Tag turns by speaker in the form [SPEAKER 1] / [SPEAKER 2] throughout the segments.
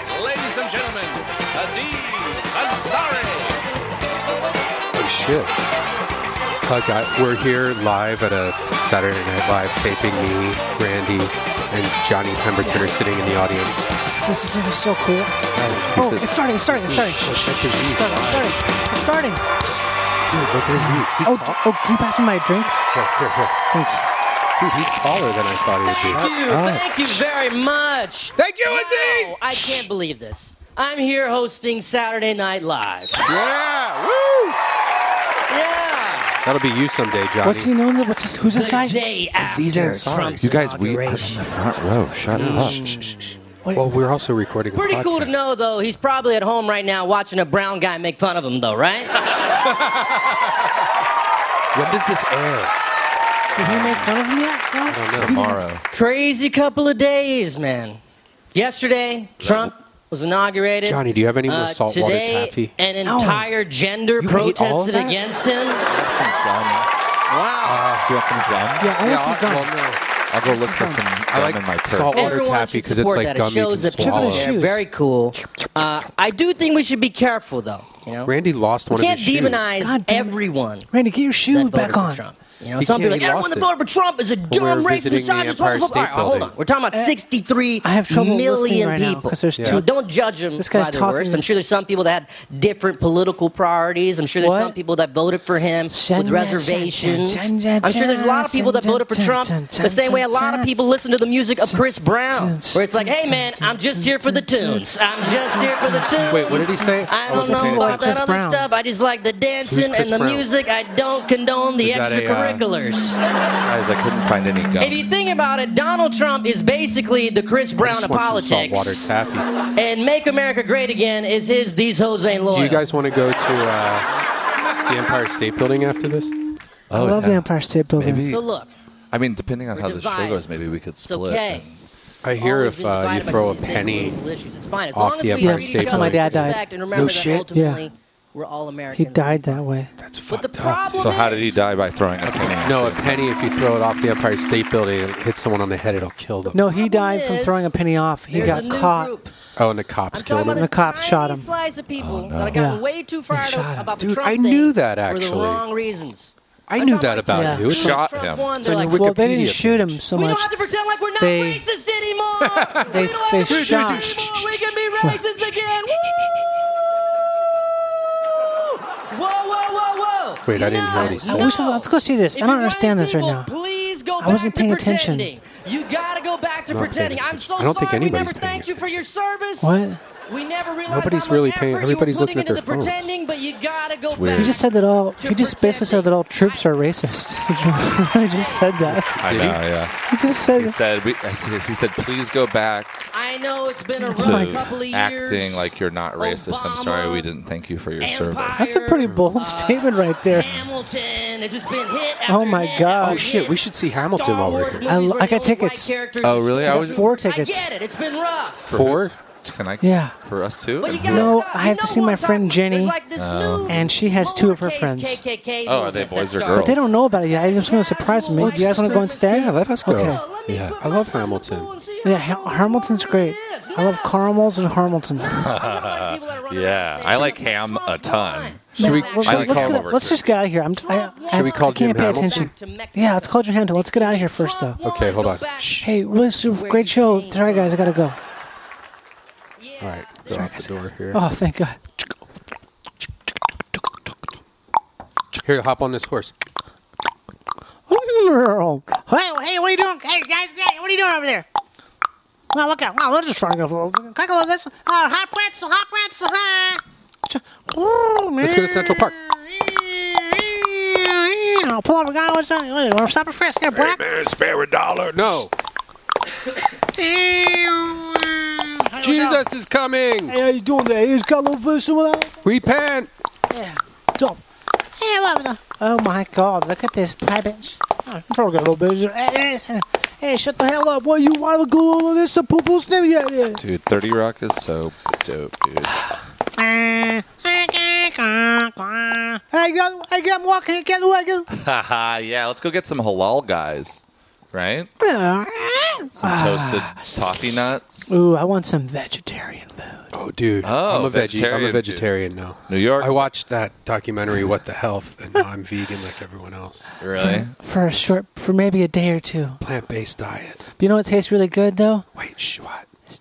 [SPEAKER 1] and gentlemen, Aziz Ansari.
[SPEAKER 2] Oh shit. Hi guys, we're here live at a Saturday Night Live taping. Me, Randy, and Johnny Pemberton are sitting in the audience.
[SPEAKER 3] This is gonna be so cool. Oh, it's starting, it's starting, it's starting. It's
[SPEAKER 2] That's Aziz.
[SPEAKER 3] starting, it's starting. It's starting.
[SPEAKER 2] Dude, look at Aziz. He's oh,
[SPEAKER 3] Oh, d- oh, can you pass me my drink? Thanks.
[SPEAKER 2] dude, he's taller than I thought he would be.
[SPEAKER 4] Thank you. Thank you very much.
[SPEAKER 2] Thank you,
[SPEAKER 4] Wow, I can't believe this. I'm here hosting Saturday Night Live.
[SPEAKER 2] Yeah, woo!
[SPEAKER 4] Yeah.
[SPEAKER 2] That'll be you someday, Johnny.
[SPEAKER 3] What's he known? What's this, who's this
[SPEAKER 4] The
[SPEAKER 3] guy?
[SPEAKER 4] day after
[SPEAKER 3] Aziz Ansari.
[SPEAKER 4] Trump's
[SPEAKER 5] You guys, we are in the
[SPEAKER 4] inauguration.
[SPEAKER 5] front row. Shut up.
[SPEAKER 3] Wait,
[SPEAKER 2] Well, we're also recording. a
[SPEAKER 4] Pretty cool to
[SPEAKER 2] podcast.
[SPEAKER 4] know, though. He's probably at home right now watching a brown guy make fun of him, though, right?
[SPEAKER 2] When does this air?
[SPEAKER 3] did he make fun of him yet? No?
[SPEAKER 5] Tomorrow.
[SPEAKER 4] Crazy couple of days, man. Yesterday, Trump was inaugurated.
[SPEAKER 2] Johnny, do you have any more
[SPEAKER 4] Uh,
[SPEAKER 2] saltwater
[SPEAKER 4] today,
[SPEAKER 2] taffy?
[SPEAKER 4] An entire gender
[SPEAKER 2] You ate all of
[SPEAKER 4] protested
[SPEAKER 2] that?
[SPEAKER 4] against him.
[SPEAKER 6] some gum.
[SPEAKER 4] Wow.
[SPEAKER 6] Do you want some gum?
[SPEAKER 3] Yeah, I want some gum.
[SPEAKER 6] I'll go look for some gum
[SPEAKER 2] I like
[SPEAKER 6] in my purse.
[SPEAKER 2] salt water
[SPEAKER 4] Everyone
[SPEAKER 2] taffy
[SPEAKER 4] should
[SPEAKER 2] because it's
[SPEAKER 4] support
[SPEAKER 2] like
[SPEAKER 4] that.
[SPEAKER 2] gum
[SPEAKER 4] It
[SPEAKER 2] you can
[SPEAKER 4] shows that
[SPEAKER 3] Check out
[SPEAKER 2] swallow.
[SPEAKER 3] his shoes.
[SPEAKER 4] They're very cool. Uh, I do think we should be careful, though. You know,
[SPEAKER 2] Randy lost one
[SPEAKER 4] we can't
[SPEAKER 2] of his shoes.
[SPEAKER 4] demonize
[SPEAKER 3] God damn it.
[SPEAKER 4] everyone
[SPEAKER 3] Randy, get your
[SPEAKER 4] that
[SPEAKER 3] shoe
[SPEAKER 4] voted
[SPEAKER 3] back
[SPEAKER 4] for
[SPEAKER 3] on.
[SPEAKER 4] Trump. You know,
[SPEAKER 2] He
[SPEAKER 4] some
[SPEAKER 2] can't,
[SPEAKER 4] people are like
[SPEAKER 2] he
[SPEAKER 4] everyone
[SPEAKER 2] lost
[SPEAKER 4] that
[SPEAKER 2] it.
[SPEAKER 4] voted for Trump is a
[SPEAKER 2] we were
[SPEAKER 4] dumb racist
[SPEAKER 2] visiting the
[SPEAKER 4] misogynist.
[SPEAKER 2] Empire
[SPEAKER 4] homophobic- All
[SPEAKER 2] State
[SPEAKER 4] right, hold on.
[SPEAKER 2] Building.
[SPEAKER 4] We're talking about 63
[SPEAKER 3] Eh, I have trouble listening
[SPEAKER 4] million
[SPEAKER 3] right now,
[SPEAKER 4] people.
[SPEAKER 3] 'cause there's
[SPEAKER 4] So
[SPEAKER 3] two-
[SPEAKER 4] don't judge them
[SPEAKER 3] This guy's
[SPEAKER 4] by their
[SPEAKER 3] talking-
[SPEAKER 4] worst. I'm sure there's some people that had different political priorities. I'm sure there's
[SPEAKER 3] What?
[SPEAKER 4] some people that voted for him
[SPEAKER 3] Shen-
[SPEAKER 4] with
[SPEAKER 3] Shen-
[SPEAKER 4] reservations.
[SPEAKER 3] Shen- Shen-
[SPEAKER 4] I'm sure there's a lot of people that
[SPEAKER 3] Shen-
[SPEAKER 4] voted for
[SPEAKER 3] Shen-
[SPEAKER 4] Trump
[SPEAKER 3] Shen-
[SPEAKER 4] the same way a lot of
[SPEAKER 3] Shen-
[SPEAKER 4] people listen to the music of Chris Brown,
[SPEAKER 3] Shen-
[SPEAKER 4] where it's like, hey, man, I'm just here for the tunes. I'm just here for the tunes.
[SPEAKER 2] Wait, what did he say?
[SPEAKER 4] I don't
[SPEAKER 2] wasn't
[SPEAKER 4] know
[SPEAKER 2] paying
[SPEAKER 4] about
[SPEAKER 3] attention. Chris
[SPEAKER 4] that other
[SPEAKER 3] Brown.
[SPEAKER 4] stuff. I just like the dancing
[SPEAKER 2] Chris
[SPEAKER 4] and the
[SPEAKER 2] Brown?
[SPEAKER 4] music. I don't condone the
[SPEAKER 2] Is that a, uh,
[SPEAKER 4] extracurriculars.
[SPEAKER 6] Guys, I couldn't find any
[SPEAKER 4] If
[SPEAKER 6] gum.
[SPEAKER 4] you think about it, Donald Trump is basically the Chris Brown
[SPEAKER 2] Just
[SPEAKER 4] of
[SPEAKER 2] want some saltwater
[SPEAKER 4] politics.
[SPEAKER 2] taffy.
[SPEAKER 4] And Make America Great Again is his These Hoes Ain't Loyal.
[SPEAKER 2] Do you guys want to go to uh, the Empire State Building after this?
[SPEAKER 6] Oh,
[SPEAKER 3] I love the Empire State Building.
[SPEAKER 5] Maybe-
[SPEAKER 4] So look,
[SPEAKER 6] I mean, depending on
[SPEAKER 4] We're
[SPEAKER 6] how the show
[SPEAKER 4] divided.
[SPEAKER 6] goes, maybe we could
[SPEAKER 4] it's
[SPEAKER 6] split.
[SPEAKER 4] okay.
[SPEAKER 2] I hear
[SPEAKER 4] Always
[SPEAKER 2] if
[SPEAKER 4] been
[SPEAKER 2] uh, you
[SPEAKER 4] divided by
[SPEAKER 2] throw a
[SPEAKER 4] some of these big
[SPEAKER 2] penny.
[SPEAKER 4] political Issues. It's fine. As
[SPEAKER 2] off
[SPEAKER 4] long
[SPEAKER 2] the
[SPEAKER 4] as we
[SPEAKER 2] Empire
[SPEAKER 4] treat
[SPEAKER 2] State
[SPEAKER 4] each other
[SPEAKER 2] Building. Oh,
[SPEAKER 4] with
[SPEAKER 3] That's how my dad
[SPEAKER 4] respect
[SPEAKER 3] died.
[SPEAKER 4] and remember
[SPEAKER 3] No
[SPEAKER 4] that
[SPEAKER 3] shit.
[SPEAKER 4] ultimately we're all Americans.
[SPEAKER 3] He died that way.
[SPEAKER 2] That's
[SPEAKER 4] But the
[SPEAKER 2] fucked up.
[SPEAKER 4] problem
[SPEAKER 6] So how did
[SPEAKER 4] is-
[SPEAKER 6] he die by throwing a penny?
[SPEAKER 2] No, a penny. If you throw it off the Empire State Building and hit someone on the head, it'll kill them.
[SPEAKER 3] No, he
[SPEAKER 4] Problem
[SPEAKER 3] died from
[SPEAKER 4] is,
[SPEAKER 3] throwing a penny off. He
[SPEAKER 4] There's
[SPEAKER 3] got
[SPEAKER 4] a new
[SPEAKER 3] caught.
[SPEAKER 4] Group.
[SPEAKER 2] Oh, and the cops
[SPEAKER 4] I'm
[SPEAKER 2] killed
[SPEAKER 4] talking
[SPEAKER 2] him.
[SPEAKER 4] about
[SPEAKER 3] The cops
[SPEAKER 4] this
[SPEAKER 3] shot
[SPEAKER 4] tiny
[SPEAKER 3] him.
[SPEAKER 4] Slice of people that I got
[SPEAKER 3] Yeah.
[SPEAKER 4] way
[SPEAKER 3] They
[SPEAKER 4] too fired
[SPEAKER 3] shot
[SPEAKER 4] up
[SPEAKER 3] him.
[SPEAKER 4] about the
[SPEAKER 2] Dude,
[SPEAKER 4] Trump
[SPEAKER 2] I knew
[SPEAKER 4] thing
[SPEAKER 2] that,
[SPEAKER 4] for
[SPEAKER 2] actually.
[SPEAKER 4] the wrong reasons.
[SPEAKER 2] I
[SPEAKER 4] I'm
[SPEAKER 2] knew
[SPEAKER 4] talking
[SPEAKER 2] that about
[SPEAKER 3] Yeah.
[SPEAKER 2] you. It's
[SPEAKER 4] Since
[SPEAKER 2] on-
[SPEAKER 6] Shot
[SPEAKER 4] Trump
[SPEAKER 6] him.
[SPEAKER 4] won,
[SPEAKER 2] it's
[SPEAKER 4] they're
[SPEAKER 2] on your
[SPEAKER 4] like,
[SPEAKER 3] Well, they
[SPEAKER 2] Wikipedia
[SPEAKER 3] didn't shoot him
[SPEAKER 2] page.
[SPEAKER 3] so
[SPEAKER 4] we
[SPEAKER 3] much.
[SPEAKER 4] don't have to pretend like we're not
[SPEAKER 3] They-
[SPEAKER 4] racist anymore.
[SPEAKER 3] They-
[SPEAKER 4] we don't
[SPEAKER 3] they
[SPEAKER 4] have to pretend
[SPEAKER 3] shot-
[SPEAKER 4] anymore. We can be racist again. Woo! Whoa, whoa, whoa, whoa!
[SPEAKER 2] Wait, I didn't hear what he
[SPEAKER 4] No,
[SPEAKER 2] said.
[SPEAKER 4] no.
[SPEAKER 3] We should- let's go see this.
[SPEAKER 4] If
[SPEAKER 3] I don't
[SPEAKER 4] you're
[SPEAKER 3] understand
[SPEAKER 4] white
[SPEAKER 3] this right
[SPEAKER 4] people,
[SPEAKER 3] now.
[SPEAKER 4] Please go
[SPEAKER 3] I wasn't
[SPEAKER 4] back to
[SPEAKER 3] paying attention.
[SPEAKER 4] pretending. You gotta go back to
[SPEAKER 2] Not paying
[SPEAKER 4] pretending. I'm
[SPEAKER 2] attention.
[SPEAKER 4] so
[SPEAKER 2] I don't think
[SPEAKER 4] sorry. We
[SPEAKER 2] anybody's
[SPEAKER 4] never
[SPEAKER 2] paying
[SPEAKER 4] thanked you for your service.
[SPEAKER 3] What?
[SPEAKER 4] We never realized
[SPEAKER 2] Nobody's
[SPEAKER 4] how much
[SPEAKER 2] really paying-
[SPEAKER 4] effort you
[SPEAKER 2] everybody's
[SPEAKER 4] were
[SPEAKER 2] looking
[SPEAKER 4] putting
[SPEAKER 2] at
[SPEAKER 4] into
[SPEAKER 2] their
[SPEAKER 4] the
[SPEAKER 2] phones.
[SPEAKER 4] pretending, but you gotta go
[SPEAKER 6] weird.
[SPEAKER 4] back.
[SPEAKER 3] He just said that all.
[SPEAKER 4] To
[SPEAKER 3] He just basically said that all troops are racist. He just said that.
[SPEAKER 6] I know, yeah.
[SPEAKER 3] He just said.
[SPEAKER 6] He said, we, I said- he said, please go back
[SPEAKER 4] I know it's
[SPEAKER 3] Oh
[SPEAKER 4] been a rough
[SPEAKER 6] to
[SPEAKER 4] couple of years.
[SPEAKER 6] acting like you're not racist. I'm sorry
[SPEAKER 4] Obama,
[SPEAKER 6] we didn't thank you for your
[SPEAKER 4] Empire,
[SPEAKER 6] service.
[SPEAKER 3] That's a pretty bold
[SPEAKER 4] uh,
[SPEAKER 3] statement right there.
[SPEAKER 4] Hamilton. It's just been hit. After
[SPEAKER 3] Oh my
[SPEAKER 4] hit
[SPEAKER 3] God.
[SPEAKER 4] after
[SPEAKER 3] Oh
[SPEAKER 2] shit,
[SPEAKER 4] hit.
[SPEAKER 2] we should see Hamilton
[SPEAKER 4] Star
[SPEAKER 2] while we're
[SPEAKER 4] Wars
[SPEAKER 2] here.
[SPEAKER 4] movies
[SPEAKER 3] I l-
[SPEAKER 4] where
[SPEAKER 3] I
[SPEAKER 4] the
[SPEAKER 3] got
[SPEAKER 4] only white
[SPEAKER 3] tickets.
[SPEAKER 4] characters
[SPEAKER 6] Oh,
[SPEAKER 4] used to
[SPEAKER 6] really?
[SPEAKER 4] be
[SPEAKER 6] I
[SPEAKER 4] the
[SPEAKER 6] was-
[SPEAKER 3] Four
[SPEAKER 4] I
[SPEAKER 3] tickets.
[SPEAKER 4] get it. It's been rough.
[SPEAKER 2] Four?
[SPEAKER 6] Can I?
[SPEAKER 3] Yeah.
[SPEAKER 6] For us too?
[SPEAKER 4] But you
[SPEAKER 6] And-
[SPEAKER 4] gotta
[SPEAKER 3] No,
[SPEAKER 4] stop.
[SPEAKER 3] I
[SPEAKER 4] You
[SPEAKER 3] have to
[SPEAKER 4] know
[SPEAKER 3] see
[SPEAKER 4] what
[SPEAKER 3] my
[SPEAKER 4] I'm
[SPEAKER 3] friend
[SPEAKER 4] talking-
[SPEAKER 3] Jenny,
[SPEAKER 4] There's like this
[SPEAKER 2] Oh.
[SPEAKER 4] new
[SPEAKER 3] and she has two of her
[SPEAKER 4] lowercase
[SPEAKER 3] friends.
[SPEAKER 4] KKK
[SPEAKER 6] Oh, are they
[SPEAKER 4] movement
[SPEAKER 6] boys
[SPEAKER 4] that
[SPEAKER 6] or
[SPEAKER 4] started.
[SPEAKER 6] girls?
[SPEAKER 3] But they don't know about it yet. I just going to surprise them. You guys want to go instead?
[SPEAKER 2] Yeah, let us go.
[SPEAKER 3] Okay.
[SPEAKER 4] Well, let me
[SPEAKER 2] Yeah,
[SPEAKER 4] put
[SPEAKER 2] I
[SPEAKER 4] my
[SPEAKER 2] love
[SPEAKER 4] foot in the
[SPEAKER 2] Hamilton.
[SPEAKER 4] pool and see how
[SPEAKER 3] Yeah,
[SPEAKER 4] cold
[SPEAKER 3] Ha-
[SPEAKER 4] this
[SPEAKER 3] Harmilton's
[SPEAKER 4] water
[SPEAKER 3] great.
[SPEAKER 4] is.
[SPEAKER 3] I love
[SPEAKER 4] No.
[SPEAKER 3] caramels and Harmilton.
[SPEAKER 6] Yeah, I like ham a ton.
[SPEAKER 2] Should we-
[SPEAKER 3] Let's,
[SPEAKER 2] I
[SPEAKER 6] like
[SPEAKER 3] let's,
[SPEAKER 6] ham
[SPEAKER 3] get
[SPEAKER 6] over
[SPEAKER 3] let's just get out of here. I'm. T- I, I,
[SPEAKER 2] Should we call
[SPEAKER 3] I can't
[SPEAKER 2] Jim
[SPEAKER 3] pay
[SPEAKER 2] Hamilton?
[SPEAKER 3] attention. Yeah, let's call Jim Hamilton. Let's get out of here first, though.
[SPEAKER 2] Okay, hold on. Shh.
[SPEAKER 3] Hey, really super great show. Sorry, guys, I gotta go.
[SPEAKER 2] All right, go out the door here.
[SPEAKER 3] Oh, thank God.
[SPEAKER 2] Here, hop on this horse.
[SPEAKER 3] Hey, hey, what are you doing? Hey, guys, hey, what are you doing over there? Wow, look out. Wow, we're just trying to go. Can I go this? Oh, hot pretzel, hot pretzel. Huh?
[SPEAKER 2] Let's go to Central Park.
[SPEAKER 3] Pull over, guy. What's up? Wait, we're stopping frisk. Get black.
[SPEAKER 2] spare a dollar. No. Jesus is coming.
[SPEAKER 3] Hey, how you doing there? He's got a little boost over there.
[SPEAKER 2] Repent.
[SPEAKER 3] Yeah. Stop. Hey, what was that? Oh my god, look at this pibbage.
[SPEAKER 7] Oh,
[SPEAKER 3] I'm trying to get a little
[SPEAKER 7] Eh,
[SPEAKER 3] bit. Hey, hey, hey, shut the hell up. What, you want to go over this? The poo poo snip? Yeah, yeah.
[SPEAKER 6] Dude, 30 Rock is so dope, dude.
[SPEAKER 3] Hey, get, hey, get, walk, hey, get, walk.
[SPEAKER 6] Haha, yeah, let's go get some halal guys. Right?
[SPEAKER 3] get. Ah.
[SPEAKER 6] Some toasted toffee nuts.
[SPEAKER 3] Ooh, I want some vegetarian food.
[SPEAKER 2] Oh, dude,
[SPEAKER 6] Oh,
[SPEAKER 2] I'm a veggie. I'm
[SPEAKER 6] vegetarian,
[SPEAKER 2] a
[SPEAKER 6] dude.
[SPEAKER 2] vegetarian now.
[SPEAKER 6] New York?
[SPEAKER 2] I watched that documentary, What the Health, and now I'm vegan like everyone else.
[SPEAKER 6] Really?
[SPEAKER 7] for a short, for maybe a day or two.
[SPEAKER 2] Plant based diet.
[SPEAKER 7] You know what tastes really good though?
[SPEAKER 2] Wait, sh- what?
[SPEAKER 7] It's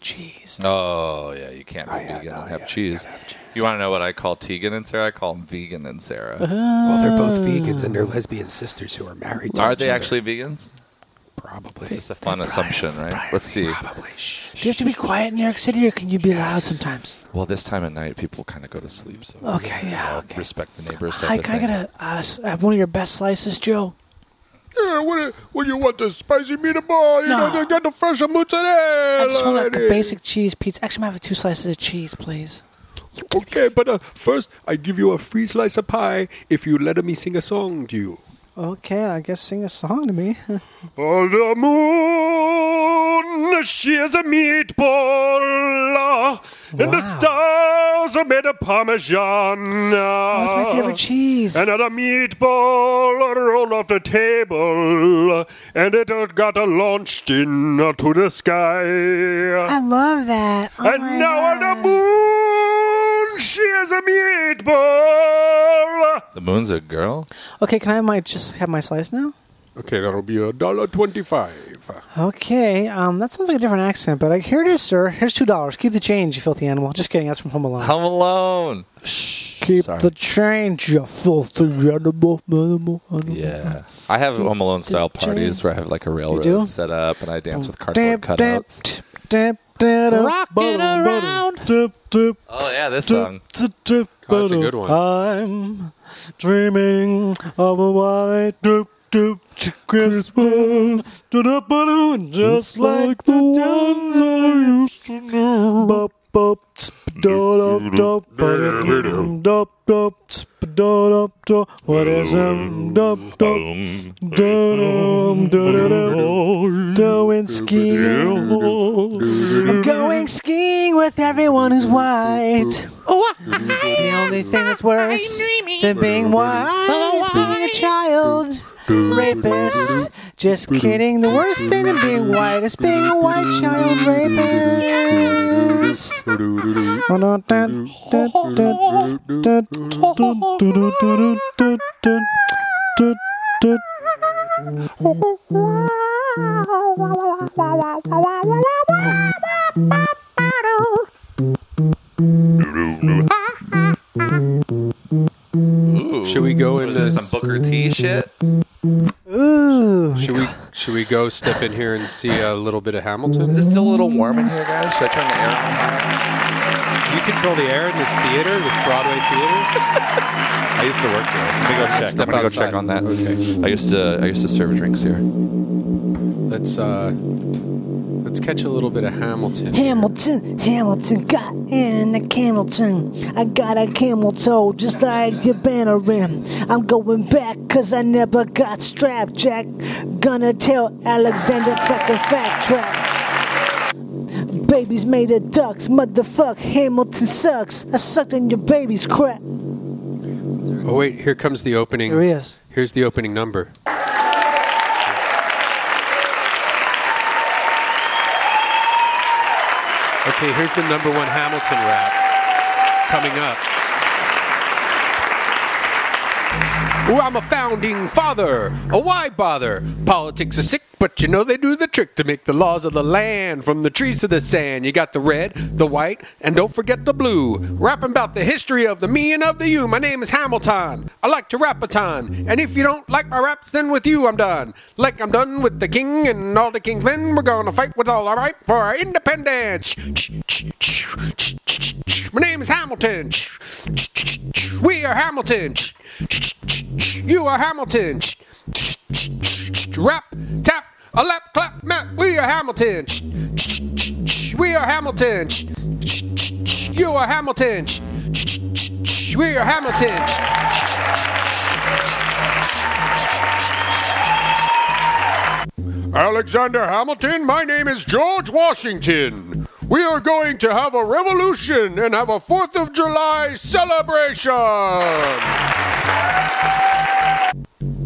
[SPEAKER 7] cheese.
[SPEAKER 6] Oh yeah, you can't be
[SPEAKER 2] yeah,
[SPEAKER 6] vegan
[SPEAKER 2] no,
[SPEAKER 6] and have
[SPEAKER 2] yeah,
[SPEAKER 6] cheese.
[SPEAKER 2] gotta have cheese.
[SPEAKER 6] You want to know what I call Tegan and Sarah? I call them vegan and Sarah.
[SPEAKER 2] Well, they're both vegans and they're lesbian sisters who are married. To
[SPEAKER 6] Are
[SPEAKER 2] each
[SPEAKER 6] they
[SPEAKER 2] other.
[SPEAKER 6] actually vegans?
[SPEAKER 2] Probably.
[SPEAKER 6] It's a fun assumption, right? Let's see.
[SPEAKER 2] Probably. Shh.
[SPEAKER 7] Do you have to be quiet in New York City, or can you be loud sometimes?
[SPEAKER 6] Well, this time of night, people kind of go to sleep, so
[SPEAKER 7] Okay, yeah,
[SPEAKER 6] I'll
[SPEAKER 7] okay.
[SPEAKER 6] respect the neighbors. Type
[SPEAKER 7] I, I
[SPEAKER 6] of thing.
[SPEAKER 7] gotta uh, s- have one of your best slices, Joe.
[SPEAKER 2] Yeah, what, do- what do you want? The spicy meatball? You
[SPEAKER 7] No.
[SPEAKER 2] know, they got the fresh mozzarella.
[SPEAKER 7] I just want like a
[SPEAKER 2] already.
[SPEAKER 7] basic cheese pizza. Actually, I might have two slices of cheese, please.
[SPEAKER 2] Okay, but uh, first, I give you a free slice of pie if you let me sing a song to you.
[SPEAKER 3] Okay, I guess sing a song to me.
[SPEAKER 2] Oh, the moon, she is a meatball, ah, and the
[SPEAKER 7] Wow.
[SPEAKER 2] stars are made of parmesan.
[SPEAKER 7] Oh, uh, that's my favorite cheese.
[SPEAKER 2] Another meatball rolled off the table, and it uh, got uh, launched into the sky.
[SPEAKER 3] I love that. Oh
[SPEAKER 2] And
[SPEAKER 3] my
[SPEAKER 2] now on
[SPEAKER 3] God.
[SPEAKER 2] the moon, she is a meatball.
[SPEAKER 6] The moon's a girl.
[SPEAKER 3] Okay, can I might just have my slice now?
[SPEAKER 2] Okay, that'll be a dollar twenty-five.
[SPEAKER 3] Okay, um, that sounds like a different accent, but like, here it is, sir. Here's two dollars. Keep the change, you filthy animal. Just kidding. That's from Home Alone.
[SPEAKER 6] Home Alone.
[SPEAKER 3] Keep
[SPEAKER 6] sorry.
[SPEAKER 3] the change, you filthy animal. animal, animal.
[SPEAKER 6] Yeah, I have Home Alone style parties where I have like a
[SPEAKER 3] do?
[SPEAKER 6] railroad set up, and I dance with cardboard
[SPEAKER 3] Dip, dip,
[SPEAKER 6] cutouts.
[SPEAKER 3] t- dip, dip,
[SPEAKER 8] Rock it around.
[SPEAKER 3] Dip, dip,
[SPEAKER 6] Oh yeah, this song.
[SPEAKER 3] dip, dip,
[SPEAKER 2] Oh, that's a good one.
[SPEAKER 3] I'm dreaming of a white dip, dip, t- Christmas, dip, dip, balloon, just like the ones I used to know. Bup, bup, tsp, da, da, da, ba, da, dum, dup, dup, tsp, da, da, da. What is um, dup, dup, da, dum, da, da, da. Going skiing. I'm going skiing with everyone who's white. The only thing that's worse than being white is being a child. Rapist. Just kidding. The worst thing than being white is being a white child rapist.
[SPEAKER 2] Should we go in
[SPEAKER 6] Was this some Booker T shit?
[SPEAKER 3] Ooh.
[SPEAKER 2] Should we should we go step in here and see a little bit of Hamilton?
[SPEAKER 6] Is it still a little warm in here, guys? Should I turn the air on?
[SPEAKER 2] you control the air in this theater, this Broadway theater?
[SPEAKER 6] I used to work there. Let me go check.
[SPEAKER 2] Step
[SPEAKER 6] I'm gonna go
[SPEAKER 2] outside.
[SPEAKER 6] check on that. Okay. I used to I used to serve drinks here.
[SPEAKER 2] Let's uh let's catch a little bit of Hamilton. here.
[SPEAKER 7] Hamilton, Hamilton, got in the Hamilton. I got a camel toe just like a bannerin. I'm going back cause I never got strapped, Jack. Gonna tell Alexander fucking fact track. Babies made of ducks, motherfuck, Hamilton sucks. I sucked on your baby's crap.
[SPEAKER 2] Oh wait, here comes the opening.
[SPEAKER 7] There he is.
[SPEAKER 2] Here's the opening number. Okay, here's the number one Hamilton rap coming up. Ooh, I'm a founding father. Oh, why bother? Politics are sick, but you know they do the trick to make the laws of the land from the trees to the sand. You got the red, the white, and don't forget the blue. Rapping about the history of the me and of the you. My name is Hamilton. I like to rap a ton. And if you don't like my raps, then with you I'm done. Like I'm done with the king and all the king's men. We're gonna fight with all our right for our independence. My name is Hamilton. We are Hamilton. You are Hamilton. Rap, tap, a lap, clap, map. We are Hamilton. We are Hamilton. You are Hamilton. We are Hamilton. Alexander Hamilton, my name is George Washington. We are going to have a revolution and have a 4th of July celebration.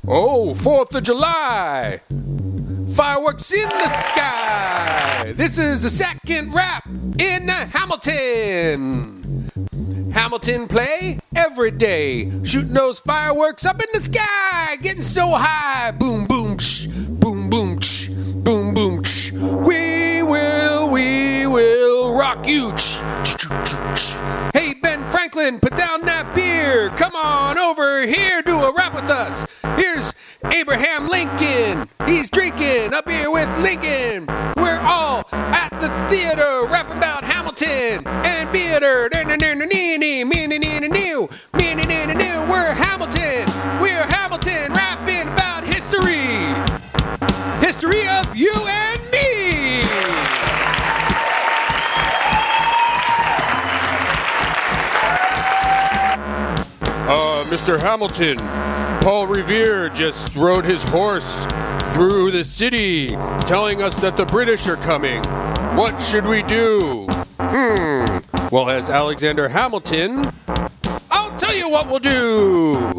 [SPEAKER 2] Oh, 4th of July. Fireworks in the sky. This is the second rap in Hamilton. Hamilton play every day. Shooting those fireworks up in the sky. Getting so high. Boom, boom, tsh. Boom, boom, tsh. Boom, boom, tsh. We will, we will rock you. Tsh, tsh, tsh, tsh, tsh. Hey, Ben Franklin, put down that beer. Come on over here. Do a rap with us. Here's Abraham Lincoln. He's drinking up here with Lincoln. We're all at the theater rapping about Hamilton and theater. We're Hamilton. We're Hamilton rapping about history. History of you and me. Uh, Mr. Hamilton, Paul Revere just rode his horse through the city telling us that the British are coming. What should we do? Hmm. Well, as Alexander Hamilton, I'll tell you what we'll do.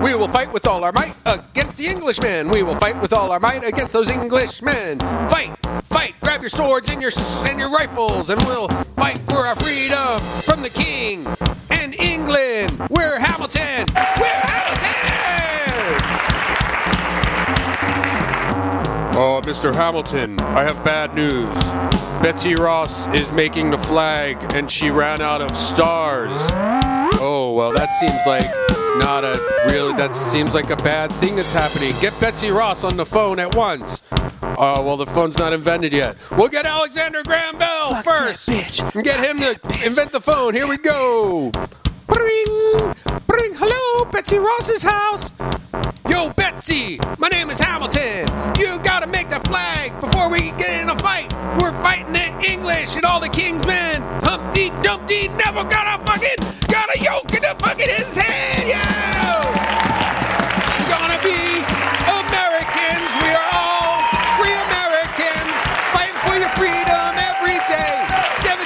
[SPEAKER 2] We will fight with all our might against the Englishmen. We will fight with all our might against those Englishmen. Fight, fight, grab your swords and your and your rifles, and we'll fight for our freedom from the king and England. We're Hamilton. We're Hamilton. Oh, Mr. Hamilton, I have bad news. Betsy Ross is making the flag, and she ran out of stars. Oh well, that seems like not a really. That seems like a bad thing that's happening. Get Betsy Ross on the phone at once. Oh well, the phone's not invented yet. We'll get Alexander Graham Bell
[SPEAKER 3] Fuck that
[SPEAKER 2] first.
[SPEAKER 3] bitch.
[SPEAKER 2] And get him to invent the phone. Here we go. Bring, bring. Hello, Betsy Ross's house. Yo, Betsy, my name is Hamilton. You gotta make the flag before we get in a fight. We're fighting the English and all the king's men. Humpty Dumpty never got a fucking, got a yoke in the fucking his head, yo! gonna be Americans. We are all free Americans, fighting for your freedom every day.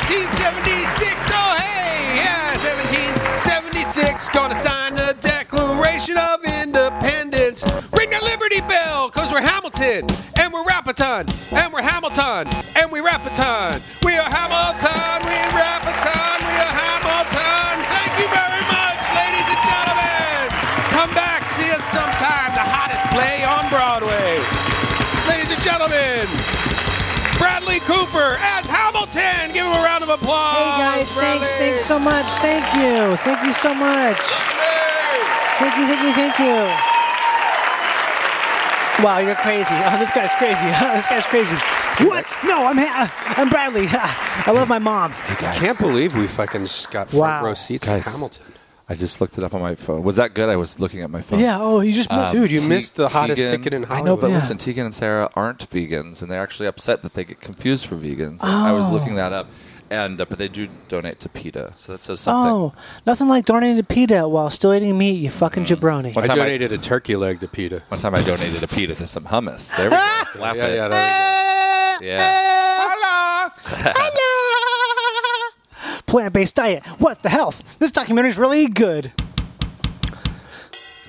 [SPEAKER 2] 1776, oh hey, yeah, 1776. Gonna sign the Declaration of Independence. Ring the Liberty Bell, cause we're Hamilton, and we're Rapiton, and we're Hamilton, and we Rapiton. We are Hamilton, we Rapiton, we are Hamilton. Thank you very much, ladies and gentlemen. Come back, see us sometime. The hottest play on Broadway. Ladies and gentlemen, Bradley Cooper as Hamilton. Give him a round of applause.
[SPEAKER 3] Hey guys, thanks, thanks so much. Thank you. Thank you so much. Thank you, thank you, thank you. Wow, you're crazy. Oh, this guy's crazy. this guy's crazy. What? No, I'm ha- I'm Bradley. I love my mom.
[SPEAKER 2] I can't believe we fucking just got front
[SPEAKER 3] Wow.
[SPEAKER 2] row seats
[SPEAKER 6] Guys.
[SPEAKER 2] to Hamilton.
[SPEAKER 6] I just looked it up on my phone. Was that good? I was looking at my phone.
[SPEAKER 3] Yeah. Oh, you just missed.
[SPEAKER 2] Dude, you missed the hottest
[SPEAKER 6] Tegan-
[SPEAKER 2] ticket in
[SPEAKER 6] I know, Uh, but
[SPEAKER 2] Hollywood.
[SPEAKER 6] listen, Tegan and Sarah aren't vegans, and they're actually upset that they get confused for vegans. I was looking that up, and uh, but they do donate to PETA, so that says something.
[SPEAKER 3] Oh, nothing like donating to PETA while still eating meat. You
[SPEAKER 6] Mm.
[SPEAKER 3] fucking jabroni.
[SPEAKER 6] One
[SPEAKER 2] I
[SPEAKER 6] time I-
[SPEAKER 2] donated a turkey leg to PETA.
[SPEAKER 6] One time I donated a pita to some hummus. There we go. Slap
[SPEAKER 2] Yeah,
[SPEAKER 6] it.
[SPEAKER 2] yeah, there
[SPEAKER 6] Yeah.
[SPEAKER 3] Plant-based diet. What the health? This documentary's really good.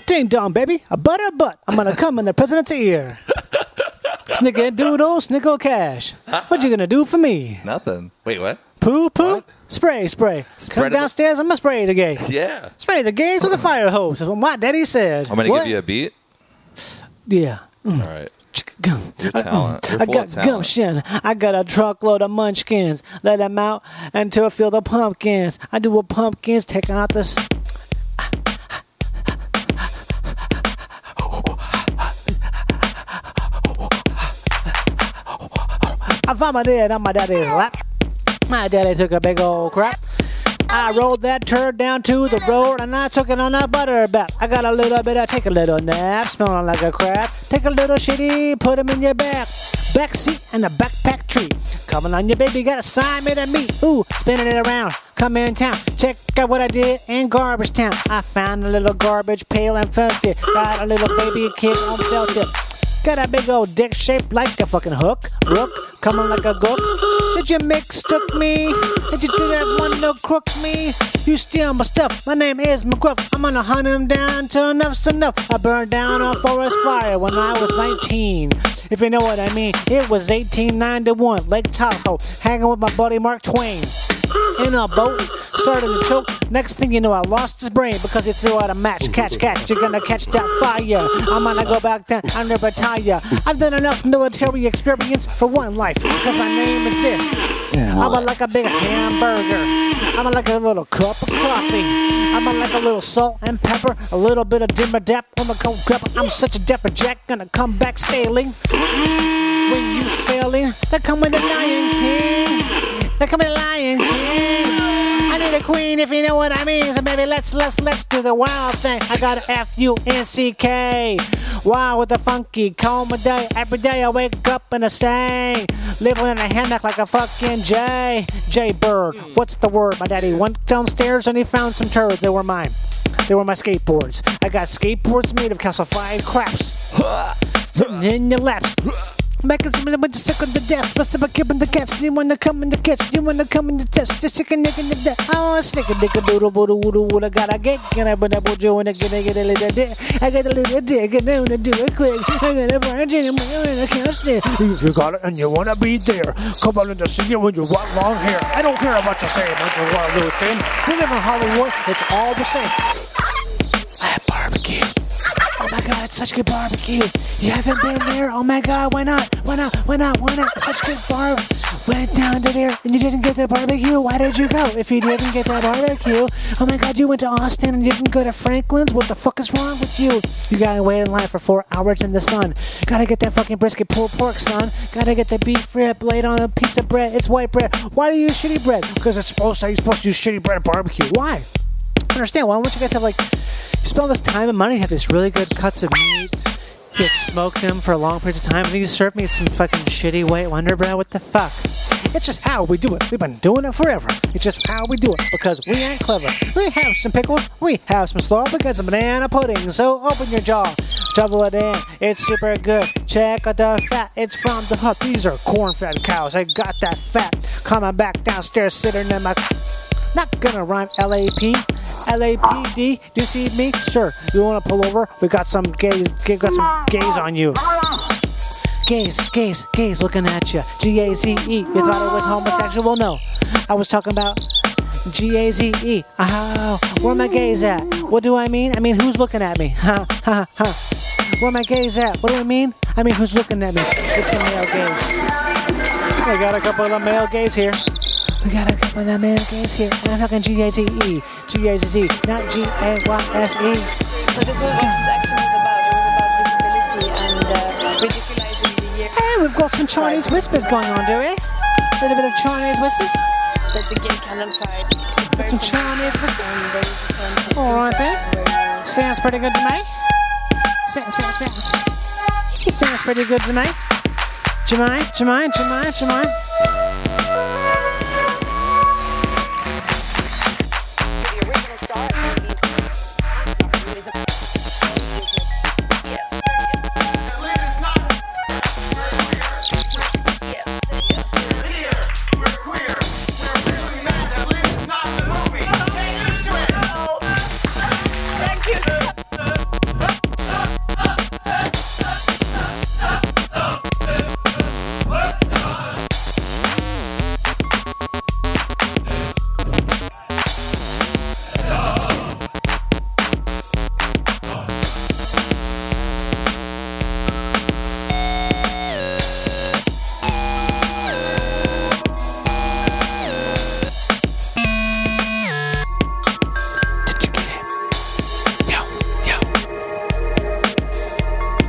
[SPEAKER 3] Ding dong, baby. A butt a butt. I'm gonna come in the president's ear. Snicker doodle, snickle cash. What you gonna do for me?
[SPEAKER 6] Nothing. Wait, what?
[SPEAKER 3] Poo poo. Spray spray.
[SPEAKER 6] Spreadable-
[SPEAKER 3] Come downstairs. I'm gonna spray the gay.
[SPEAKER 6] Yeah.
[SPEAKER 3] Spray the gays with a fire hose. That's what my daddy said.
[SPEAKER 6] I'm gonna
[SPEAKER 3] What?
[SPEAKER 6] give you a beat.
[SPEAKER 3] Yeah.
[SPEAKER 6] All right.
[SPEAKER 3] Gum. I-
[SPEAKER 6] talent. You're
[SPEAKER 3] I
[SPEAKER 6] full
[SPEAKER 3] got
[SPEAKER 6] of talent.
[SPEAKER 3] gumption. I got a truckload of munchkins. Let them out until I feel the pumpkins. I do what pumpkins, taking out the. S- I found my dad on my daddy's lap. My daddy took a big old crap. I rolled that turd down to the road and I took it on a butter bath. I got a little bit, I take a little nap, smelling like a crap. Take a little shitty, put 'em in your back. Back seat and a backpack tree. Coming on your baby, gotta sign me to me. Ooh, spinning it around, come in town. Check out what I did in Garbage Town. I found a little garbage pail and felt it. Got a little baby kid on felt it. Got a big old dick shaped like a fucking hook. Rook, coming like a gook. Did you mix took me? Did you do that one no crook me? You steal my stuff. My name is McGruff. I'm gonna hunt him down till enough's enough. I burned down a forest fire when I was 19. if you know what I mean. It was 1891, Lake Tahoe, hanging with my buddy Mark Twain. In a boat, started to choke. Next thing you know, I lost his brain because he threw out a match. Catch, catch, you're gonna catch that fire. I'm gonna go back down under retire. I've done enough military experience for one life because my name is this. I'm a, like a big hamburger. I'm a, like a little cup of coffee. I'm a, like a little salt and pepper, a little bit of dimmer dap on the cold grabber. I'm such a dapper jack, gonna come back sailing. When you failing, they come with the Lion King. They come with the Lion King. I need a queen if you know what I mean. So baby, let's let's let's do the wild thing. I got to F U N C K. Wow, with a funky coma day. Every day I wake up and I sing. Living in a hammock like a fucking J. J Bird. What's the word? My daddy went downstairs and he found some turds. They were mine. They were my skateboards. I got skateboards made of calcified craps. Sitting in your lap. Back and somebody with the sick on the death. What's up, keeping the cats? You wanna come in the cats? You wanna come in the test? Just sick a nigga in the death. Oh, snicker, nigga, doodle, boodle, woodle, woodle, gotta get. Can I put that boy Joe in a get a get a little dick? I got a little dick, and I wanna do it quick. I got a branch in my own, I can't stay. If you got it and you wanna be there, come on in the studio when you want long hair. I don't care about you say about your wild little thing. We live in Hollywood, it's all the same. I have barbecue. Oh my god, it's such good barbecue. You haven't been there? Oh my god, why not? Why not? Why not? Why not? Such good bar. Went down to there and you didn't get the barbecue. Why did you go if you didn't get that barbecue? Oh my god, you went to Austin and you didn't go to Franklin's? What the fuck is wrong with you? You gotta wait in line for four hours in the sun. Gotta get that fucking brisket pulled pork, son. Gotta get the beef rib laid on a piece of bread. It's white bread. Why do you use shitty bread? Because it's supposed to, you're supposed to use shitty bread at barbecue. Why? understand. Why do not you guys have like spend all this time and money, have these really good cuts of meat, you like, smoke them for long periods of time, and then you serve me some fucking shitty white wonder bread? What the fuck? It's just how we do it. We've been doing it forever. It's just how we do it because we ain't clever. We have some pickles, we have some slaw, we got some banana pudding. So open your jaw, double it in. It's super good. Check out the fat. It's from the hut. These are corn-fed cows. I got that fat. Coming back downstairs, sitting in my not gonna rhyme LAP. LAPD, do you see me? Sir, you wanna pull over? We got some gays, we got some gays on you. Gays, gays, gays looking at you. G A Z E. You thought I was homosexual? No. I was talking about G A Z E. Oh, where my gays at? What do I mean? I mean, who's looking at me? Ha, ha, ha. Where my gays at? What do I mean? I mean, who's looking at me? It's the male gays. I got a couple of male gays here. We got a couple of male gays here. And I'm talking G A Z E. G A Z E, not G A Y S E.
[SPEAKER 9] So this was what this action was about. It was about visibility and uh, ridiculizing the year
[SPEAKER 3] Hey, we've got some Chinese whispers going on, do we? A little bit of Chinese whispers.
[SPEAKER 9] that the gay canon pride. It's very
[SPEAKER 3] Some Chinese whispers.
[SPEAKER 9] and very different.
[SPEAKER 3] All right, then. Sounds pretty good to me. Sounds, sounds, sounds. sounds pretty good to me. Jermaine, Jermaine, Jermaine, Jermaine.
[SPEAKER 10] the original star of movies. Yes.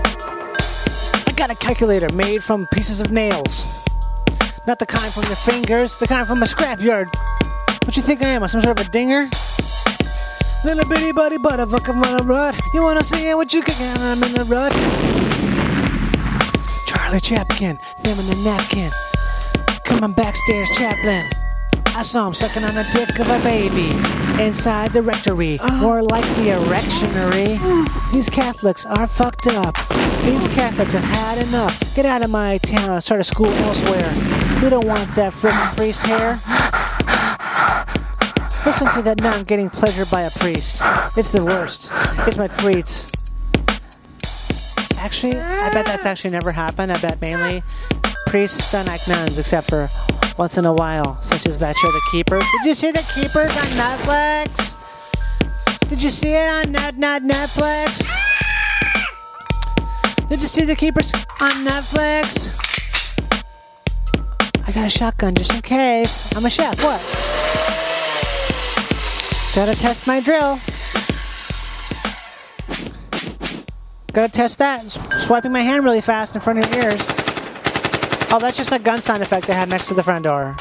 [SPEAKER 3] I got a calculator made from pieces of nails. Not the kind from your fingers, the kind from a scrapyard. What you think I am? I'm Some sort of a dinger? Little bitty buddy butterfuck, I'm on a rut. You wanna see what you can get? I'm in a rut. Charlie Chapkin, feminine napkin. Coming backstairs, Chaplin. I saw him sucking on the dick of a baby inside the rectory, more like the erectionary. These Catholics are fucked up. These Catholics have had enough. Get out of my town, start a school elsewhere. We don't want that frickin' priest here. Listen to that nun getting pleasure by a priest. It's the worst. It's my treat. actually, I bet that's actually never happened. I bet mainly priests are like nuns, except for once in a while, such as that show, The Keepers. Did you see The Keepers on Netflix? Did you see it on Net Net Netflix? Did you see The Keepers on Netflix? I got a shotgun just in case. I'm a chef. What? Gotta test my drill. Gotta test that. S- Swiping my hand really fast in front of your ears. Oh, that's just a gun sound effect they had next to the front door.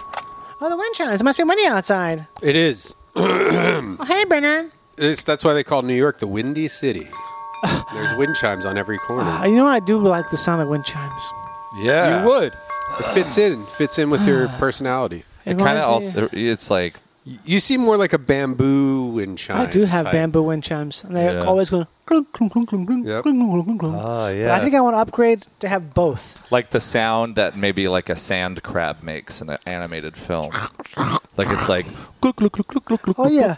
[SPEAKER 3] Oh, the wind chimes. It must be windy outside.
[SPEAKER 2] It is. it's,
[SPEAKER 3] Oh, hey, Brennan.
[SPEAKER 2] that's why they call New York the Windy City. There's wind chimes on every corner.
[SPEAKER 3] Uh, you know, I do like the sound of wind chimes.
[SPEAKER 6] Yeah,
[SPEAKER 2] You would. It fits in. Fits in with your personality.
[SPEAKER 6] It kind
[SPEAKER 3] reminds
[SPEAKER 6] of
[SPEAKER 3] me-
[SPEAKER 6] also. It's like
[SPEAKER 2] You seem more like a bamboo wind chime.
[SPEAKER 3] I do have
[SPEAKER 2] type.
[SPEAKER 3] bamboo wind chimes, and they're
[SPEAKER 6] Yeah.
[SPEAKER 3] always going. Clunk, clunk, clunk, clunk, clunk,
[SPEAKER 2] Yep.
[SPEAKER 3] clunk, clunk, clunk, clunk.
[SPEAKER 5] Oh,
[SPEAKER 3] But I
[SPEAKER 5] yeah.
[SPEAKER 3] think I want to upgrade to have both.
[SPEAKER 6] like the sound that maybe like a sand crab makes in an animated film. Like it's like
[SPEAKER 3] Oh yeah.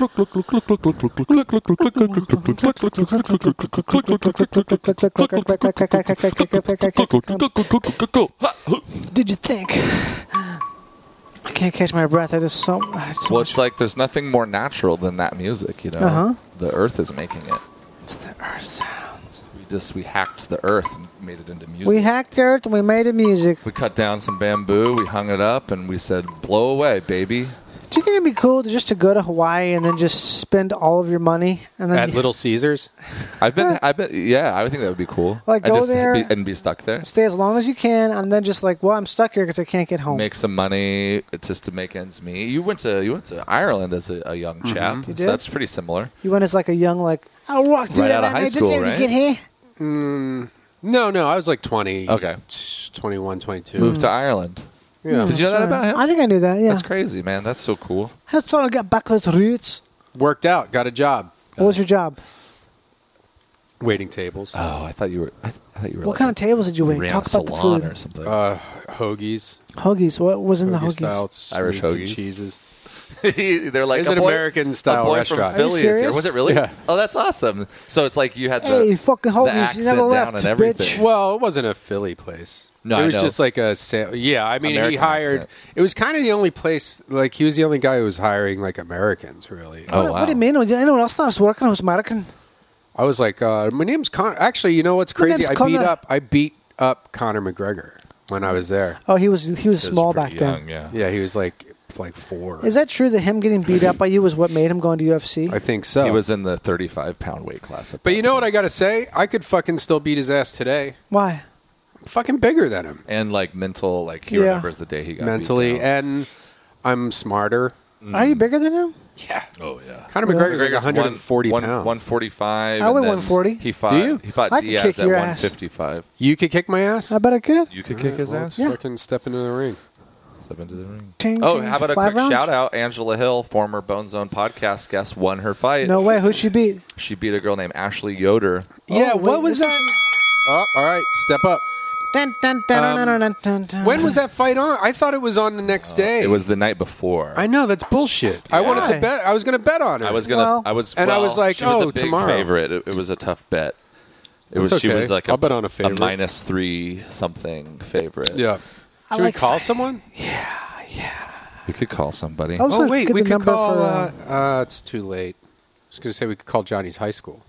[SPEAKER 7] Did you think?
[SPEAKER 3] I can't catch my breath. I just so. I just
[SPEAKER 6] well, it's like there's nothing more natural than that music. You know,
[SPEAKER 3] Uh-huh.
[SPEAKER 6] the Earth is making it.
[SPEAKER 3] it's the earth sounds.
[SPEAKER 6] We just we hacked the Earth and made it into music.
[SPEAKER 3] We hacked Earth and we made the music.
[SPEAKER 6] We cut down some bamboo, we hung it up, and we said, "Blow away, baby."
[SPEAKER 3] Do you think it'd be cool to just to go to Hawaii and then just spend all of your money and then
[SPEAKER 2] At Little Caesars.
[SPEAKER 6] I've been, I've been, yeah, I would think that would be cool.
[SPEAKER 3] Like,
[SPEAKER 6] I
[SPEAKER 3] go
[SPEAKER 6] just
[SPEAKER 3] there-
[SPEAKER 6] be, and be stuck there,
[SPEAKER 3] stay as long as you can and then just like, well, I'm stuck here because I can't get home.
[SPEAKER 6] make some money just to make ends meet. You went to, you went to Ireland as a, a young chap, so
[SPEAKER 3] Mm-hmm. did? Mm-hmm.
[SPEAKER 6] that's pretty similar.
[SPEAKER 3] you went as like a young like. I walked through
[SPEAKER 6] Right
[SPEAKER 3] that
[SPEAKER 6] out of high
[SPEAKER 3] I
[SPEAKER 6] school,
[SPEAKER 3] didn't
[SPEAKER 6] right?
[SPEAKER 3] get here.
[SPEAKER 2] No, no, I was like 20.
[SPEAKER 6] Okay.
[SPEAKER 2] t- 21, 22.
[SPEAKER 6] Moved to Ireland. Yeah. Did you know that about him?
[SPEAKER 3] I think I knew that. Yeah.
[SPEAKER 6] That's crazy, man. That's so cool.
[SPEAKER 3] I just want to get back to those roots.
[SPEAKER 2] Worked out, got a job.
[SPEAKER 3] What was your job?
[SPEAKER 2] Waiting tables,
[SPEAKER 6] Oh, I thought you were. I, th- I thought you were.
[SPEAKER 3] What kind of tables did you wait?
[SPEAKER 6] ran a
[SPEAKER 3] Talk about the
[SPEAKER 6] salon
[SPEAKER 3] food.
[SPEAKER 6] or something?
[SPEAKER 2] hoagies,
[SPEAKER 3] Hoagies. What was in the
[SPEAKER 2] hoagie
[SPEAKER 3] hoagies?
[SPEAKER 2] style,
[SPEAKER 6] Irish
[SPEAKER 2] sweets and
[SPEAKER 6] hoagies.
[SPEAKER 2] cheeses.
[SPEAKER 6] They're like
[SPEAKER 2] It's
[SPEAKER 6] "A
[SPEAKER 2] an
[SPEAKER 6] boy-
[SPEAKER 2] American-style
[SPEAKER 6] a boy
[SPEAKER 2] restaurant."
[SPEAKER 6] From
[SPEAKER 3] Are you
[SPEAKER 6] Philly is here.
[SPEAKER 3] serious?
[SPEAKER 6] Was it really?
[SPEAKER 2] Yeah.
[SPEAKER 6] Oh, that's awesome. So it's like you had the
[SPEAKER 3] Hey, fucking
[SPEAKER 6] the
[SPEAKER 3] homies, you
[SPEAKER 6] accent
[SPEAKER 3] never
[SPEAKER 6] down
[SPEAKER 3] left,
[SPEAKER 6] and
[SPEAKER 3] bitch.
[SPEAKER 6] everything.
[SPEAKER 2] Well, it wasn't a Philly place.
[SPEAKER 6] No,
[SPEAKER 2] it
[SPEAKER 6] I
[SPEAKER 2] was
[SPEAKER 6] know.
[SPEAKER 2] just like a sa- yeah. I mean, he
[SPEAKER 6] American
[SPEAKER 2] hired.
[SPEAKER 6] accent.
[SPEAKER 2] It was kind of the only place. Like he was the only guy who was hiring like Americans. Really,
[SPEAKER 6] Oh,
[SPEAKER 3] What, what do you
[SPEAKER 6] wow.
[SPEAKER 3] mean? Was anyone else that was working who was American?
[SPEAKER 2] I was like, uh, my name's Connor. Actually, you know what's
[SPEAKER 3] My
[SPEAKER 2] crazy?
[SPEAKER 3] name's
[SPEAKER 2] I beat
[SPEAKER 3] Connor.
[SPEAKER 2] up. I beat up Conor McGregor when I was there.
[SPEAKER 3] Oh, he was he was small back then.
[SPEAKER 6] Yeah.
[SPEAKER 2] Yeah, he was like like four.
[SPEAKER 3] Is that true that him getting beat up by you was what made him go into UFC?
[SPEAKER 2] I think so.
[SPEAKER 6] He was in the 35 pound weight class.
[SPEAKER 2] But you know what I gotta say? I could fucking still beat his ass today.
[SPEAKER 3] Why?
[SPEAKER 2] I'm fucking bigger than him
[SPEAKER 6] and like mental, like he
[SPEAKER 3] Yeah.
[SPEAKER 6] remembers the day he got
[SPEAKER 2] mentally,
[SPEAKER 6] Beat down.
[SPEAKER 2] and I'm smarter.
[SPEAKER 3] Are
[SPEAKER 6] Mm.
[SPEAKER 3] you bigger than him?
[SPEAKER 6] oh yeah.
[SPEAKER 2] Conor McGregor's like 140
[SPEAKER 6] one,
[SPEAKER 2] pounds.
[SPEAKER 6] 145.
[SPEAKER 3] I
[SPEAKER 6] and
[SPEAKER 3] weigh
[SPEAKER 6] then
[SPEAKER 3] 140.
[SPEAKER 6] He fought.
[SPEAKER 2] you?
[SPEAKER 6] He fought
[SPEAKER 3] I could
[SPEAKER 6] Diaz
[SPEAKER 3] kick
[SPEAKER 6] at
[SPEAKER 3] your ass.
[SPEAKER 6] 155.
[SPEAKER 2] You could kick my ass.
[SPEAKER 3] I bet I could.
[SPEAKER 6] You could kick his ass.
[SPEAKER 3] Yeah.
[SPEAKER 2] Fucking step into the ring.
[SPEAKER 6] Step into the ring.
[SPEAKER 3] Ting,
[SPEAKER 6] oh,
[SPEAKER 3] ting,
[SPEAKER 6] how about a
[SPEAKER 3] five
[SPEAKER 6] quick
[SPEAKER 3] rounds?
[SPEAKER 6] shout out? Angela Hill, former Bone Zone podcast guest, won her fight.
[SPEAKER 3] No way. Who'd she beat?
[SPEAKER 6] She beat a girl named Ashley Yoder.
[SPEAKER 2] yeah.
[SPEAKER 3] wait,
[SPEAKER 2] What was
[SPEAKER 3] this-
[SPEAKER 2] that? Oh, all right. Step up.
[SPEAKER 3] Dun, dun, dun, dun, dun, dun, dun, dun.
[SPEAKER 2] When was that fight on? I thought it was on the next day.
[SPEAKER 6] Uh, It was the night before.
[SPEAKER 2] I know that's bullshit. I wanted to
[SPEAKER 3] Why?
[SPEAKER 2] bet. I was gonna bet on it.
[SPEAKER 6] I was gonna.
[SPEAKER 3] Well-
[SPEAKER 6] I was,
[SPEAKER 2] And I was
[SPEAKER 6] well,
[SPEAKER 2] like,
[SPEAKER 6] she was
[SPEAKER 2] oh,
[SPEAKER 6] a big
[SPEAKER 2] tomorrow.
[SPEAKER 6] favorite. It, it was a tough bet. It was.
[SPEAKER 2] It's
[SPEAKER 6] She
[SPEAKER 2] okay.
[SPEAKER 6] was like,
[SPEAKER 2] I'll bet on a favorite.
[SPEAKER 6] minus three something favorite.
[SPEAKER 2] Yeah. Should
[SPEAKER 3] like
[SPEAKER 2] we call
[SPEAKER 3] fight.
[SPEAKER 2] someone?
[SPEAKER 6] we could call somebody.
[SPEAKER 3] I was
[SPEAKER 2] Oh
[SPEAKER 3] gonna
[SPEAKER 2] wait,
[SPEAKER 3] get
[SPEAKER 2] we
[SPEAKER 3] the
[SPEAKER 2] could
[SPEAKER 3] number
[SPEAKER 2] call.
[SPEAKER 3] for, um,
[SPEAKER 2] uh, uh, it's too late. I was gonna say we could call Johnny's high school.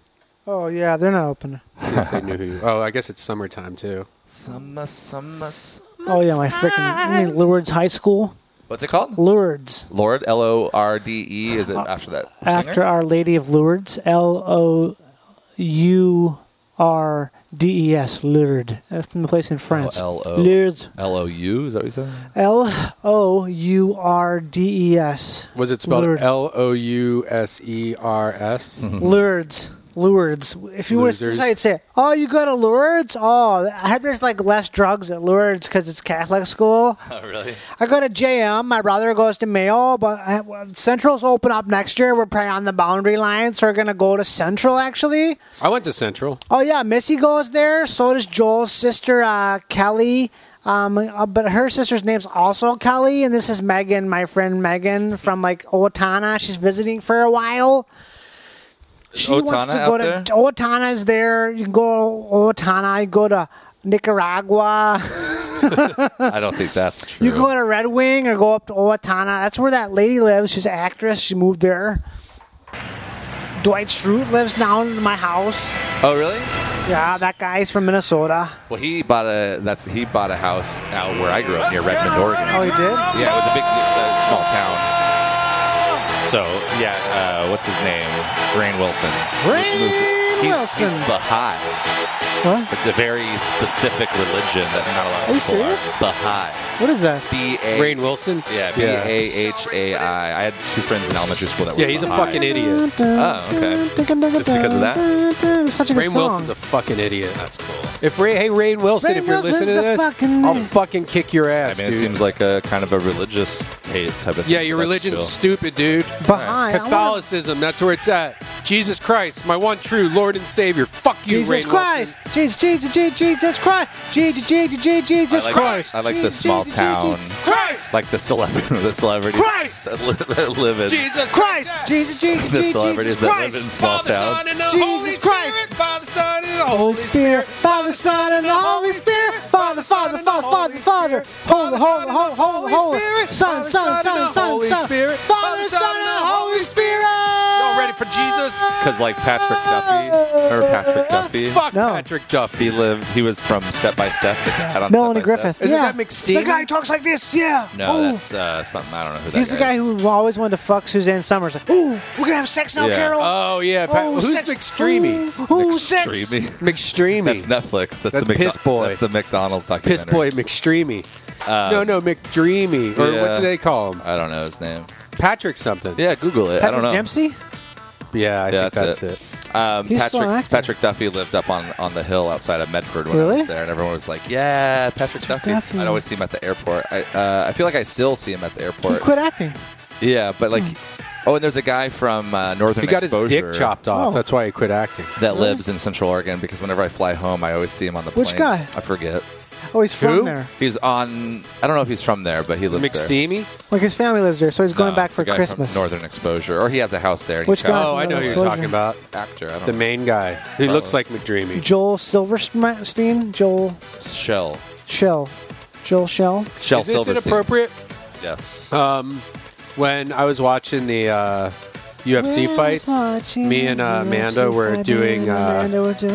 [SPEAKER 3] Oh yeah, they're not open.
[SPEAKER 2] See if they knew who. You, oh, I guess it's summertime too.
[SPEAKER 6] Summer, summer, summer.
[SPEAKER 3] Oh yeah, my freaking you mean Lourdes High School.
[SPEAKER 6] What's it called?
[SPEAKER 3] Lourdes.
[SPEAKER 6] Lord L O R D E. Is it after that?
[SPEAKER 3] Uh, After
[SPEAKER 6] singer?
[SPEAKER 3] Our Lady of Lourdes, L O U R D E S, Lourdes, uh, from the place in France.
[SPEAKER 6] L-O.
[SPEAKER 3] Lourdes.
[SPEAKER 6] L O U. Is that what you said?
[SPEAKER 3] L O U R D E S.
[SPEAKER 2] Was it spelled
[SPEAKER 3] Lourdes.
[SPEAKER 2] L O U S E R S?
[SPEAKER 6] Mm-hmm.
[SPEAKER 3] Lourdes. Lourdes. If you were
[SPEAKER 2] Losers.
[SPEAKER 3] to say it, say, it. oh, you go to Lourdes? Oh, I heard there's like less drugs at Lourdes because it's Catholic school.
[SPEAKER 6] Oh, really?
[SPEAKER 3] I go to JM. My brother goes to Mayo, but uh, Central's open up next year. We're playing on the boundary line, so we're going to go to Central actually.
[SPEAKER 2] I went to Central.
[SPEAKER 3] Oh yeah, Missy goes there. So does Joel's sister uh, Kelly. Um, uh, but her sister's name's also Kelly, and this is Megan, my friend Megan from like Owatonna. She's visiting for a while. She wants
[SPEAKER 6] Otana
[SPEAKER 3] to
[SPEAKER 6] out
[SPEAKER 3] go to
[SPEAKER 6] there?
[SPEAKER 3] Otana's there. You can go Otana. You go to Nicaragua.
[SPEAKER 6] I don't think that's true.
[SPEAKER 3] You go to Red Wing or go up to Owatonna. That's where that lady lives. She's an actress. She moved there. Dwight Schrute lives down in my house.
[SPEAKER 6] oh, really?
[SPEAKER 3] Yeah, that guy's from Minnesota.
[SPEAKER 6] Well, he bought a that's he bought a house out where I grew up near Redmond, Oregon.
[SPEAKER 3] Oh, he did?
[SPEAKER 6] Yeah, it was a big uh, small town.
[SPEAKER 11] So yeah, uh, what's his name? Rain Wilson.
[SPEAKER 3] Rain
[SPEAKER 11] he's,
[SPEAKER 3] Wilson.
[SPEAKER 11] He's Baha'i.
[SPEAKER 3] What?
[SPEAKER 11] It's a very specific religion that not a lot of
[SPEAKER 3] Are you
[SPEAKER 11] people
[SPEAKER 3] serious?
[SPEAKER 11] are. Baha'i.
[SPEAKER 3] What is that?
[SPEAKER 6] B A.
[SPEAKER 2] Rain Wilson?
[SPEAKER 6] Yeah, B A H A I. I had two friends in elementary school that were
[SPEAKER 2] Yeah, he's a
[SPEAKER 6] Baha'i.
[SPEAKER 2] fucking idiot.
[SPEAKER 6] Oh, okay. Just because of that?
[SPEAKER 3] It's such a good
[SPEAKER 2] Rain
[SPEAKER 3] song.
[SPEAKER 2] Wilson's a fucking idiot.
[SPEAKER 6] That's cool.
[SPEAKER 2] If Ray, hey Rain Wilson,
[SPEAKER 3] Rainn
[SPEAKER 2] if you're
[SPEAKER 3] Wilson's
[SPEAKER 2] listening to
[SPEAKER 3] a
[SPEAKER 2] this,
[SPEAKER 3] fucking
[SPEAKER 2] I'll
[SPEAKER 3] idiot.
[SPEAKER 2] fucking kick your
[SPEAKER 6] I
[SPEAKER 2] ass,
[SPEAKER 6] mean, it
[SPEAKER 2] dude.
[SPEAKER 6] seems like a kind of a religious hate type of thing.
[SPEAKER 2] yeah, your
[SPEAKER 6] but that's
[SPEAKER 2] religion's
[SPEAKER 6] chill.
[SPEAKER 2] stupid, dude.
[SPEAKER 3] Baha'i. I wanna-
[SPEAKER 2] Catholicism, that's where it's at. Jesus Christ, my one true Lord and Savior. Fuck you,
[SPEAKER 3] Jesus
[SPEAKER 2] Rain
[SPEAKER 3] Christ. Jesus, Jesus, Jesus, Jesus Christ. Jesus, Jesus, Jesus, Jesus
[SPEAKER 6] I like-
[SPEAKER 3] Christ.
[SPEAKER 6] I like the
[SPEAKER 3] Jesus,
[SPEAKER 6] small
[SPEAKER 3] Jesus, Jesus,
[SPEAKER 6] town.
[SPEAKER 2] Christ!
[SPEAKER 6] Like the celebrity, the celebrities
[SPEAKER 2] Christ!
[SPEAKER 6] that live in
[SPEAKER 2] Jesus
[SPEAKER 3] Christ.
[SPEAKER 2] Christ!
[SPEAKER 3] Jesus, Jesus,
[SPEAKER 6] the
[SPEAKER 3] Jesus,
[SPEAKER 6] celebrities
[SPEAKER 3] Jesus
[SPEAKER 6] that live in
[SPEAKER 3] Christ.
[SPEAKER 6] small
[SPEAKER 2] Father,
[SPEAKER 6] towns.
[SPEAKER 2] Son, and the
[SPEAKER 3] Jesus
[SPEAKER 2] Holy
[SPEAKER 3] Christ.
[SPEAKER 2] Spirit. Father, Son, and the
[SPEAKER 3] Holy
[SPEAKER 2] Holy
[SPEAKER 3] Spirit, Father, Son, and the Holy Spirit, Father, Father, Father, Father, Father, Holy, Holy, Holy, Holy, Holy, Son, Son, Son, Son, Son, Father, Son, and the Holy Spirit.
[SPEAKER 2] Y'all ready for Jesus?
[SPEAKER 6] Because like Patrick Duffy, or Patrick Duffy.
[SPEAKER 2] Fuck
[SPEAKER 3] No.
[SPEAKER 2] Patrick Duffy.
[SPEAKER 6] He lived. He was from Step by Step. The dad on
[SPEAKER 3] Melanie
[SPEAKER 6] Step by
[SPEAKER 3] Griffith.
[SPEAKER 6] Step.
[SPEAKER 2] Isn't
[SPEAKER 3] yeah.
[SPEAKER 2] that McSteven?
[SPEAKER 3] The guy who talks like this, yeah.
[SPEAKER 6] No,
[SPEAKER 3] Ooh.
[SPEAKER 6] that's uh, something I don't know who that
[SPEAKER 3] He's the guy who always wanted to fuck Suzanne Summers. Like, ooh, we're gonna have sex now,
[SPEAKER 6] Yeah.
[SPEAKER 3] Carol.
[SPEAKER 2] Oh yeah, Pat-
[SPEAKER 3] Ooh,
[SPEAKER 2] who's
[SPEAKER 3] sex.
[SPEAKER 2] McStreamy?
[SPEAKER 3] Ooh, ooh, sex.
[SPEAKER 6] Dreamy.
[SPEAKER 2] McStreamy.
[SPEAKER 6] That's Netflix. That's,
[SPEAKER 2] That's
[SPEAKER 6] the
[SPEAKER 2] Piss Boy.
[SPEAKER 6] That's the McDonald's documentary.
[SPEAKER 2] Piss boy McStreamy. no, no, McDreamy. Or what
[SPEAKER 6] Uh, yeah.
[SPEAKER 2] do they call him?
[SPEAKER 6] I don't know his name.
[SPEAKER 2] Patrick something.
[SPEAKER 6] Yeah, Google it. I
[SPEAKER 3] Patrick
[SPEAKER 6] don't know.
[SPEAKER 3] Dempsey?
[SPEAKER 2] Yeah, I
[SPEAKER 6] Yeah,
[SPEAKER 2] think
[SPEAKER 6] that's
[SPEAKER 2] that's, it.
[SPEAKER 6] Um,
[SPEAKER 3] He's still an
[SPEAKER 6] Patrick,
[SPEAKER 3] actor.
[SPEAKER 6] Patrick Duffy lived up on, on the hill outside of Medford when I
[SPEAKER 3] Really?
[SPEAKER 6] was there, and everyone was like, "Yeah, Patrick, Duffy."
[SPEAKER 3] Duffy.
[SPEAKER 6] I'd always see him at the airport. I uh, I feel like I still see him at the
[SPEAKER 3] He
[SPEAKER 6] airport.
[SPEAKER 3] quit acting.
[SPEAKER 6] Yeah, but like, oh, and there's a guy from uh, Northern
[SPEAKER 2] He got his
[SPEAKER 6] Exposure
[SPEAKER 2] dick chopped off.
[SPEAKER 3] Oh.
[SPEAKER 2] That's why he quit acting.
[SPEAKER 6] that lives in Central Oregon because whenever I fly home, I always see him on the plane.
[SPEAKER 3] Which guy?
[SPEAKER 6] I forget.
[SPEAKER 3] Oh, he's from
[SPEAKER 2] Who?
[SPEAKER 3] there.
[SPEAKER 6] He's on. I don't know if he's from there, but he lives there.
[SPEAKER 2] McSteamy?
[SPEAKER 3] Like his family lives there, so he's going
[SPEAKER 6] No,
[SPEAKER 3] back
[SPEAKER 6] it's
[SPEAKER 3] for
[SPEAKER 6] a guy from
[SPEAKER 3] Christmas.
[SPEAKER 6] Northern Exposure, or he has a house there. and
[SPEAKER 3] Which
[SPEAKER 6] he's got
[SPEAKER 3] guy?
[SPEAKER 2] Oh, I know who you're
[SPEAKER 3] Exposure.
[SPEAKER 2] talking about.
[SPEAKER 6] an actor?
[SPEAKER 2] The
[SPEAKER 6] I don't know.
[SPEAKER 2] main guy. He looks like McDreamy.
[SPEAKER 3] Joel Silverstein, Joel
[SPEAKER 6] Shell.
[SPEAKER 3] Shell, Joel Shell.
[SPEAKER 6] Shell
[SPEAKER 2] Is this
[SPEAKER 6] Silverstein.
[SPEAKER 2] inappropriate?
[SPEAKER 6] Yes.
[SPEAKER 2] Um, when I was watching the uh, UFC fights, me and uh, Amanda were doing, uh,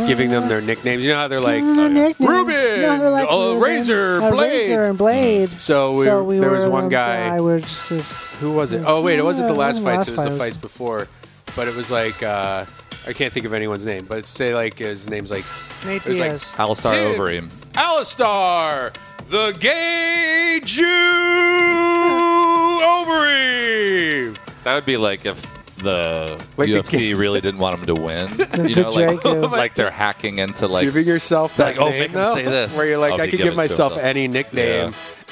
[SPEAKER 2] giving them their nicknames. You know how they're like, oh, Ruben, uh, razor, blade. Hmm.
[SPEAKER 3] razor and blade.
[SPEAKER 2] So, we,
[SPEAKER 3] So we
[SPEAKER 2] there
[SPEAKER 3] were
[SPEAKER 2] was one
[SPEAKER 3] the
[SPEAKER 2] guy.
[SPEAKER 3] we're just, just-
[SPEAKER 2] Who was it? Oh wait, it wasn't the
[SPEAKER 3] Yeah,
[SPEAKER 2] last
[SPEAKER 3] it wasn't
[SPEAKER 2] fight.
[SPEAKER 3] last
[SPEAKER 2] so it was the
[SPEAKER 3] fight.
[SPEAKER 2] fights before, but it was like uh, I can't think of anyone's name. But say like his name's like
[SPEAKER 3] Nate
[SPEAKER 2] it was like-
[SPEAKER 3] Diaz.
[SPEAKER 6] I'll start
[SPEAKER 2] Dude.
[SPEAKER 6] over him.
[SPEAKER 2] Alistar, the gay Jew ovary.
[SPEAKER 6] That would be like if the
[SPEAKER 2] Like the
[SPEAKER 6] UFC really didn't want him to win. you
[SPEAKER 3] the
[SPEAKER 6] know, like,
[SPEAKER 3] Draco.
[SPEAKER 6] like they're hacking into like
[SPEAKER 2] giving yourself that
[SPEAKER 6] like, oh,
[SPEAKER 2] name,
[SPEAKER 6] make him
[SPEAKER 2] though,
[SPEAKER 6] say this.
[SPEAKER 2] where you're like,
[SPEAKER 6] Oh,
[SPEAKER 2] I
[SPEAKER 6] he
[SPEAKER 2] could
[SPEAKER 6] give it
[SPEAKER 2] give
[SPEAKER 6] to
[SPEAKER 2] myself
[SPEAKER 6] himself.
[SPEAKER 2] any nickname.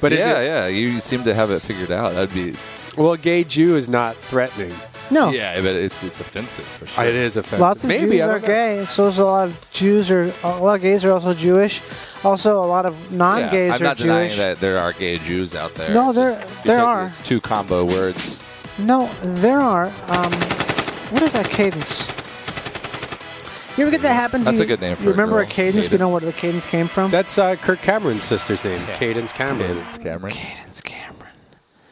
[SPEAKER 2] but is
[SPEAKER 6] yeah,
[SPEAKER 2] it,
[SPEAKER 6] yeah. You seem to have it figured out. That'd be
[SPEAKER 2] well, gay Jew is not threatening.
[SPEAKER 3] No,
[SPEAKER 6] yeah, but it's it's offensive for sure.
[SPEAKER 2] It is offensive.
[SPEAKER 3] lots of
[SPEAKER 2] Maybe
[SPEAKER 3] Jews
[SPEAKER 2] I
[SPEAKER 3] are
[SPEAKER 2] don't know.
[SPEAKER 3] gay. So is a lot of Jews are a lot of gays are also Jewish. Also, a lot of
[SPEAKER 6] Yeah,
[SPEAKER 3] non-gays
[SPEAKER 6] I'm
[SPEAKER 3] are
[SPEAKER 6] not
[SPEAKER 3] Jewish.
[SPEAKER 6] denying that there are gay Jews out there.
[SPEAKER 3] No,
[SPEAKER 6] It's
[SPEAKER 3] there-
[SPEAKER 6] just- it's
[SPEAKER 3] there
[SPEAKER 6] like-
[SPEAKER 3] are.
[SPEAKER 6] It's two combo words.
[SPEAKER 3] No, there are. Um, what is that cadence? You ever get that happen to
[SPEAKER 6] That's
[SPEAKER 3] you?
[SPEAKER 6] a good name for
[SPEAKER 3] You
[SPEAKER 6] a
[SPEAKER 3] remember
[SPEAKER 6] girl.
[SPEAKER 3] cadence, but you know
[SPEAKER 6] Cadence.
[SPEAKER 3] where the cadence came from?
[SPEAKER 2] That's uh, Kirk Cameron's sister's name, Cadence Cameron.
[SPEAKER 6] Cadence Cameron.
[SPEAKER 3] cadence, Cameron.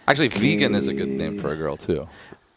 [SPEAKER 6] Actually, vegan is a good name for a girl too.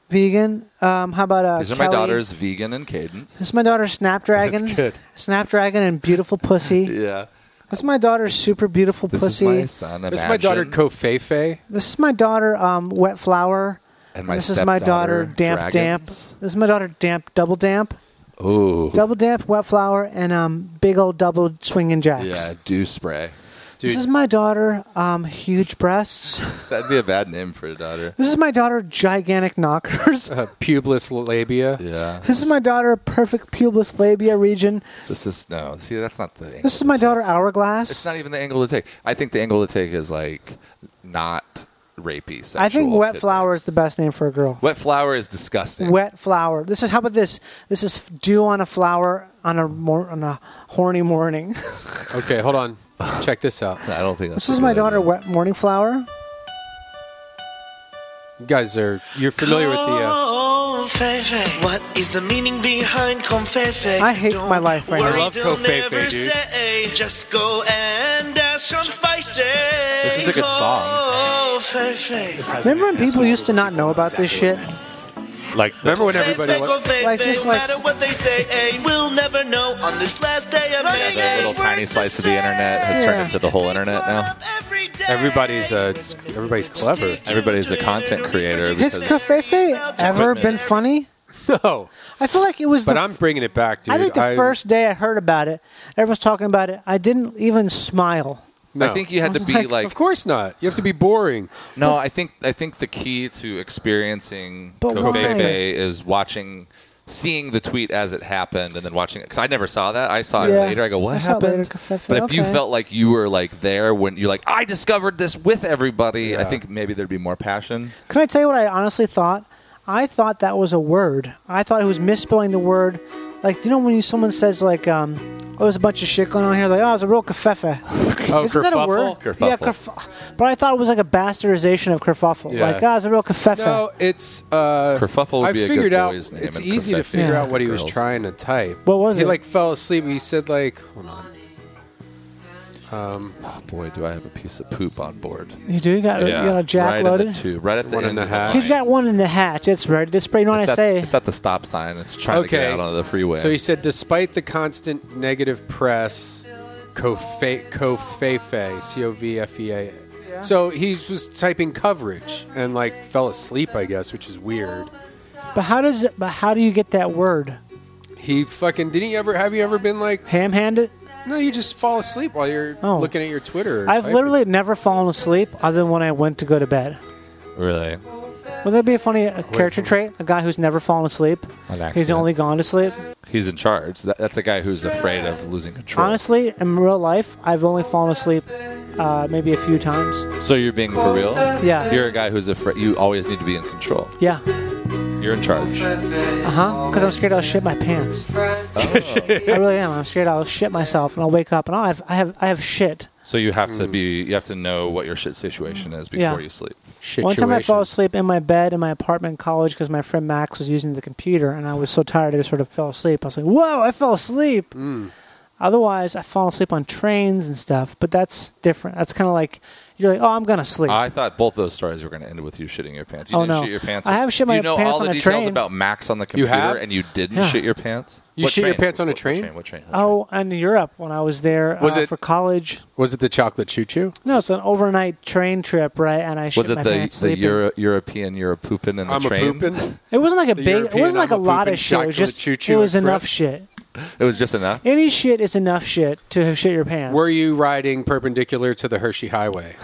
[SPEAKER 3] Vegan. Um, how about uh?
[SPEAKER 6] These are my
[SPEAKER 3] Kelly?
[SPEAKER 6] daughters, vegan and Cadence.
[SPEAKER 3] This is my daughter Snapdragon.
[SPEAKER 2] That's good.
[SPEAKER 3] Snapdragon and beautiful pussy.
[SPEAKER 6] Yeah.
[SPEAKER 3] This is my daughter super beautiful
[SPEAKER 6] This
[SPEAKER 3] pussy.
[SPEAKER 6] is my son.
[SPEAKER 2] This is my daughter
[SPEAKER 6] Imagine,
[SPEAKER 2] Kofefe.
[SPEAKER 3] This is my daughter um wet flower.
[SPEAKER 6] and my
[SPEAKER 3] this is my daughter damp damp. This is my daughter damp double damp.
[SPEAKER 6] Oh.
[SPEAKER 3] Double damp wet flower and um big old double swinging jacks.
[SPEAKER 6] Yeah, dew spray.
[SPEAKER 3] This is my daughter, um, huge breasts.
[SPEAKER 6] That'd be a bad name for a daughter.
[SPEAKER 3] This is my daughter, gigantic knockers.
[SPEAKER 2] Uh, publess labia.
[SPEAKER 6] Yeah.
[SPEAKER 3] This is my daughter, perfect pubis labia region.
[SPEAKER 6] This is no. See, that's not the. Angle.
[SPEAKER 3] This is my daughter, hourglass.
[SPEAKER 6] It's not even the angle to take. I think the angle to take is like not rapey. Sexual
[SPEAKER 3] I think wet
[SPEAKER 6] pit
[SPEAKER 3] flower
[SPEAKER 6] names.
[SPEAKER 3] is the best name for a girl.
[SPEAKER 6] Wet flower is disgusting.
[SPEAKER 3] Wet flower. This is how about this? This is dew on a flower on a mor- on a horny morning.
[SPEAKER 2] Okay, hold on. Check this out.
[SPEAKER 6] I don't think that's
[SPEAKER 3] This is
[SPEAKER 6] a
[SPEAKER 3] my
[SPEAKER 6] good
[SPEAKER 3] daughter,
[SPEAKER 6] idea.
[SPEAKER 3] wet morning flower.
[SPEAKER 2] You guys are you're familiar with the uh,
[SPEAKER 1] Confefe? What is the meaning behind Confefe?
[SPEAKER 3] I hate my life right now.
[SPEAKER 1] Worry, they'll never say. Just go and ask some spices.
[SPEAKER 3] This is a good song.
[SPEAKER 1] Confefe.
[SPEAKER 3] Remember when people used to not know about this shit?
[SPEAKER 11] Like
[SPEAKER 2] remember when
[SPEAKER 1] Confefe, confefe,
[SPEAKER 3] like just
[SPEAKER 1] no
[SPEAKER 3] like
[SPEAKER 1] matter what they say, eh, we'll never know on this last day of May.
[SPEAKER 6] The little tiny slice of the internet has
[SPEAKER 1] Yeah.
[SPEAKER 6] turned into the whole internet now.
[SPEAKER 2] Everybody's uh, everybody's clever.
[SPEAKER 6] Everybody's a content creator.
[SPEAKER 3] Has
[SPEAKER 6] because-
[SPEAKER 3] Covfefe ever
[SPEAKER 6] Equipment.
[SPEAKER 3] been funny?
[SPEAKER 2] No.
[SPEAKER 3] I feel like it was.
[SPEAKER 2] But
[SPEAKER 3] the
[SPEAKER 2] I'm bringing it back, dude.
[SPEAKER 3] I think the
[SPEAKER 2] I'm-
[SPEAKER 3] first day I heard about it, everyone was talking about it. I didn't even smile.
[SPEAKER 2] No.
[SPEAKER 6] I think you had to be like,
[SPEAKER 2] Of course not. You have to be boring.
[SPEAKER 6] No, I think I think the key to experiencing
[SPEAKER 2] But
[SPEAKER 6] Kofefe
[SPEAKER 2] why?
[SPEAKER 6] is watching, seeing the tweet as it happened, and then watching it. Because I never saw that. I saw it
[SPEAKER 3] Yeah.
[SPEAKER 6] later. I go, what
[SPEAKER 3] I saw it
[SPEAKER 6] happened?
[SPEAKER 3] later, Kofefe.
[SPEAKER 6] But if you
[SPEAKER 3] Okay.
[SPEAKER 6] felt like you were like there when you're like, I discovered this with everybody. I think maybe there'd be more passion.
[SPEAKER 3] Can I tell you what I honestly thought? I thought that was a word. I thought it was misspelling the word. Like, you know, when you, someone says, like, um, oh, there's a bunch of shit going on here, like, oh, it's a real kefefe.
[SPEAKER 2] Oh,
[SPEAKER 3] Isn't that a
[SPEAKER 2] kerfuffle?
[SPEAKER 3] word?
[SPEAKER 2] Kerfuffle.
[SPEAKER 3] Yeah, kerf- But I thought it was like a bastardization of kerfuffle.
[SPEAKER 2] Yeah.
[SPEAKER 3] Like, ah, it's a real kefefe.
[SPEAKER 2] No, it's uh,
[SPEAKER 6] Kerfuffle would
[SPEAKER 2] I
[SPEAKER 6] be a good
[SPEAKER 2] figured out.
[SPEAKER 6] boy's name
[SPEAKER 2] It's
[SPEAKER 6] and
[SPEAKER 2] easy to
[SPEAKER 6] Kerfefe
[SPEAKER 2] figure
[SPEAKER 6] is
[SPEAKER 2] out
[SPEAKER 6] for
[SPEAKER 2] what he was
[SPEAKER 6] girls.
[SPEAKER 2] trying to type.
[SPEAKER 3] What was
[SPEAKER 2] he
[SPEAKER 3] it?
[SPEAKER 2] He like fell asleep. He said like, hold on. Um,
[SPEAKER 6] oh boy, do I have a piece of poop on board?
[SPEAKER 3] You do? You got- you got a jack
[SPEAKER 6] right
[SPEAKER 3] loaded?
[SPEAKER 6] At the two, right at the
[SPEAKER 2] One
[SPEAKER 6] end
[SPEAKER 2] and a
[SPEAKER 6] of the
[SPEAKER 2] half.
[SPEAKER 6] line.
[SPEAKER 3] He's got one in the hatch. It's ready to spray. You know what
[SPEAKER 6] it's
[SPEAKER 3] I
[SPEAKER 6] at,
[SPEAKER 3] say?
[SPEAKER 6] It's at the stop sign. It's trying to
[SPEAKER 2] Okay.
[SPEAKER 6] get out onto the freeway.
[SPEAKER 2] So he said, despite the constant negative press, Kofe- Kofefe, C O V F E A. So he was typing coverage and like fell asleep, I guess, which is weird.
[SPEAKER 3] But how does? But how do you get that word?
[SPEAKER 2] He fucking didn't you ever have you ever been like
[SPEAKER 3] ham-handed?
[SPEAKER 2] No, you just fall asleep while you're
[SPEAKER 3] Oh.
[SPEAKER 2] looking at your Twitter. or
[SPEAKER 3] I've
[SPEAKER 2] typing.
[SPEAKER 3] literally never fallen asleep other than when I went to go to bed.
[SPEAKER 6] really.
[SPEAKER 3] Would that be a funny uh character trait? A guy who's never fallen asleep.
[SPEAKER 6] An
[SPEAKER 3] He's
[SPEAKER 6] accident.
[SPEAKER 3] only gone to sleep.
[SPEAKER 6] He's in charge. That, that's a guy who's afraid of losing control.
[SPEAKER 3] Honestly, in real life, I've only fallen asleep uh, maybe a few times.
[SPEAKER 6] So you're being for real?
[SPEAKER 3] Yeah.
[SPEAKER 6] You're a guy who's afraid. You always need to be in control.
[SPEAKER 3] Yeah.
[SPEAKER 6] You're in charge.
[SPEAKER 3] Uh huh. Because I'm scared I'll shit my pants.
[SPEAKER 6] Oh.
[SPEAKER 3] I really am. I'm scared I'll shit myself and I'll wake up and I'll have I have I have shit.
[SPEAKER 6] So you have
[SPEAKER 2] Mm-hmm.
[SPEAKER 6] to be. You have to know what your shit situation is before
[SPEAKER 3] Yeah.
[SPEAKER 6] you sleep.
[SPEAKER 3] One time I fell asleep in my bed in my apartment in college because my friend Max was using the computer and I was so tired I just sort of fell asleep. I was like, whoa, I fell asleep. Otherwise, I've fallen asleep on trains and stuff, but that's different. That's kind of like you're like, oh, I'm gonna sleep.
[SPEAKER 6] I thought both those stories were going to end with you shitting your pants. You
[SPEAKER 3] Oh,
[SPEAKER 6] didn't
[SPEAKER 3] no.
[SPEAKER 6] shit your pants.
[SPEAKER 3] I have shit my
[SPEAKER 6] You know
[SPEAKER 3] pants
[SPEAKER 6] all the
[SPEAKER 3] on a
[SPEAKER 6] details
[SPEAKER 3] train.
[SPEAKER 6] about Max on the
[SPEAKER 2] You
[SPEAKER 6] computer,
[SPEAKER 2] have?
[SPEAKER 6] and you didn't
[SPEAKER 3] Yeah.
[SPEAKER 6] shit your pants.
[SPEAKER 2] You shit your pants on a
[SPEAKER 6] What- what
[SPEAKER 2] train?
[SPEAKER 6] What train?
[SPEAKER 3] oh, and Europe when I was there
[SPEAKER 2] Was
[SPEAKER 3] uh,
[SPEAKER 2] it-
[SPEAKER 3] for college.
[SPEAKER 2] Was it the chocolate choo choo?
[SPEAKER 3] No, it's an overnight train trip, right? And I shit
[SPEAKER 6] Was it
[SPEAKER 3] my
[SPEAKER 6] the
[SPEAKER 3] pants
[SPEAKER 6] the
[SPEAKER 3] sleeping.
[SPEAKER 6] Euro, European Europe pooping in the
[SPEAKER 2] I'm a
[SPEAKER 6] train?
[SPEAKER 2] poopin'.
[SPEAKER 3] It wasn't like a
[SPEAKER 2] The
[SPEAKER 3] big.
[SPEAKER 2] European
[SPEAKER 3] it wasn't like a
[SPEAKER 2] I'm a
[SPEAKER 3] lot
[SPEAKER 2] pooping
[SPEAKER 3] of shit. It
[SPEAKER 2] chocolate
[SPEAKER 3] was just. It
[SPEAKER 2] choo-choo
[SPEAKER 3] was
[SPEAKER 2] express.
[SPEAKER 3] enough shit.
[SPEAKER 6] It was just enough.
[SPEAKER 3] Any shit is enough shit to have shit your pants.
[SPEAKER 2] Were you riding perpendicular to the Hershey Highway?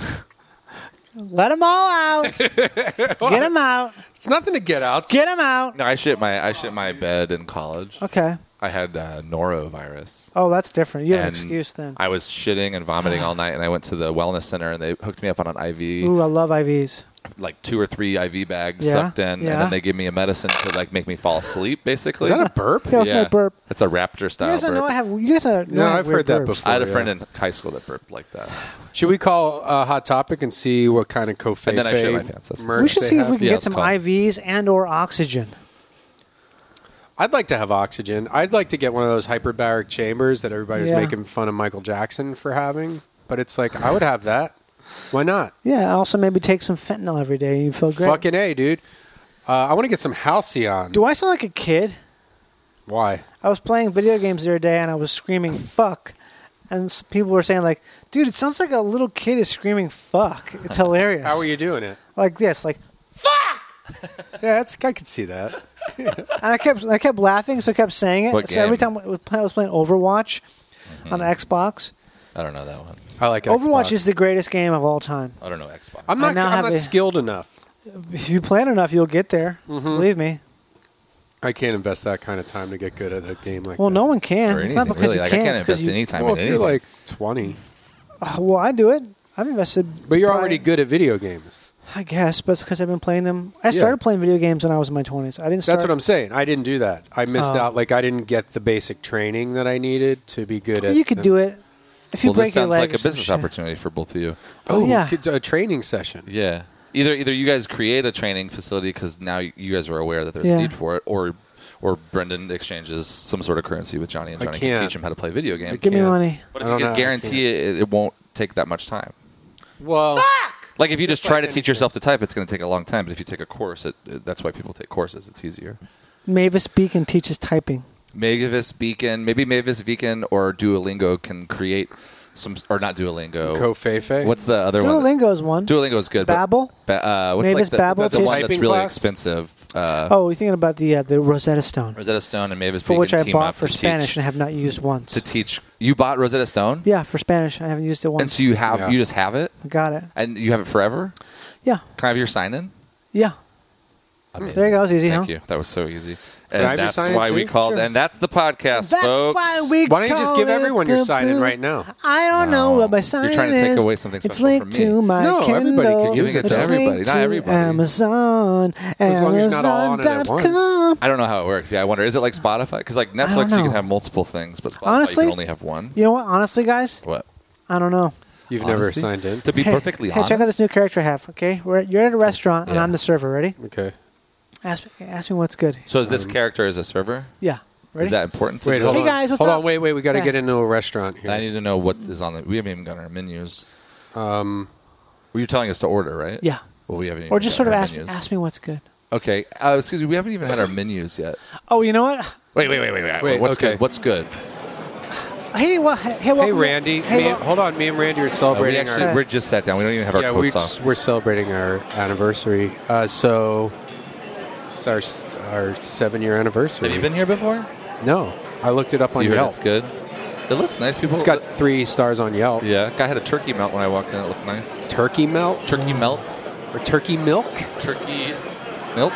[SPEAKER 3] Let them all out. Get them out.
[SPEAKER 2] It's nothing to get out.
[SPEAKER 3] Get them out.
[SPEAKER 6] No, I shit my I shit my bed in college.
[SPEAKER 3] Okay.
[SPEAKER 6] I had uh, norovirus.
[SPEAKER 3] Oh, that's different. You have an
[SPEAKER 6] And
[SPEAKER 3] excuse then.
[SPEAKER 6] I was shitting and vomiting all night, and I went to the wellness center, and they hooked me up on an IV,
[SPEAKER 3] Ooh, I love IVs.
[SPEAKER 6] like two or three IV bags
[SPEAKER 3] Yeah,
[SPEAKER 6] sucked in, and
[SPEAKER 3] yeah.
[SPEAKER 6] then they gave me a medicine to like make me fall asleep. Basically,
[SPEAKER 3] Is that a
[SPEAKER 2] burp?
[SPEAKER 3] Yeah, it was my burp.
[SPEAKER 6] It's a raptor
[SPEAKER 3] You
[SPEAKER 6] style.
[SPEAKER 3] guys don't
[SPEAKER 6] burp.
[SPEAKER 3] know I have. You guys don't know. I have weird burps.
[SPEAKER 6] I had a friend in high school that burped like that.
[SPEAKER 2] Should we call uh, Hot Topic and see what kind of Kofe
[SPEAKER 6] And then I shit my pants. That's-
[SPEAKER 3] We should see if we can get some
[SPEAKER 2] ice.
[SPEAKER 3] IVs and or oxygen.
[SPEAKER 2] I'd like to have oxygen. I'd like to get one of those hyperbaric chambers that everybody was
[SPEAKER 3] Yeah.
[SPEAKER 2] making fun of Michael Jackson for having. But it's like I would have that. Why not?
[SPEAKER 3] Yeah, and also maybe take some fentanyl every day and you feel great.
[SPEAKER 2] Fucking a, dude. Uh, I want to get some halcyon.
[SPEAKER 3] Do I sound like a kid?
[SPEAKER 2] Why?
[SPEAKER 3] I was playing video games the other day and I was screaming fuck. And s- people were saying like, dude, it sounds like a little kid is screaming fuck. It's hilarious.
[SPEAKER 2] How are you doing it?
[SPEAKER 3] Like this, like
[SPEAKER 2] Yeah, that's I could see that.
[SPEAKER 3] and I kept I kept laughing, so I kept saying it.
[SPEAKER 6] What
[SPEAKER 3] So every
[SPEAKER 6] game? Mm-hmm.
[SPEAKER 3] time I was play- I was playing Overwatch on Xbox.
[SPEAKER 6] I don't know that one.
[SPEAKER 2] I like
[SPEAKER 3] Overwatch
[SPEAKER 2] Xbox.
[SPEAKER 3] is the greatest game of all time.
[SPEAKER 6] I don't know Xbox.
[SPEAKER 2] I'm
[SPEAKER 3] I
[SPEAKER 2] not.
[SPEAKER 3] now
[SPEAKER 2] I'm
[SPEAKER 3] have
[SPEAKER 2] not
[SPEAKER 3] a-
[SPEAKER 2] skilled enough.
[SPEAKER 3] If you plan enough, you'll get there.
[SPEAKER 2] Mm-hmm.
[SPEAKER 3] Believe me.
[SPEAKER 2] I can't invest that kind of time to get good at a game like
[SPEAKER 3] Well,
[SPEAKER 2] that.
[SPEAKER 3] no one can.
[SPEAKER 6] Or
[SPEAKER 3] It's not
[SPEAKER 6] anything,
[SPEAKER 3] because
[SPEAKER 6] really.
[SPEAKER 3] you
[SPEAKER 6] Like, I
[SPEAKER 3] can.
[SPEAKER 6] can't
[SPEAKER 3] it's 'cause
[SPEAKER 6] invest
[SPEAKER 3] you-
[SPEAKER 6] any time
[SPEAKER 2] Well,
[SPEAKER 6] in
[SPEAKER 2] if you're
[SPEAKER 6] anything.
[SPEAKER 2] like 20,
[SPEAKER 3] Uh, well, I do it. I've invested.
[SPEAKER 2] but you're already good at video games.
[SPEAKER 3] I guess, but it's because I've been playing them. I
[SPEAKER 2] Yeah.
[SPEAKER 3] started playing video games when I was in my twenties. I didn't start.
[SPEAKER 2] That's what I'm saying. I didn't do that. I missed
[SPEAKER 3] Oh.
[SPEAKER 2] out. Like I didn't get the basic training that I needed to be good at.
[SPEAKER 3] You could do it if you
[SPEAKER 6] well,
[SPEAKER 3] break
[SPEAKER 6] this
[SPEAKER 3] your
[SPEAKER 6] sounds
[SPEAKER 3] leg.
[SPEAKER 6] like
[SPEAKER 3] or
[SPEAKER 6] a
[SPEAKER 3] some
[SPEAKER 6] business
[SPEAKER 3] shit.
[SPEAKER 6] opportunity for both of you.
[SPEAKER 2] Oh,
[SPEAKER 3] Yeah.
[SPEAKER 2] yeah. a training session.
[SPEAKER 6] Yeah. Either either you guys create a training facility because now you guys are aware that there's
[SPEAKER 3] Yeah.
[SPEAKER 6] a need for it, or or Brendan exchanges some sort of currency with Johnny, and
[SPEAKER 3] I
[SPEAKER 6] Johnny can
[SPEAKER 3] can't.
[SPEAKER 6] teach him how to play video games.
[SPEAKER 3] Give me can't. money.
[SPEAKER 6] But
[SPEAKER 3] I
[SPEAKER 6] if
[SPEAKER 3] don't
[SPEAKER 6] you
[SPEAKER 3] know, I
[SPEAKER 6] guarantee it, it won't take that much time.
[SPEAKER 2] Well,
[SPEAKER 6] Like if you just try to teach yourself to type, it's going to take a long time. But if you take a course, it, it- that's why people take courses. It's easier.
[SPEAKER 3] Mavis Beacon teaches typing.
[SPEAKER 6] Mavis Beacon, maybe Mavis Beacon or Duolingo can create some, or not Duolingo.
[SPEAKER 2] Covfefe?
[SPEAKER 6] What's the other one?
[SPEAKER 3] Duolingo is one.
[SPEAKER 6] Duolingo is good. but-
[SPEAKER 3] Babbel?
[SPEAKER 6] Ba- uh, what's
[SPEAKER 3] Mavis
[SPEAKER 6] like the,
[SPEAKER 3] Babbel
[SPEAKER 6] That's the
[SPEAKER 3] too?
[SPEAKER 6] one that's
[SPEAKER 3] Typing
[SPEAKER 6] really
[SPEAKER 3] class?
[SPEAKER 6] expensive. Uh,
[SPEAKER 3] Oh, you're thinking about the uh, the Rosetta Stone,
[SPEAKER 6] Rosetta Stone and Mavis
[SPEAKER 3] for
[SPEAKER 6] Beacon
[SPEAKER 3] which I
[SPEAKER 6] team
[SPEAKER 3] bought
[SPEAKER 6] up
[SPEAKER 3] for
[SPEAKER 6] to
[SPEAKER 3] Spanish
[SPEAKER 6] teach,
[SPEAKER 3] and have not used once.
[SPEAKER 6] to teach. You bought Rosetta Stone,
[SPEAKER 3] Yeah, for Spanish, I haven't used it once.
[SPEAKER 6] and so you have you just have it,
[SPEAKER 3] Got it.
[SPEAKER 6] and you have it forever.
[SPEAKER 3] Yeah.
[SPEAKER 6] Can I have your sign in?
[SPEAKER 3] Yeah. There you go. It's easy,
[SPEAKER 6] Thank
[SPEAKER 3] huh?
[SPEAKER 6] you. That was so easy.
[SPEAKER 2] Can I
[SPEAKER 6] And
[SPEAKER 2] have your
[SPEAKER 6] that's
[SPEAKER 2] sign in
[SPEAKER 6] why we
[SPEAKER 2] too?
[SPEAKER 6] called,
[SPEAKER 2] Sure.
[SPEAKER 6] and that's the podcast,
[SPEAKER 3] That's
[SPEAKER 6] folks.
[SPEAKER 3] why we
[SPEAKER 2] Why don't you just give
[SPEAKER 3] call it
[SPEAKER 2] everyone your
[SPEAKER 3] the
[SPEAKER 2] sign in
[SPEAKER 3] blues.
[SPEAKER 2] right now?
[SPEAKER 3] I don't know what my sign
[SPEAKER 6] trying to
[SPEAKER 3] is.
[SPEAKER 6] take away something
[SPEAKER 3] it's
[SPEAKER 6] special
[SPEAKER 3] linked
[SPEAKER 6] from me.
[SPEAKER 3] to my
[SPEAKER 6] No,
[SPEAKER 3] Kindle.
[SPEAKER 6] everybody can give it to
[SPEAKER 3] It's
[SPEAKER 6] everybody,
[SPEAKER 3] linked
[SPEAKER 6] not
[SPEAKER 3] to
[SPEAKER 6] everybody.
[SPEAKER 3] Amazon.
[SPEAKER 2] As long as not all on it at once.
[SPEAKER 3] Amazon.com.
[SPEAKER 6] I don't know how it works. Yeah, I wonder. Is it like Spotify? Because like Netflix, you
[SPEAKER 3] know.
[SPEAKER 6] can have multiple things, but Spotify
[SPEAKER 3] Honestly,
[SPEAKER 6] you can only have one.
[SPEAKER 3] You know what? Honestly, guys,
[SPEAKER 6] What?
[SPEAKER 3] I don't know.
[SPEAKER 2] You've
[SPEAKER 6] Honestly?
[SPEAKER 2] never signed in.
[SPEAKER 6] To be
[SPEAKER 3] Hey,
[SPEAKER 6] perfectly
[SPEAKER 3] hey,
[SPEAKER 6] honest,
[SPEAKER 3] check out this new character I have. Okay, We're, at- you're at a restaurant and I'm the server. Ready?
[SPEAKER 2] Okay.
[SPEAKER 3] Ask me, ask me what's good.
[SPEAKER 6] so this character is a server.
[SPEAKER 3] Yeah. Ready?
[SPEAKER 6] Is that important? To
[SPEAKER 2] Wait,
[SPEAKER 6] you?
[SPEAKER 2] hold
[SPEAKER 3] Hey,
[SPEAKER 2] on.
[SPEAKER 3] guys, what's
[SPEAKER 2] hold
[SPEAKER 3] up?
[SPEAKER 2] on, wait, wait. We got to
[SPEAKER 3] Yeah.
[SPEAKER 2] get into a restaurant here.
[SPEAKER 6] I need to know what is on the. We haven't even got our menus. Um, well, you're telling us to order, right?
[SPEAKER 3] Yeah.
[SPEAKER 6] Well, we haven't.
[SPEAKER 3] Or
[SPEAKER 6] even
[SPEAKER 3] just
[SPEAKER 6] got
[SPEAKER 3] sort of
[SPEAKER 6] our
[SPEAKER 3] ask me,
[SPEAKER 6] menus.
[SPEAKER 3] ask me what's good.
[SPEAKER 6] Okay. Uh, excuse me. We haven't even had our menus yet.
[SPEAKER 3] Oh, you know what?
[SPEAKER 6] Wait, wait, wait, wait, wait.
[SPEAKER 2] Wait,
[SPEAKER 6] what's
[SPEAKER 2] okay.
[SPEAKER 6] good? What's good? Uh,
[SPEAKER 3] Hey, well, hey, welcome
[SPEAKER 2] Hey,
[SPEAKER 3] to-
[SPEAKER 2] Randy.
[SPEAKER 3] Hey,
[SPEAKER 2] me,
[SPEAKER 3] wel-
[SPEAKER 2] hold on. Me and Randy are celebrating
[SPEAKER 6] Uh, actually-
[SPEAKER 2] our.
[SPEAKER 6] we're just sat down. We don't even have our
[SPEAKER 2] yeah, we,
[SPEAKER 6] coats
[SPEAKER 2] just- We're celebrating our anniversary. Uh, so it's our s- our seven year anniversary.
[SPEAKER 6] Have you been here before?
[SPEAKER 2] No, I looked it up on
[SPEAKER 6] you heard
[SPEAKER 2] Yelp.
[SPEAKER 6] it's good. It looks nice. People.
[SPEAKER 2] It's got three stars on Yelp.
[SPEAKER 6] Yeah, guy had a turkey melt when I walked in. It looked nice.
[SPEAKER 2] Turkey melt
[SPEAKER 6] Turkey melt.
[SPEAKER 2] or turkey milk?
[SPEAKER 6] Turkey milk.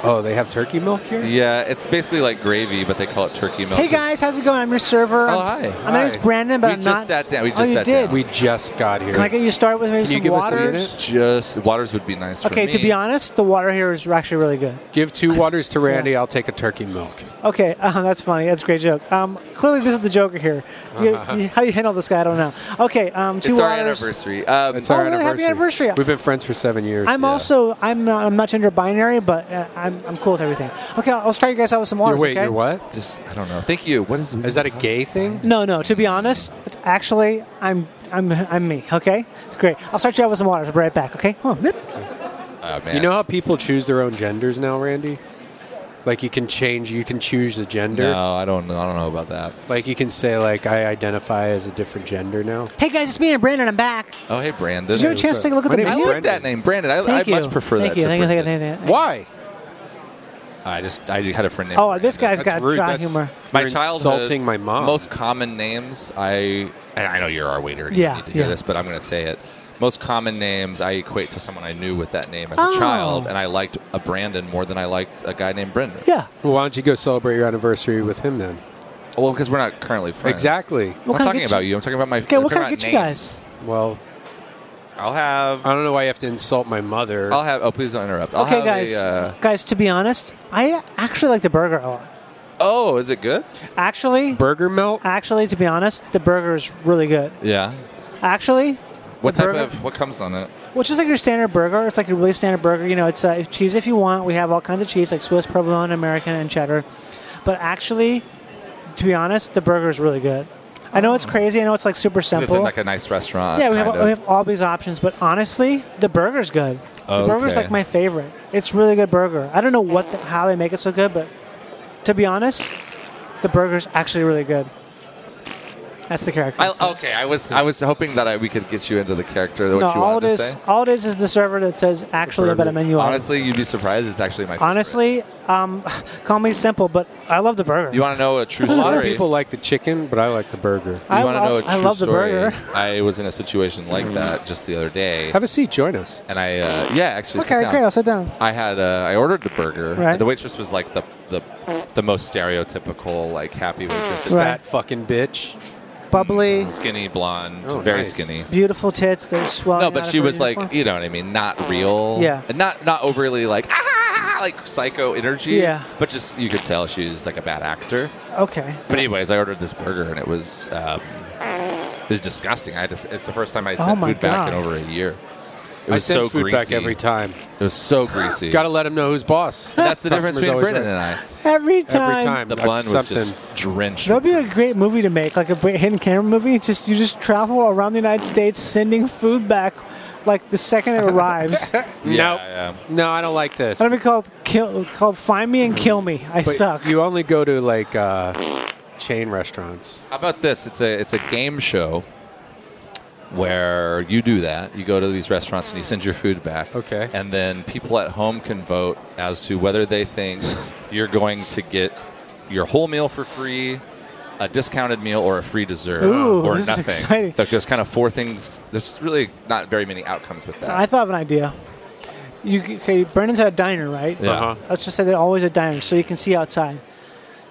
[SPEAKER 2] Oh, they have turkey milk here.
[SPEAKER 6] Yeah, it's basically like gravy, but they call it turkey milk.
[SPEAKER 3] Hey guys, how's it going? I'm your server.
[SPEAKER 6] Oh,
[SPEAKER 3] I'm-
[SPEAKER 6] hi.
[SPEAKER 3] My name's
[SPEAKER 6] Hi.
[SPEAKER 3] Brandon, but
[SPEAKER 6] We
[SPEAKER 3] I'm
[SPEAKER 6] just
[SPEAKER 3] not.
[SPEAKER 6] sat down. We just
[SPEAKER 3] oh, you
[SPEAKER 6] sat
[SPEAKER 3] did.
[SPEAKER 6] down.
[SPEAKER 2] We just got here.
[SPEAKER 3] Can I get you started with maybe
[SPEAKER 2] Can
[SPEAKER 3] some
[SPEAKER 2] you give us a
[SPEAKER 3] waters?
[SPEAKER 2] unit?
[SPEAKER 6] Just waters would be nice. For
[SPEAKER 3] Okay,
[SPEAKER 6] me.
[SPEAKER 3] to be honest, the water here is actually really good.
[SPEAKER 2] Give two waters to Randy. I'll take a turkey milk.
[SPEAKER 3] Okay, uh, that's funny. That's a great joke. Um, clearly, this is the Joker here. Do you-
[SPEAKER 2] Uh-huh.
[SPEAKER 3] you- how do you handle this guy? I don't know. Okay, um, two
[SPEAKER 6] it's our
[SPEAKER 3] waters.
[SPEAKER 6] anniversary. Um,
[SPEAKER 2] It's our
[SPEAKER 3] Oh, really?
[SPEAKER 2] anniversary.
[SPEAKER 3] Happy anniversary.
[SPEAKER 2] We've been friends for seven years.
[SPEAKER 3] I'm also I'm not, I'm not gender binary, but uh, I'm I'm cool with everything. Okay, I'll, I'll start you guys out with some
[SPEAKER 2] You're,
[SPEAKER 3] waters.
[SPEAKER 2] wait,
[SPEAKER 3] okay?
[SPEAKER 2] you're what?
[SPEAKER 6] Just I don't know. Thank you. What is?
[SPEAKER 2] Is that a gay thing?
[SPEAKER 3] No, no. To be honest, actually, I'm I'm I'm me. Okay, it's great. I'll start you out with some waters. I'll be right back. Okay. Oh, nip.
[SPEAKER 6] Oh, man.
[SPEAKER 2] You know how people choose their own genders now, Randy? Like you can change, you can choose the gender.
[SPEAKER 6] No, I don't. know. I don't know about that.
[SPEAKER 2] Like you can say, like I identify as a different gender now.
[SPEAKER 3] Hey guys, it's me and Brandon. I'm back.
[SPEAKER 6] Oh, hey, Brandon.
[SPEAKER 3] Did you have a chance to take a look at
[SPEAKER 2] My
[SPEAKER 3] the
[SPEAKER 2] name is
[SPEAKER 6] I
[SPEAKER 3] menu?
[SPEAKER 6] like that name, Brandon. I,
[SPEAKER 3] Thank
[SPEAKER 6] I
[SPEAKER 3] you.
[SPEAKER 6] much prefer
[SPEAKER 3] Thank
[SPEAKER 6] that.
[SPEAKER 3] You.
[SPEAKER 6] to
[SPEAKER 3] Thank you. Thank you.
[SPEAKER 6] Brandon.
[SPEAKER 3] Thank you. Thank
[SPEAKER 2] Why?
[SPEAKER 3] you.
[SPEAKER 6] I just I had a friend named.
[SPEAKER 3] Oh, this guy's got
[SPEAKER 2] rude.
[SPEAKER 3] dry
[SPEAKER 2] That's-
[SPEAKER 3] humor.
[SPEAKER 6] My
[SPEAKER 2] You're
[SPEAKER 6] childhood,
[SPEAKER 2] insulting my mom.
[SPEAKER 6] Most common names I and I know you're our waiter. and
[SPEAKER 3] Yeah,
[SPEAKER 6] you need to hear
[SPEAKER 3] yeah.
[SPEAKER 6] this, but I'm going to say it. Most common names I equate to someone I knew with that name as a
[SPEAKER 3] Oh.
[SPEAKER 6] child, and I liked a Brandon more than I liked a guy named Brendan.
[SPEAKER 3] Yeah.
[SPEAKER 2] Well, why don't you go celebrate your anniversary with him then?
[SPEAKER 6] Well, because we're not currently friends.
[SPEAKER 2] Exactly.
[SPEAKER 6] I'm
[SPEAKER 3] What
[SPEAKER 6] not
[SPEAKER 3] kind of
[SPEAKER 6] talking
[SPEAKER 3] get
[SPEAKER 6] about you. I'm talking about my.
[SPEAKER 3] Okay,
[SPEAKER 6] I'm
[SPEAKER 3] what
[SPEAKER 6] talking
[SPEAKER 3] kind of
[SPEAKER 6] about
[SPEAKER 3] get you
[SPEAKER 6] names.
[SPEAKER 3] guys?
[SPEAKER 2] Well,
[SPEAKER 6] I'll have.
[SPEAKER 2] I don't know why you have to insult my mother.
[SPEAKER 6] I'll have. Oh, please don't interrupt. I'll
[SPEAKER 3] okay,
[SPEAKER 6] have
[SPEAKER 3] guys.
[SPEAKER 6] A, uh,
[SPEAKER 3] Guys, to be honest, I actually like the burger a lot.
[SPEAKER 6] oh, is it good?
[SPEAKER 3] Actually,
[SPEAKER 2] Burger melt.
[SPEAKER 3] actually, to be honest, the burger is really good.
[SPEAKER 6] Yeah.
[SPEAKER 3] Actually,
[SPEAKER 6] What
[SPEAKER 3] the
[SPEAKER 6] type
[SPEAKER 3] burger,
[SPEAKER 6] of what comes on it?
[SPEAKER 3] Which is like your standard burger. It's like a really standard burger. You know, it's uh, cheese if you want. We have all kinds of cheese, like Swiss, provolone, American, and cheddar. But actually, to be honest, the burger is really good. I know it's crazy. I know it's like super
[SPEAKER 6] It's in
[SPEAKER 3] simple.
[SPEAKER 6] like a nice restaurant.
[SPEAKER 3] yeah, we have,
[SPEAKER 6] kind of.
[SPEAKER 3] we have all these options, but honestly, the burger's good. The burger's
[SPEAKER 6] Okay.
[SPEAKER 3] like my favorite. It's really good burger. I don't know what the, how they make it so good, but to be honest, the burger's actually really good. That's the character.
[SPEAKER 6] I, Oh, okay, I was I was hoping that I, we could get you into the character. What
[SPEAKER 3] no,
[SPEAKER 6] you
[SPEAKER 3] all it
[SPEAKER 6] wanted
[SPEAKER 3] is
[SPEAKER 6] to say.
[SPEAKER 3] all it is is the server that says actually about a menu item.
[SPEAKER 6] Honestly, you'd be surprised. It's actually my. favorite.
[SPEAKER 3] Honestly, um, call me simple, but I love the burger.
[SPEAKER 6] you want to know a true
[SPEAKER 2] A
[SPEAKER 6] story?
[SPEAKER 2] lot of people like the chicken, but I like the burger.
[SPEAKER 3] I
[SPEAKER 6] you want to know a
[SPEAKER 3] love-
[SPEAKER 6] true
[SPEAKER 3] I love the
[SPEAKER 6] story?
[SPEAKER 3] burger. Mm.
[SPEAKER 6] I was in a situation like that just the other day,
[SPEAKER 2] Have a seat. Join us.
[SPEAKER 6] and I uh, yeah actually. sit
[SPEAKER 3] okay,
[SPEAKER 6] down.
[SPEAKER 3] great. I'll sit down.
[SPEAKER 6] I had uh, I ordered the burger.
[SPEAKER 3] Right.
[SPEAKER 6] And the waitress was like the the the most stereotypical like happy waitress. The
[SPEAKER 3] Right.
[SPEAKER 2] Fat fucking bitch.
[SPEAKER 3] Bubbly,
[SPEAKER 6] fat, Skinny blonde,
[SPEAKER 2] Oh,
[SPEAKER 6] very
[SPEAKER 2] nice.
[SPEAKER 6] skinny.
[SPEAKER 3] beautiful tits. They swell.
[SPEAKER 6] No, but she was like, you know what I mean, not real.
[SPEAKER 3] Yeah.
[SPEAKER 6] And not not overly like ah like psycho energy.
[SPEAKER 3] Yeah.
[SPEAKER 6] But just you could tell she's like a bad actor.
[SPEAKER 3] okay.
[SPEAKER 6] But anyways, I ordered this burger and it was um, it was disgusting. I had to, it's the first time I
[SPEAKER 3] Oh
[SPEAKER 6] sent
[SPEAKER 3] my
[SPEAKER 6] food back in
[SPEAKER 3] God.
[SPEAKER 6] over a year. It was
[SPEAKER 2] I send
[SPEAKER 6] so
[SPEAKER 2] food back
[SPEAKER 6] greasy.
[SPEAKER 2] every time.
[SPEAKER 6] It was so greasy.
[SPEAKER 2] Gotta let him know who's boss.
[SPEAKER 6] That's the
[SPEAKER 2] Customer's
[SPEAKER 6] difference between
[SPEAKER 2] always
[SPEAKER 6] Brennan
[SPEAKER 2] right.
[SPEAKER 6] and I.
[SPEAKER 3] Every time.
[SPEAKER 6] The bun was just drenched.
[SPEAKER 3] That'd be a great movie to make, like a great hidden camera movie. Just you just travel around the United States, sending food back, like the second it arrives. I
[SPEAKER 2] No, no, I don't like this.
[SPEAKER 3] don't be called kill, called find me and kill me. I
[SPEAKER 2] But
[SPEAKER 3] suck.
[SPEAKER 2] You only go to like uh, chain restaurants.
[SPEAKER 6] How about this? It's a it's a game show where you do that. You go to these restaurants and you send your food back. Okay. And then people at home can vote as to whether they think you're going to get your whole meal for free, a discounted meal, or a free dessert,
[SPEAKER 3] Ooh,
[SPEAKER 6] or
[SPEAKER 3] this is
[SPEAKER 6] nothing.
[SPEAKER 3] exciting.
[SPEAKER 6] Like, There's kind of four things. There's really not very many outcomes with that.
[SPEAKER 3] I thought of an idea. You okay? Brennan's at a diner, right?
[SPEAKER 6] Yeah. Uh-huh.
[SPEAKER 3] Let's just say they're always at diners, so you can see outside.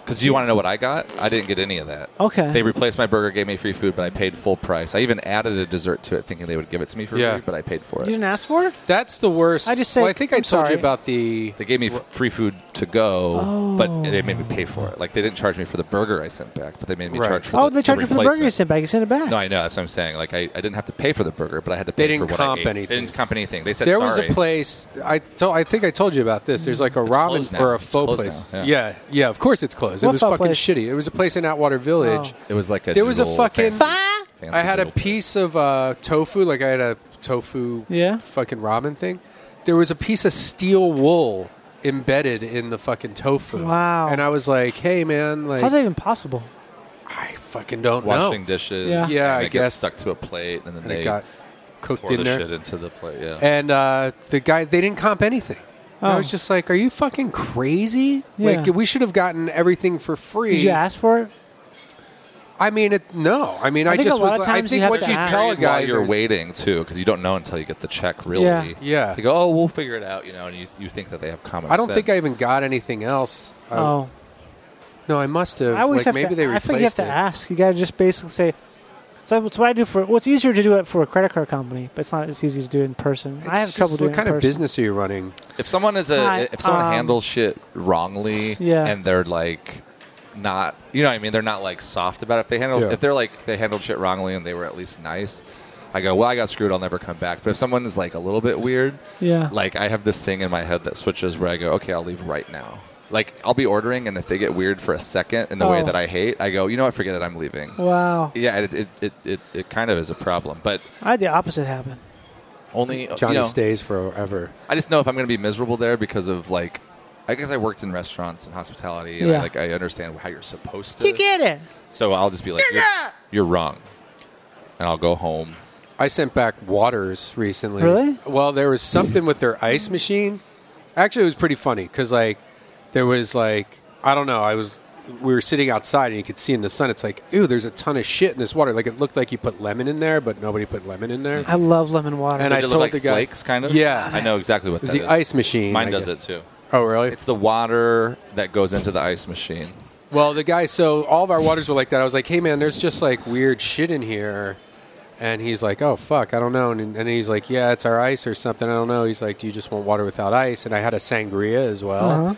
[SPEAKER 6] Because you want to know what I got? I didn't get any of that.
[SPEAKER 3] Okay.
[SPEAKER 6] They replaced my burger, gave me free food, but I paid full price. I even added a dessert to it, thinking they would give it to me for
[SPEAKER 2] Yeah.
[SPEAKER 6] free, but I paid for
[SPEAKER 3] You
[SPEAKER 6] it.
[SPEAKER 3] didn't ask for it.
[SPEAKER 2] That's the worst.
[SPEAKER 3] I just said,
[SPEAKER 2] Well, I think I
[SPEAKER 3] "I'm
[SPEAKER 2] told
[SPEAKER 3] sorry."
[SPEAKER 2] you about the.
[SPEAKER 6] They gave me f- free food to go,
[SPEAKER 3] Oh.
[SPEAKER 6] but they made me pay for it. Like they didn't charge me for the burger I sent back, but they made me
[SPEAKER 3] Right.
[SPEAKER 6] charge for.
[SPEAKER 3] oh,
[SPEAKER 6] the,
[SPEAKER 3] they charged you for the burger you
[SPEAKER 6] replacement.
[SPEAKER 3] sent back. You sent it back.
[SPEAKER 6] No, I know. That's what I'm saying. Like I, I didn't have to pay for the burger, but I had to.
[SPEAKER 2] They
[SPEAKER 6] pay
[SPEAKER 2] didn't
[SPEAKER 6] for what
[SPEAKER 2] comp
[SPEAKER 6] I ate.
[SPEAKER 2] anything.
[SPEAKER 6] They didn't comp anything. They said
[SPEAKER 2] there
[SPEAKER 6] sorry.
[SPEAKER 2] was a place I told. I think I told you about this. There's like a ramen
[SPEAKER 6] closed now.
[SPEAKER 2] or a
[SPEAKER 6] It's
[SPEAKER 2] pho
[SPEAKER 6] closed
[SPEAKER 2] place.
[SPEAKER 6] now,
[SPEAKER 2] Yeah.
[SPEAKER 6] yeah.
[SPEAKER 2] yeah, Of course it's closed.
[SPEAKER 6] What
[SPEAKER 2] it was
[SPEAKER 6] pho
[SPEAKER 2] fucking
[SPEAKER 6] place?
[SPEAKER 2] shitty. It was a place in Atwater Village.
[SPEAKER 3] Oh.
[SPEAKER 6] It was like a.
[SPEAKER 2] There was a
[SPEAKER 6] noodle
[SPEAKER 2] fucking.
[SPEAKER 6] fancy- fancy
[SPEAKER 2] I had a
[SPEAKER 6] noodle.
[SPEAKER 2] piece of uh, tofu. Like I had a tofu.
[SPEAKER 3] Yeah.
[SPEAKER 2] Fucking ramen thing. There was a piece of steel wool embedded in the fucking tofu.
[SPEAKER 3] Wow.
[SPEAKER 2] And I was like, hey man, like
[SPEAKER 3] How's that even possible?
[SPEAKER 2] I fucking don't know.
[SPEAKER 6] washing dishes.
[SPEAKER 2] Yeah. Yeah,
[SPEAKER 6] and
[SPEAKER 2] I
[SPEAKER 6] it gets
[SPEAKER 2] guess.
[SPEAKER 6] stuck to a plate, and then
[SPEAKER 2] And it
[SPEAKER 6] they
[SPEAKER 2] got cooked
[SPEAKER 6] pour
[SPEAKER 2] in
[SPEAKER 6] the
[SPEAKER 2] there.
[SPEAKER 6] Shit into the plate. Yeah.
[SPEAKER 2] And uh, the guy, they didn't comp anything. And I
[SPEAKER 3] Oh.
[SPEAKER 2] was just like, "Are you fucking crazy?
[SPEAKER 3] Yeah.
[SPEAKER 2] Like, we should have gotten everything for free."
[SPEAKER 3] Did you ask for it?
[SPEAKER 2] I mean, it, no. I mean, I,
[SPEAKER 3] I think a
[SPEAKER 2] just was.
[SPEAKER 3] lot of
[SPEAKER 2] like, I
[SPEAKER 3] times you
[SPEAKER 2] think
[SPEAKER 3] have
[SPEAKER 2] what
[SPEAKER 3] to
[SPEAKER 2] you
[SPEAKER 3] ask.
[SPEAKER 2] tell a
[SPEAKER 3] Reason
[SPEAKER 2] guy
[SPEAKER 6] while you're
[SPEAKER 2] there's-
[SPEAKER 6] waiting too, because you don't know until you get the check. Really,
[SPEAKER 2] Yeah. Yeah.
[SPEAKER 6] They go, oh, we'll figure it out, you know, and you, you think that they have common.
[SPEAKER 2] I don't
[SPEAKER 6] sense.
[SPEAKER 2] think I even got anything else. I-
[SPEAKER 3] Oh.
[SPEAKER 2] no, I must have.
[SPEAKER 3] I always
[SPEAKER 2] like,
[SPEAKER 3] have
[SPEAKER 2] maybe
[SPEAKER 3] to.
[SPEAKER 2] they
[SPEAKER 3] I
[SPEAKER 2] replaced
[SPEAKER 3] think you have to
[SPEAKER 2] it.
[SPEAKER 3] ask. You got to just basically say. So that's what I do for. What's easier to do it for a credit card company, but it's not as easy to do it in person. I have
[SPEAKER 2] It's
[SPEAKER 3] trouble
[SPEAKER 2] just,
[SPEAKER 3] doing
[SPEAKER 2] What kind
[SPEAKER 3] it in
[SPEAKER 2] of
[SPEAKER 3] person.
[SPEAKER 2] business are you running?
[SPEAKER 6] If someone is a
[SPEAKER 3] Hi,
[SPEAKER 6] if someone
[SPEAKER 3] um,
[SPEAKER 6] handles shit wrongly,
[SPEAKER 3] Yeah.
[SPEAKER 6] and they're like not, you know, what I mean, they're not like soft about it. If they handle
[SPEAKER 2] Yeah.
[SPEAKER 6] if they're like they handled shit wrongly and they were at least nice, I go, well, I got screwed. I'll never come back. But if someone is like a little bit weird,
[SPEAKER 3] Yeah.
[SPEAKER 6] like I have this thing in my head that switches where I go, okay, I'll leave right now. Like I'll be ordering, and if they get weird for a second in the way
[SPEAKER 3] Oh.
[SPEAKER 6] that I hate, I go, you know, what? forget that I'm leaving.
[SPEAKER 3] Wow.
[SPEAKER 6] Yeah, it it, it, it it kind of is a problem, but
[SPEAKER 3] I had the opposite happen.
[SPEAKER 6] only uh,
[SPEAKER 2] Johnny
[SPEAKER 6] you know,
[SPEAKER 2] stays forever.
[SPEAKER 6] I just know if I'm going to be miserable there because of like, I guess I worked in restaurants and hospitality, and I,
[SPEAKER 3] Yeah.
[SPEAKER 6] like I understand how you're supposed to.
[SPEAKER 3] You get it.
[SPEAKER 6] So I'll just be like, you're, you're wrong, and I'll go home.
[SPEAKER 2] I sent back waters recently.
[SPEAKER 6] Really?
[SPEAKER 2] Well, there was something with their ice machine. Actually, it was pretty funny because like there was like I don't know. I was we were sitting outside and you could see in the sun. It's like ooh, there's a ton of shit in this water. Like it looked like you put lemon in there, but nobody put lemon in there.
[SPEAKER 3] I love lemon water.
[SPEAKER 2] And I
[SPEAKER 6] Did it
[SPEAKER 2] told
[SPEAKER 6] look like
[SPEAKER 2] the guy-
[SPEAKER 6] flakes, kind of.
[SPEAKER 2] Yeah.
[SPEAKER 6] I know exactly what
[SPEAKER 2] It was
[SPEAKER 6] that
[SPEAKER 2] the
[SPEAKER 6] is.
[SPEAKER 2] ice machine,
[SPEAKER 6] Mine
[SPEAKER 2] I
[SPEAKER 6] does
[SPEAKER 2] guess.
[SPEAKER 6] it too.
[SPEAKER 2] Oh really?
[SPEAKER 6] It's the water that goes into the ice machine.
[SPEAKER 2] Well, the guy. So all of our waters were like that. I was like, hey man, there's just like weird shit in here. And he's like, "Oh fuck, I don't know." And, and he's like, "Yeah, it's our ice or something. I don't know." He's like, "Do you just want water without ice?" And I had a sangria as well.
[SPEAKER 3] Uh-huh.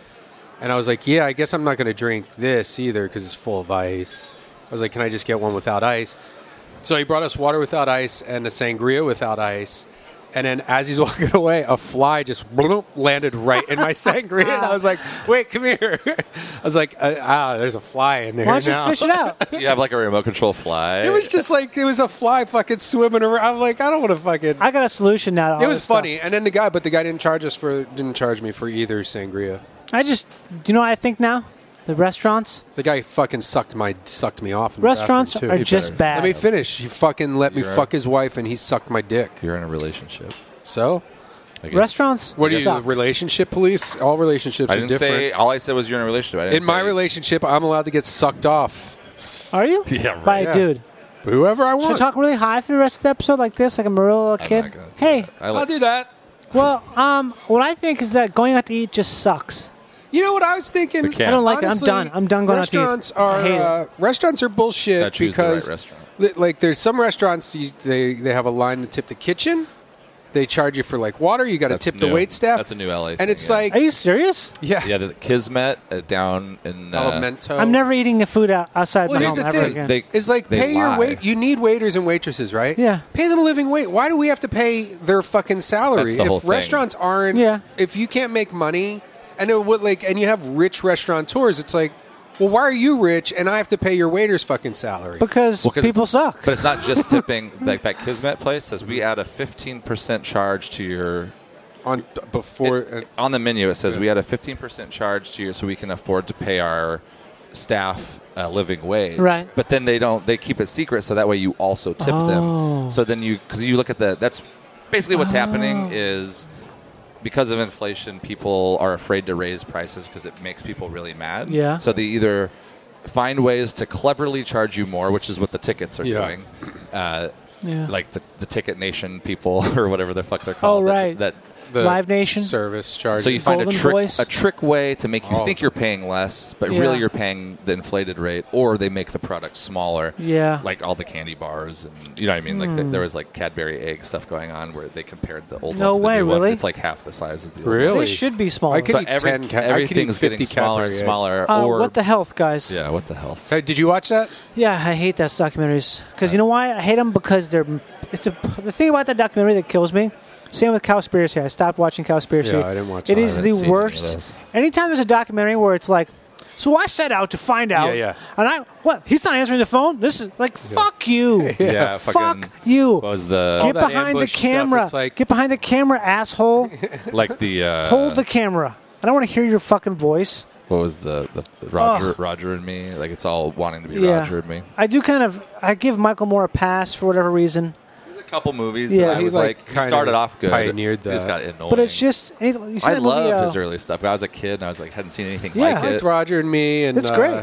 [SPEAKER 2] And I was like, yeah, I guess I'm not going to drink this either because it's full of ice. I was like, can I just get one without ice? So he brought us water without ice and a sangria without ice. And then as he's walking away, a fly just bloop, landed right in my sangria. And I was like, wait, come here. I was like, uh, ah, there's a fly in there.
[SPEAKER 3] Why don't you
[SPEAKER 2] now.
[SPEAKER 3] fish it out?
[SPEAKER 6] you have like a remote control fly.
[SPEAKER 2] It was just like, it was a fly fucking swimming around. I'm like, I don't want to fucking.
[SPEAKER 3] I got a solution now. To all
[SPEAKER 2] It was
[SPEAKER 3] this stuff.
[SPEAKER 2] funny. And then the guy, but the guy didn't charge us for, didn't charge me for either sangria.
[SPEAKER 3] I just, you know what I think now? The restaurants.
[SPEAKER 2] The guy fucking sucked my sucked me off. In the
[SPEAKER 3] Restaurants
[SPEAKER 2] bathroom, too.
[SPEAKER 3] are You just better. bad.
[SPEAKER 2] Let me finish. He fucking let me
[SPEAKER 6] You're-
[SPEAKER 2] fuck his wife, and he sucked my dick.
[SPEAKER 6] You're in a relationship.
[SPEAKER 2] So,
[SPEAKER 6] I guess.
[SPEAKER 3] Restaurants.
[SPEAKER 2] what are you?
[SPEAKER 3] suck.
[SPEAKER 2] the Relationship police? All relationships
[SPEAKER 6] I
[SPEAKER 2] are
[SPEAKER 6] didn't
[SPEAKER 2] different.
[SPEAKER 6] say. All I said was you're in a relationship. I didn't
[SPEAKER 2] in my
[SPEAKER 6] say-
[SPEAKER 2] relationship, I'm allowed to get sucked off
[SPEAKER 3] Are you?
[SPEAKER 6] Yeah, right.
[SPEAKER 3] By a
[SPEAKER 2] Yeah.
[SPEAKER 3] dude.
[SPEAKER 2] whoever I
[SPEAKER 3] Should I
[SPEAKER 2] want.
[SPEAKER 3] talk really high for the rest of the episode like this, like a Marilla
[SPEAKER 6] oh
[SPEAKER 3] kid? Hey,
[SPEAKER 6] I like,
[SPEAKER 2] that.
[SPEAKER 3] well, um, what I think is that going out to eat just sucks.
[SPEAKER 2] You know what I was thinking?
[SPEAKER 6] We can't. I don't
[SPEAKER 3] like it. I'm done. I'm done going out to eat.
[SPEAKER 2] restaurants
[SPEAKER 3] I hate it.
[SPEAKER 2] Are, uh, restaurants are bullshit
[SPEAKER 6] Gotta choose the right
[SPEAKER 2] because
[SPEAKER 6] restaurant.
[SPEAKER 2] li- like there's some restaurants you, they they have a line to tip the kitchen, They charge you for like water. You got to
[SPEAKER 6] That's
[SPEAKER 2] tip the
[SPEAKER 6] new.
[SPEAKER 2] wait staff.
[SPEAKER 6] That's a new LA
[SPEAKER 2] And
[SPEAKER 6] thing,
[SPEAKER 2] it's
[SPEAKER 6] yeah.
[SPEAKER 2] like,
[SPEAKER 3] Are you serious?
[SPEAKER 2] Yeah.
[SPEAKER 6] Yeah, the Kismet uh, down in uh,
[SPEAKER 2] Elemento.
[SPEAKER 3] I'm never eating the food out, outside
[SPEAKER 2] Well,
[SPEAKER 3] my
[SPEAKER 2] here's
[SPEAKER 3] home
[SPEAKER 2] the
[SPEAKER 3] ever
[SPEAKER 2] thing.
[SPEAKER 3] again.
[SPEAKER 6] They-
[SPEAKER 2] it's like
[SPEAKER 6] they
[SPEAKER 2] pay your
[SPEAKER 6] lie.
[SPEAKER 2] wait. You need waiters and waitresses, right?
[SPEAKER 3] Yeah.
[SPEAKER 2] Pay them a living wage. Why do we have to pay their fucking salary
[SPEAKER 6] That's the whole
[SPEAKER 2] if
[SPEAKER 6] thing.
[SPEAKER 2] restaurants aren't?
[SPEAKER 3] Yeah.
[SPEAKER 2] If you can't make money, and it would like, and you have rich restaurateurs, it's like, well, why are you rich and I have to pay your waiters fucking salary?
[SPEAKER 3] because
[SPEAKER 6] Well, 'cause
[SPEAKER 3] people
[SPEAKER 6] it's-
[SPEAKER 3] suck.
[SPEAKER 6] But it's not just tipping. like that Kismet place says, we add a 15% charge to your.
[SPEAKER 2] On before uh,
[SPEAKER 6] on the menu, it says we add a 15% charge to your, so we can afford to pay our staff a living wage.
[SPEAKER 3] Right.
[SPEAKER 6] But then they don't. They keep it secret, so that way you also tip
[SPEAKER 3] Oh. Oh.
[SPEAKER 6] them. So then you, because you look at the. That's basically what's happening is. Because of inflation, people are afraid to raise prices because it makes people really mad.
[SPEAKER 3] Yeah.
[SPEAKER 6] So they either find ways to cleverly charge you more, which is what the tickets are
[SPEAKER 3] Yeah.
[SPEAKER 6] doing. Uh,
[SPEAKER 3] Yeah.
[SPEAKER 6] Like the, the Ticket Nation people or whatever the fuck they're called. that-
[SPEAKER 3] Oh, right.
[SPEAKER 6] That,
[SPEAKER 3] The Live Nation?
[SPEAKER 2] service charge.
[SPEAKER 6] So you find a
[SPEAKER 3] Golden
[SPEAKER 6] trick
[SPEAKER 3] Voice?
[SPEAKER 6] a trick way to make you
[SPEAKER 3] Oh.
[SPEAKER 6] think you're paying less, but
[SPEAKER 3] Yeah.
[SPEAKER 6] really you're paying the inflated rate, or they make the product smaller.
[SPEAKER 3] Yeah.
[SPEAKER 6] Like all the candy bars and you know what I mean. Like
[SPEAKER 3] Hmm.
[SPEAKER 6] there was like Cadbury egg stuff going on where they compared the old.
[SPEAKER 3] No
[SPEAKER 6] one to the
[SPEAKER 3] way,
[SPEAKER 6] new one.
[SPEAKER 3] really?
[SPEAKER 6] It's like half the size of the old.
[SPEAKER 2] Really?
[SPEAKER 3] They should be smaller.
[SPEAKER 2] I could
[SPEAKER 6] So
[SPEAKER 2] eat
[SPEAKER 6] every-
[SPEAKER 2] 10 ca- I could eat
[SPEAKER 6] everything's getting
[SPEAKER 2] 50
[SPEAKER 6] smaller and
[SPEAKER 2] Cadbury eggs.
[SPEAKER 6] smaller.
[SPEAKER 3] Uh,
[SPEAKER 6] or
[SPEAKER 3] what the health, guys?
[SPEAKER 6] yeah, what the hell?
[SPEAKER 2] Hey, did you watch that?
[SPEAKER 3] Yeah, I hate that documentaries because you know why I hate them because they're it's a the thing about that documentary that kills me. Same with Cowspiracy. I stopped watching Cowspiracy.
[SPEAKER 2] Yeah, I didn't watch
[SPEAKER 3] It
[SPEAKER 2] that.
[SPEAKER 3] is
[SPEAKER 2] I haven't
[SPEAKER 3] the
[SPEAKER 2] seen any of
[SPEAKER 3] worst.
[SPEAKER 2] those.
[SPEAKER 3] Anytime there's a documentary where it's like, so I set out to find out.
[SPEAKER 2] Yeah, yeah.
[SPEAKER 3] And I what? He's not answering the phone. This is like fuck you.
[SPEAKER 6] Yeah, fucking-
[SPEAKER 3] fuck you.
[SPEAKER 6] What was the
[SPEAKER 3] Get behind the camera. Get behind the camera, asshole.
[SPEAKER 6] like the uh,
[SPEAKER 3] Hold the camera. I don't want to hear your fucking voice.
[SPEAKER 6] what was the, the the Roger Roger and me? Like it's all wanting to be
[SPEAKER 3] Oh, Yeah.
[SPEAKER 6] Roger and me.
[SPEAKER 3] I do kind of. I give Michael Moore a pass for whatever reason.
[SPEAKER 6] a couple movies
[SPEAKER 3] Yeah.
[SPEAKER 6] that I
[SPEAKER 3] He,
[SPEAKER 6] was
[SPEAKER 3] like,
[SPEAKER 6] like,
[SPEAKER 2] kinda
[SPEAKER 6] he started off good.
[SPEAKER 2] pioneered
[SPEAKER 6] It just
[SPEAKER 2] that.
[SPEAKER 6] got annoying.
[SPEAKER 3] But it's just you see
[SPEAKER 6] I
[SPEAKER 3] that movie,
[SPEAKER 6] loved
[SPEAKER 3] uh,
[SPEAKER 6] his early stuff. I was a kid and I was like hadn't seen anything
[SPEAKER 3] Yeah.
[SPEAKER 6] like
[SPEAKER 3] I
[SPEAKER 6] it.
[SPEAKER 3] liked
[SPEAKER 2] Roger and me and uh,
[SPEAKER 3] It's great.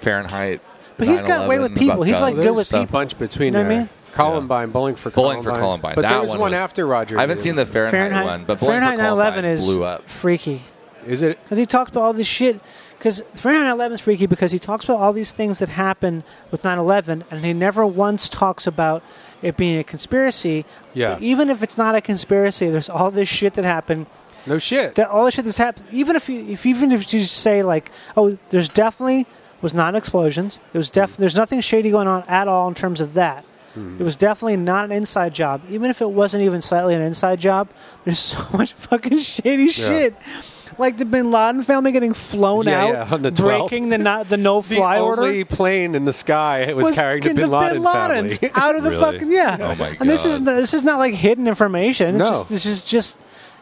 [SPEAKER 6] Fahrenheit.
[SPEAKER 3] But he's got way with
[SPEAKER 6] 9/11,
[SPEAKER 3] people.
[SPEAKER 6] about
[SPEAKER 3] He's, like,
[SPEAKER 6] guns
[SPEAKER 3] good
[SPEAKER 6] and
[SPEAKER 3] with
[SPEAKER 6] stuff.
[SPEAKER 3] people.
[SPEAKER 2] Bunch between
[SPEAKER 3] You know what I
[SPEAKER 2] there.
[SPEAKER 3] mean?
[SPEAKER 2] Columbine, bowling for
[SPEAKER 6] Bowling
[SPEAKER 2] Columbine.
[SPEAKER 6] for Columbine.
[SPEAKER 2] But
[SPEAKER 6] that
[SPEAKER 2] there was one,
[SPEAKER 6] was-
[SPEAKER 2] after Roger. and
[SPEAKER 6] I haven't
[SPEAKER 2] me.
[SPEAKER 6] seen the Fahrenheit,
[SPEAKER 3] Fahrenheit,
[SPEAKER 6] one, but Bowling
[SPEAKER 3] Fahrenheit
[SPEAKER 6] for Columbine
[SPEAKER 3] 9/11 is
[SPEAKER 6] blew up.
[SPEAKER 3] freaky
[SPEAKER 2] Is it?
[SPEAKER 3] because he talks about all this shit. Because Fahrenheit 9/11 is freaky because he talks about all these things that happen with 9/11, and he never once talks about it being a conspiracy.
[SPEAKER 2] Yeah.
[SPEAKER 3] But even if it's not a conspiracy, there's all this shit that happened.
[SPEAKER 2] No shit.
[SPEAKER 3] That all the shit that's happened. Even if you, if even if you say like, oh, there's definitely was not explosions. It was def- There's nothing shady going on at all in terms of that.
[SPEAKER 2] Hmm.
[SPEAKER 3] It was definitely not an inside job. Even if it wasn't even slightly an inside job, there's so much fucking shady shit. Like the Bin Laden family getting flown
[SPEAKER 2] Yeah,
[SPEAKER 3] out,
[SPEAKER 2] yeah, on the 12th.
[SPEAKER 3] breaking the no, the no
[SPEAKER 2] the
[SPEAKER 3] fly order.
[SPEAKER 2] only plane in the sky was, carrying the
[SPEAKER 3] fucking
[SPEAKER 2] Bin Laden
[SPEAKER 3] Ladens
[SPEAKER 2] family
[SPEAKER 3] out of the fucking yeah.
[SPEAKER 6] Oh my
[SPEAKER 3] And this
[SPEAKER 6] God.
[SPEAKER 3] is not, this is not like hidden information. It's
[SPEAKER 2] No.
[SPEAKER 3] just, this is just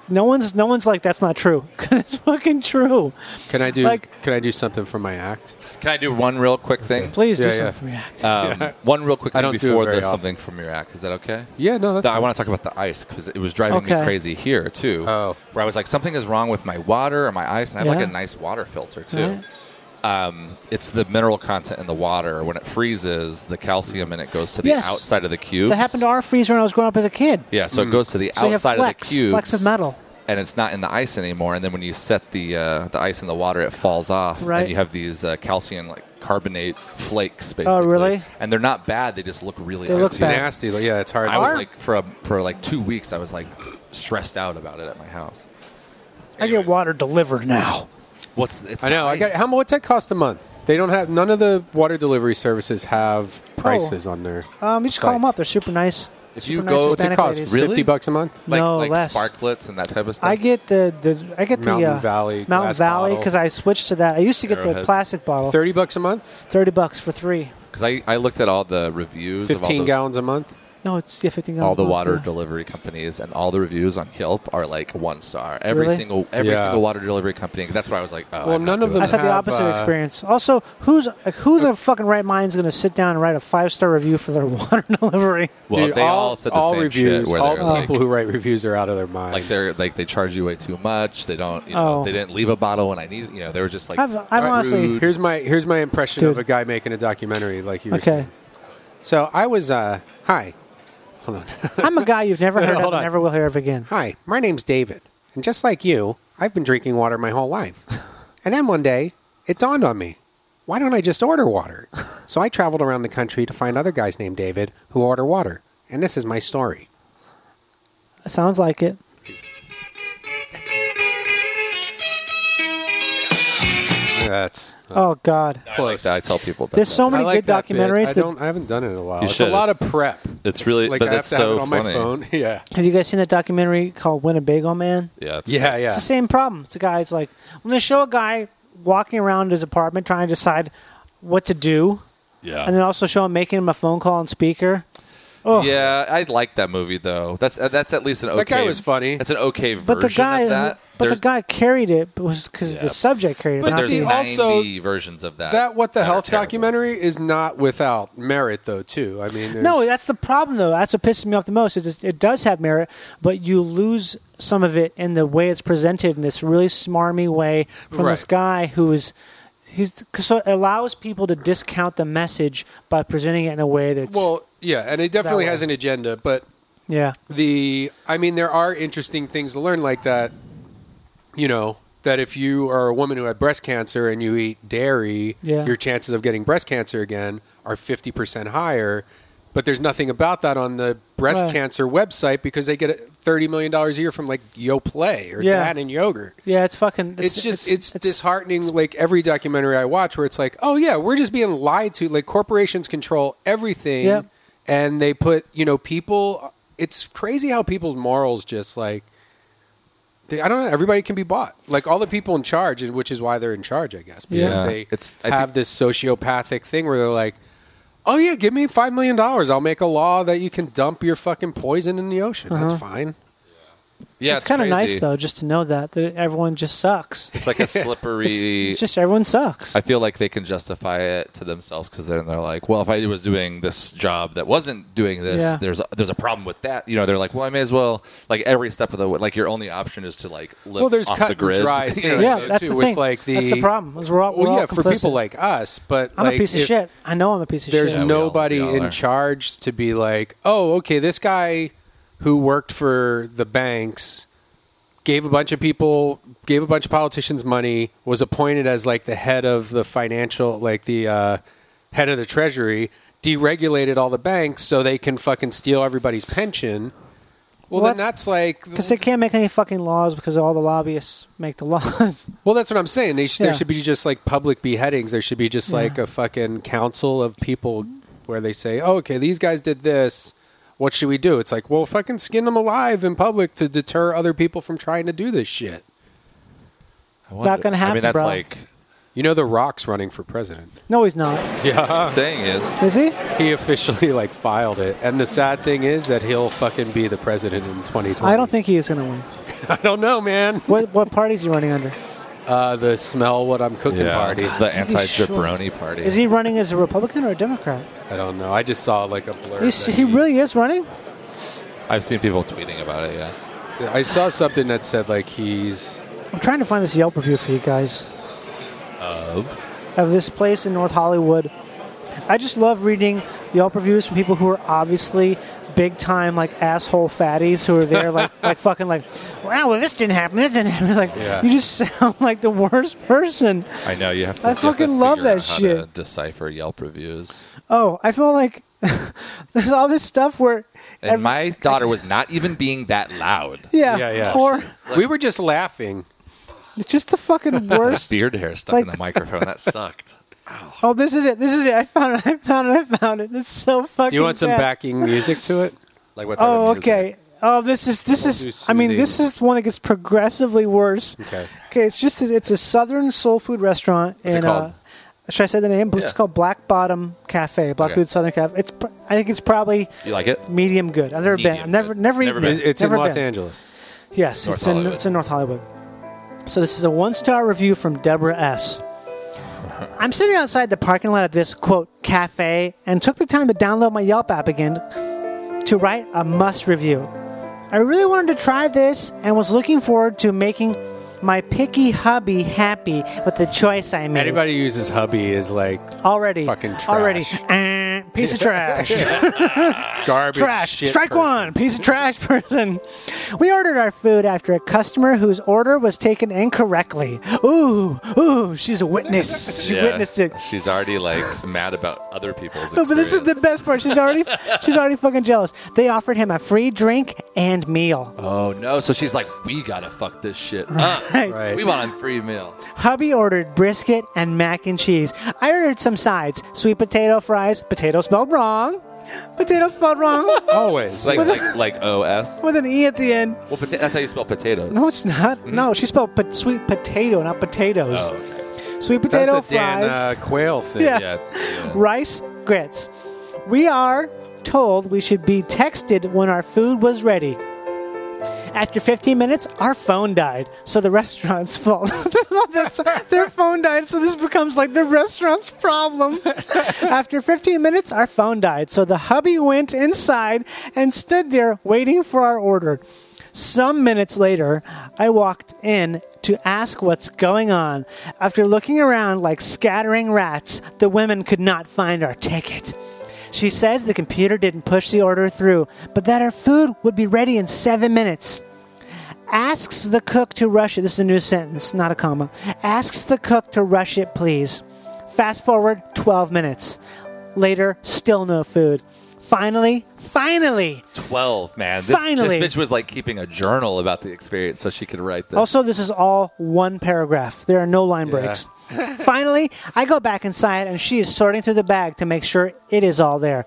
[SPEAKER 3] no one's no one's like that's not true. 'Cause it's fucking true.
[SPEAKER 2] Can I do?
[SPEAKER 3] Like-
[SPEAKER 2] can I do something for my act?
[SPEAKER 6] Can I do one real quick thing?
[SPEAKER 3] Please do Yeah, something yeah. from your act.
[SPEAKER 6] Um,
[SPEAKER 2] Yeah.
[SPEAKER 6] One real quick
[SPEAKER 2] I
[SPEAKER 6] thing
[SPEAKER 2] don't do it
[SPEAKER 6] before
[SPEAKER 2] very
[SPEAKER 6] the
[SPEAKER 2] often.
[SPEAKER 6] something from your act. Is that okay?
[SPEAKER 2] Yeah, no, that's
[SPEAKER 6] Th- I
[SPEAKER 2] fine.
[SPEAKER 6] want to talk about the ice because it was driving
[SPEAKER 2] Okay.
[SPEAKER 6] me crazy here too. Oh, where I was like, something is wrong with my water or my ice, and I have
[SPEAKER 2] Yeah.
[SPEAKER 6] like a nice water filter too. Um, it's the mineral content in the water. When it freezes, the calcium in it goes to the
[SPEAKER 3] Yes.
[SPEAKER 6] outside of the cube.
[SPEAKER 3] That happened to our freezer when I was growing up as a kid.
[SPEAKER 6] Yeah, so it goes to the
[SPEAKER 3] So you have
[SPEAKER 6] outside
[SPEAKER 3] flex,
[SPEAKER 6] of the cube,
[SPEAKER 3] flex of metal.
[SPEAKER 6] and it's not in the ice anymore. And then when you set the uh, the ice in the water, it falls off,
[SPEAKER 3] Right. Oh,
[SPEAKER 6] and you have these uh, calcium like carbonate flakes, basically.
[SPEAKER 3] really?
[SPEAKER 6] And they're not bad; they just look really.
[SPEAKER 3] They look
[SPEAKER 6] ugly.
[SPEAKER 3] bad.
[SPEAKER 2] Nasty. like, Yeah, it's hard.
[SPEAKER 6] I
[SPEAKER 2] to-
[SPEAKER 6] was like for a, for like two weeks, I was like stressed out about it at my house.
[SPEAKER 3] I get water delivered now.
[SPEAKER 6] What's it's
[SPEAKER 2] I know. I got how much? What's that cost a month? They don't have none of the water delivery services have prices on there.
[SPEAKER 3] Oh. Um, you just call them up. They're super nice.
[SPEAKER 6] If
[SPEAKER 3] super
[SPEAKER 6] you
[SPEAKER 3] nice
[SPEAKER 6] go- what's it
[SPEAKER 3] Hispanic
[SPEAKER 6] cost?
[SPEAKER 3] ladies.
[SPEAKER 6] Really?
[SPEAKER 2] Fifty bucks a month.
[SPEAKER 6] Like,
[SPEAKER 3] No,
[SPEAKER 6] like
[SPEAKER 3] less.
[SPEAKER 6] sparklets and that type of stuff.
[SPEAKER 3] I get the, the I get
[SPEAKER 6] Mountain
[SPEAKER 3] the uh,
[SPEAKER 6] Valley
[SPEAKER 3] Mountain
[SPEAKER 6] glass
[SPEAKER 3] Valley
[SPEAKER 6] bottle.
[SPEAKER 3] because I switched to that. I used to get the
[SPEAKER 6] Arrowhead.
[SPEAKER 3] plastic bottle.
[SPEAKER 2] Thirty bucks a month.
[SPEAKER 3] Thirty bucks for three.
[SPEAKER 6] because I, I looked at all the reviews. of all
[SPEAKER 2] Fifteen
[SPEAKER 6] those-
[SPEAKER 2] gallons a month.
[SPEAKER 3] No, it's yeah, fifteen. gallons
[SPEAKER 6] all
[SPEAKER 3] a
[SPEAKER 6] the
[SPEAKER 3] month,
[SPEAKER 6] water
[SPEAKER 3] yeah.
[SPEAKER 6] delivery companies and all the reviews on Yelp are like one star. Every
[SPEAKER 3] Really?
[SPEAKER 6] single every
[SPEAKER 2] Yeah.
[SPEAKER 6] single water delivery company. That's why I was like, oh,
[SPEAKER 2] Well,
[SPEAKER 6] I'm not
[SPEAKER 2] none of
[SPEAKER 6] doing
[SPEAKER 3] I've
[SPEAKER 6] that.
[SPEAKER 3] had the
[SPEAKER 2] uh,
[SPEAKER 3] opposite experience. Also, who's like, who the fucking right mind's going to sit down and write a five star review for their water delivery?
[SPEAKER 6] Well, they all, said the
[SPEAKER 2] all
[SPEAKER 6] same
[SPEAKER 2] reviews,
[SPEAKER 6] shit. Where
[SPEAKER 2] all
[SPEAKER 6] they're
[SPEAKER 2] the
[SPEAKER 6] like,
[SPEAKER 2] people who write reviews are out of their mind.
[SPEAKER 6] like they're like they charge you way too much. They don't. You know,
[SPEAKER 2] Oh.
[SPEAKER 6] they didn't leave a bottle when I needed. You know, they were just like.
[SPEAKER 3] I've- I've
[SPEAKER 6] rude.
[SPEAKER 3] honestly-
[SPEAKER 2] Here's my here's my impression
[SPEAKER 3] Dude.
[SPEAKER 2] of a guy making a documentary, like you were
[SPEAKER 3] Okay,
[SPEAKER 2] saying. So I was uh, hi. Hold on.
[SPEAKER 3] I'm a guy you've never
[SPEAKER 2] No, no,
[SPEAKER 3] heard of,
[SPEAKER 2] hold
[SPEAKER 3] and
[SPEAKER 2] on.
[SPEAKER 3] never will hear of again.
[SPEAKER 2] Hi, my name's David, and just like you, I've been drinking water my whole life. and then one day, it dawned on me why don't I just order water? so I traveled around the country to find other guys named David who order water. And this is my story.
[SPEAKER 3] Sounds like it.
[SPEAKER 2] That's
[SPEAKER 3] Oh God.
[SPEAKER 6] I, like that. I tell people about
[SPEAKER 3] There's
[SPEAKER 6] that.
[SPEAKER 3] so many good
[SPEAKER 2] that bit.
[SPEAKER 3] documentaries
[SPEAKER 2] I
[SPEAKER 3] that-
[SPEAKER 2] don't. I haven't done it in a while.
[SPEAKER 6] You
[SPEAKER 2] It's
[SPEAKER 6] should.
[SPEAKER 2] a lot of
[SPEAKER 6] It's-
[SPEAKER 2] prep.
[SPEAKER 6] It's really,
[SPEAKER 2] like
[SPEAKER 6] but
[SPEAKER 2] I have
[SPEAKER 6] it's
[SPEAKER 2] to have
[SPEAKER 6] so
[SPEAKER 2] it on my
[SPEAKER 6] funny.
[SPEAKER 2] phone. Yeah.
[SPEAKER 3] Have you guys seen that documentary called Winnebago Man?
[SPEAKER 6] Yeah, it's
[SPEAKER 2] yeah, yeah.
[SPEAKER 3] It's the same problem. It's a guy. It's like when they show a guy walking around his apartment trying to decide what to do,
[SPEAKER 6] Yeah.
[SPEAKER 3] and then also show him making him a phone call on speaker. Oh,
[SPEAKER 6] Yeah, I like that movie though. That's uh, that's at least an okay.
[SPEAKER 3] That guy was
[SPEAKER 2] funny.
[SPEAKER 6] That's an okay version
[SPEAKER 3] but the guy,
[SPEAKER 6] of
[SPEAKER 3] who-
[SPEAKER 6] that.
[SPEAKER 3] but the
[SPEAKER 6] There's-
[SPEAKER 3] guy carried it was because the subject carried it.
[SPEAKER 6] but
[SPEAKER 3] not
[SPEAKER 6] there's
[SPEAKER 3] the-
[SPEAKER 6] 90
[SPEAKER 2] also-
[SPEAKER 6] versions of that.
[SPEAKER 2] That what the
[SPEAKER 6] that are
[SPEAKER 2] health
[SPEAKER 6] terrible.
[SPEAKER 2] documentary is not without merit though too. I mean,
[SPEAKER 3] No,
[SPEAKER 2] there's-
[SPEAKER 3] that's the problem though. That's what pisses me off the most. Is it's- it does have merit, but you lose some of it in the way it's presented in this really smarmy way from this
[SPEAKER 2] Right.
[SPEAKER 3] guy who is. He's, 'cause so it allows people to discount the message by presenting it in a way that's
[SPEAKER 2] well, yeah, and it definitely
[SPEAKER 3] way.
[SPEAKER 2] has an agenda, but
[SPEAKER 3] yeah
[SPEAKER 2] the I mean, there are interesting things to learn like that. You know that if you are a woman who had breast cancer and you eat dairy,
[SPEAKER 3] Yeah.
[SPEAKER 2] your chances of getting breast cancer again are fifty percent higher. But there's nothing about that on the breast
[SPEAKER 3] Right.
[SPEAKER 2] cancer website because they get thirty million dollars a year from like YoPlay or
[SPEAKER 3] Yeah.
[SPEAKER 2] that and yogurt.
[SPEAKER 3] yeah it's fucking
[SPEAKER 2] It's, just it's, disheartening. like every documentary I watch, where it's like, oh yeah, we're just being lied to. Like corporations control everything,
[SPEAKER 3] Yep.
[SPEAKER 2] and they put you know people. It's crazy how people's morals just like. They, I don't know. Everybody can be bought. Like all the people in charge, and which is why they're in charge, I guess, because
[SPEAKER 6] Yeah.
[SPEAKER 2] they
[SPEAKER 6] It's- I
[SPEAKER 2] have this sociopathic thing where they're like, "Oh yeah, give me five million dollars, I'll make a law that you can dump your fucking poison in the ocean.
[SPEAKER 3] Uh-huh.
[SPEAKER 2] That's fine."
[SPEAKER 6] Yeah,
[SPEAKER 3] it's kind of nice
[SPEAKER 6] crazy.
[SPEAKER 3] though just to know that that everyone just sucks.
[SPEAKER 6] It's like a slippery.
[SPEAKER 3] It's just everyone sucks.
[SPEAKER 6] I feel like they can justify it to themselves because then they're like, "Well, if I was doing this job that wasn't doing this,
[SPEAKER 3] Yeah.
[SPEAKER 6] there's a, there's a problem with that." You know, they're like, "Well, I may as well like every step of the way. Like your only option is to like live
[SPEAKER 2] well, there's
[SPEAKER 6] off
[SPEAKER 2] cut
[SPEAKER 6] the grid."
[SPEAKER 2] and dry
[SPEAKER 6] You know,
[SPEAKER 2] things.
[SPEAKER 3] Yeah,
[SPEAKER 2] though,
[SPEAKER 3] that's
[SPEAKER 2] too,
[SPEAKER 3] the
[SPEAKER 2] with
[SPEAKER 3] thing.
[SPEAKER 2] like the
[SPEAKER 3] That's the problem, is we're all-
[SPEAKER 2] well,
[SPEAKER 3] we're all
[SPEAKER 2] yeah, for people
[SPEAKER 3] complicit.
[SPEAKER 2] like us, but
[SPEAKER 3] I'm
[SPEAKER 2] like,
[SPEAKER 3] a piece of
[SPEAKER 2] if
[SPEAKER 3] shit. I know I'm a piece of
[SPEAKER 2] There's
[SPEAKER 3] shit.
[SPEAKER 2] nobody
[SPEAKER 6] we all
[SPEAKER 2] in
[SPEAKER 6] are.
[SPEAKER 2] charge to be like, oh, okay, this guy who worked for the banks gave a bunch of people, gave a bunch of politicians money, was appointed as like the head of the financial, like the uh, head of the treasury, deregulated all the banks so they can fucking steal everybody's pension. Well, then that's like
[SPEAKER 3] because they can't make any fucking laws because all the lobbyists make the laws.
[SPEAKER 2] Well, that's what I'm saying. They sh-
[SPEAKER 3] Yeah.
[SPEAKER 2] There should be just like public beheadings. There should be just like a fucking council of people where they say, oh, okay, these guys did this. What should we do? It's like, well, fucking skin them alive in public to deter other people from trying to do this shit.
[SPEAKER 6] I
[SPEAKER 3] wonder. gonna I mean, happen, that's bro. like-
[SPEAKER 2] You know, The Rock's running for president.
[SPEAKER 3] No, he's not.
[SPEAKER 2] Yeah.
[SPEAKER 6] Saying is.
[SPEAKER 3] Is he?
[SPEAKER 2] He officially like filed it. And the sad thing is that he'll fucking be the president in 2020.
[SPEAKER 3] I don't think he is going to win.
[SPEAKER 2] I don't know, man.
[SPEAKER 3] What what party is he running under?
[SPEAKER 2] Uh, the smell what I'm cooking
[SPEAKER 6] Yeah,
[SPEAKER 2] party.
[SPEAKER 6] the anti-jabroni party.
[SPEAKER 3] Is he running as a Republican or a Democrat?
[SPEAKER 2] I don't know. I just saw like a blur.
[SPEAKER 3] He's,
[SPEAKER 2] that
[SPEAKER 3] he really is running.
[SPEAKER 6] I've seen people tweeting about it. Yeah.
[SPEAKER 2] I saw something that said like he's
[SPEAKER 3] I'm trying to find this Yelp review for you guys
[SPEAKER 6] Of.
[SPEAKER 3] of this place in North Hollywood. I just love reading Yelp reviews from people who are obviously big time like asshole fatties who are there like like fucking like wow well this didn't happen this didn't happen like
[SPEAKER 6] Yeah.
[SPEAKER 3] you just sound like the worst person.
[SPEAKER 6] I know you have to.
[SPEAKER 3] I
[SPEAKER 6] you have to
[SPEAKER 3] fucking love
[SPEAKER 6] figure out
[SPEAKER 3] that
[SPEAKER 6] how
[SPEAKER 3] shit.
[SPEAKER 6] to decipher Yelp reviews.
[SPEAKER 3] Oh, I feel like there's all this stuff where
[SPEAKER 6] And
[SPEAKER 3] every-
[SPEAKER 6] my daughter was not even being that loud.
[SPEAKER 3] Yeah. Yeah, yeah. Or-
[SPEAKER 2] we were just laughing.
[SPEAKER 3] it's just the fucking worst.
[SPEAKER 6] beard hair stuck in
[SPEAKER 3] Like-
[SPEAKER 6] the microphone. That sucked.
[SPEAKER 3] oh, this is it. This is it. I found it. I found it. I found it. It's so fucking.
[SPEAKER 2] Do you want some
[SPEAKER 3] bad.
[SPEAKER 2] backing music to it?
[SPEAKER 6] Like what?
[SPEAKER 3] Oh, okay. Oh, this is this is. I mean, this is the one that gets progressively worse.
[SPEAKER 2] Okay.
[SPEAKER 3] Okay, it's just it's a southern soul food restaurant
[SPEAKER 2] What's it
[SPEAKER 3] in.
[SPEAKER 2] called?
[SPEAKER 3] Uh, should I say the name? It's
[SPEAKER 6] Yeah.
[SPEAKER 3] called Black Bottom Cafe, Black
[SPEAKER 6] Okay.
[SPEAKER 3] Food Southern Cafe. It's pr- I think it's probably
[SPEAKER 6] You like it?
[SPEAKER 3] medium good. I've never been.
[SPEAKER 6] Medium
[SPEAKER 3] I've never never,
[SPEAKER 6] Never
[SPEAKER 3] eaten
[SPEAKER 6] been.
[SPEAKER 3] it.
[SPEAKER 6] It's
[SPEAKER 2] in
[SPEAKER 3] Never
[SPEAKER 2] Los
[SPEAKER 3] been.
[SPEAKER 2] Angeles.
[SPEAKER 3] Yes,
[SPEAKER 6] North
[SPEAKER 3] it's in
[SPEAKER 6] Hollywood.
[SPEAKER 3] it's in North Hollywood. So this is a one star review from Deborah S. I'm sitting outside the parking lot of this quote cafe and took the time to download my Yelp app again to write a must review. I really wanted to try this and was looking forward to making my picky hubby happy with the choice I made.
[SPEAKER 2] Anybody who uses hubby is like
[SPEAKER 3] already
[SPEAKER 2] fucking trash.
[SPEAKER 3] Already, eh, piece of trash.
[SPEAKER 2] garbage
[SPEAKER 3] trash.
[SPEAKER 2] shit
[SPEAKER 3] Strike
[SPEAKER 2] person.
[SPEAKER 3] one, piece of trash person. We ordered our food after a customer whose order was taken incorrectly. Ooh, ooh, she's a witness. She
[SPEAKER 6] Yeah.
[SPEAKER 3] witnessed it.
[SPEAKER 6] She's already like mad about other people's.
[SPEAKER 3] No, but this is
[SPEAKER 6] experience.
[SPEAKER 3] the best part. She's already, she's already fucking jealous. They offered him a free drink and meal.
[SPEAKER 6] Oh no! So she's like, we gotta fuck this shit up. We want a free meal.
[SPEAKER 3] Hubby ordered brisket and mac and cheese. I ordered some sides: sweet potato fries, potato spelled wrong, potato spelled wrong,
[SPEAKER 2] Always
[SPEAKER 6] like
[SPEAKER 3] With a-
[SPEAKER 6] like like OS.
[SPEAKER 3] with an e at the end.
[SPEAKER 6] Well, pota- that's how you spell potatoes.
[SPEAKER 3] No, it's not. No, she spelled pot- sweet potato, not potatoes.
[SPEAKER 6] Oh,
[SPEAKER 3] Sweet potato
[SPEAKER 2] That's a Dan
[SPEAKER 3] fries,
[SPEAKER 2] uh, Quayle thing.
[SPEAKER 3] Yeah. Yeah, rice, grits. We are told we should be texted when our food was ready. After 15 minutes, our phone died, so the restaurant's fault. Their phone died, so this becomes like the restaurant's problem. After 15 minutes, our phone died, so the hubby went inside and stood there waiting for our order. Some minutes later, I walked in to ask what's going on. After looking around like scattering rats, the women could not find our ticket. She says the computer didn't push the order through, but that her food would be ready in seven minutes. Asks the cook to rush it. This is a new sentence, not a comma. Asks the cook to rush it, please. Fast forward 12 minutes. Later, still no food. Finally, finally,
[SPEAKER 6] Twelve, man. This,
[SPEAKER 3] Finally.
[SPEAKER 6] this bitch was like keeping a journal about the experience, so she could write this.
[SPEAKER 3] Also, this is all one paragraph. There are no line breaks. Finally, I go back inside and she is sorting through the bag to make sure it is all there.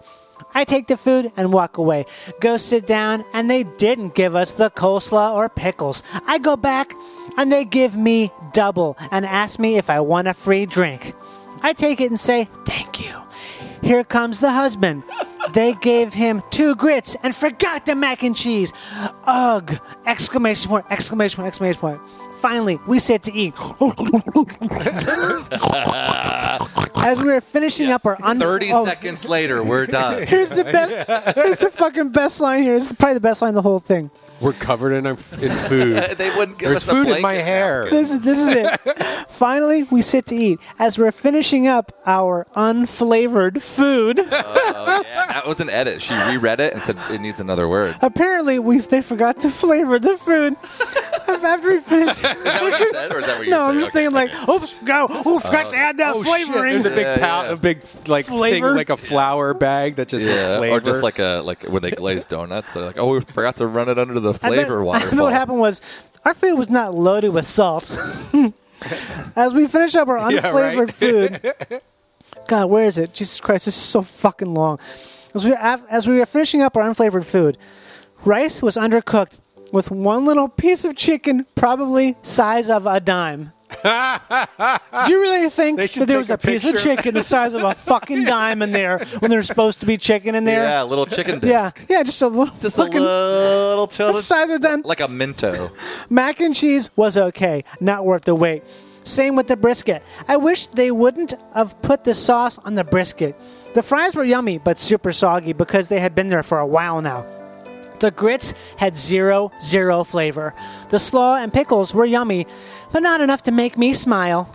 [SPEAKER 3] I take the food and walk away. Go sit down, and they didn't give us the coleslaw or pickles. I go back and they give me double and ask me if I want a free drink. I take it and say, Thank you. Here comes the husband. They gave him two grits and forgot the mac and cheese. Ugh! Exclamation point, exclamation point, exclamation point. Finally, we sit to eat. As we were finishing up our un-
[SPEAKER 6] Thirty
[SPEAKER 3] oh,
[SPEAKER 6] seconds later, we're done.
[SPEAKER 3] Here's the best. Here's the fucking best line here. This is probably the best line in the whole thing.
[SPEAKER 2] We're covered in, our, in food.
[SPEAKER 6] They wouldn't give
[SPEAKER 2] There's
[SPEAKER 6] us a
[SPEAKER 2] food in my
[SPEAKER 6] blanket
[SPEAKER 2] hair.
[SPEAKER 3] This is this is it. Finally, we sit to eat. As we're finishing up our unflavored food,
[SPEAKER 6] Oh, yeah, that was an edit. She reread it and said it needs another word.
[SPEAKER 3] apparently we they forgot to flavor the food. After we finish,
[SPEAKER 6] Or is that what you
[SPEAKER 3] no, I'm just thinking like, oops, go, ooh, forgot
[SPEAKER 2] Oh.
[SPEAKER 3] to add that
[SPEAKER 2] Oh, shit,
[SPEAKER 3] flavoring.
[SPEAKER 2] There's a big pal- a big like
[SPEAKER 3] Flavor?
[SPEAKER 2] thing, like a flour bag that just has
[SPEAKER 6] Yeah,
[SPEAKER 2] flavor.
[SPEAKER 6] or just like a like when they glaze donuts, they're like, oh, we forgot to run it under the
[SPEAKER 3] I bet-
[SPEAKER 6] flavor
[SPEAKER 3] I bet
[SPEAKER 6] waterfall.
[SPEAKER 3] what happened was our food was not loaded with salt. As we finish up our
[SPEAKER 6] Yeah,
[SPEAKER 3] unflavored
[SPEAKER 6] right.
[SPEAKER 3] food, God, where is it? Jesus Christ, this is so fucking long. As we af- as we were finishing up our unflavored food, rice was undercooked with one little piece of chicken, probably size of a dime. Do you really think
[SPEAKER 2] They
[SPEAKER 3] that
[SPEAKER 2] should
[SPEAKER 3] there
[SPEAKER 2] take
[SPEAKER 3] was
[SPEAKER 2] a
[SPEAKER 3] a, piece of
[SPEAKER 2] picture.
[SPEAKER 3] chicken the size of a fucking dime in there when there's supposed to be chicken in there?
[SPEAKER 6] Yeah, a little chicken disc.
[SPEAKER 3] Yeah, yeah, just a little
[SPEAKER 6] Just
[SPEAKER 3] fucking
[SPEAKER 6] a little
[SPEAKER 3] the size of a dime.
[SPEAKER 6] Like a Minto.
[SPEAKER 3] Mac and cheese was okay, not worth the wait. Same with the brisket. I wish they wouldn't have put the sauce on the brisket. The fries were yummy, but super soggy because they had been there for a while now. The grits had zero, zero flavor. The slaw and pickles were yummy, but not enough to make me smile.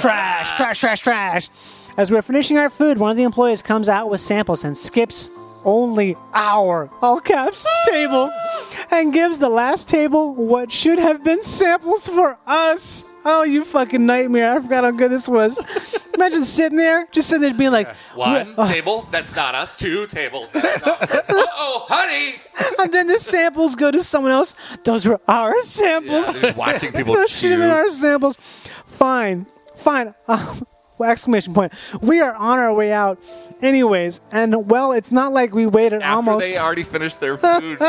[SPEAKER 3] trash, trash, trash, trash. As we're finishing our food, one of the employees comes out with samples and skips only our all caps table and gives the last table what should have been samples for us. Oh, you fucking nightmare. I forgot how good this was. Imagine sitting there, just sitting there being like,
[SPEAKER 12] One
[SPEAKER 3] "Oh,
[SPEAKER 12] table, that's not us. Two tables, that's not us. Uh-oh, honey!
[SPEAKER 3] and then the samples go to someone else. Those were our samples.
[SPEAKER 12] Yeah, dude, watching people
[SPEAKER 3] Those should have been
[SPEAKER 12] chew.
[SPEAKER 3] our samples. Fine, fine. Um, well, exclamation point. We are on our way out, anyways. And well, it's not like we waited
[SPEAKER 6] After
[SPEAKER 3] almost.
[SPEAKER 6] they uh, already finished their food,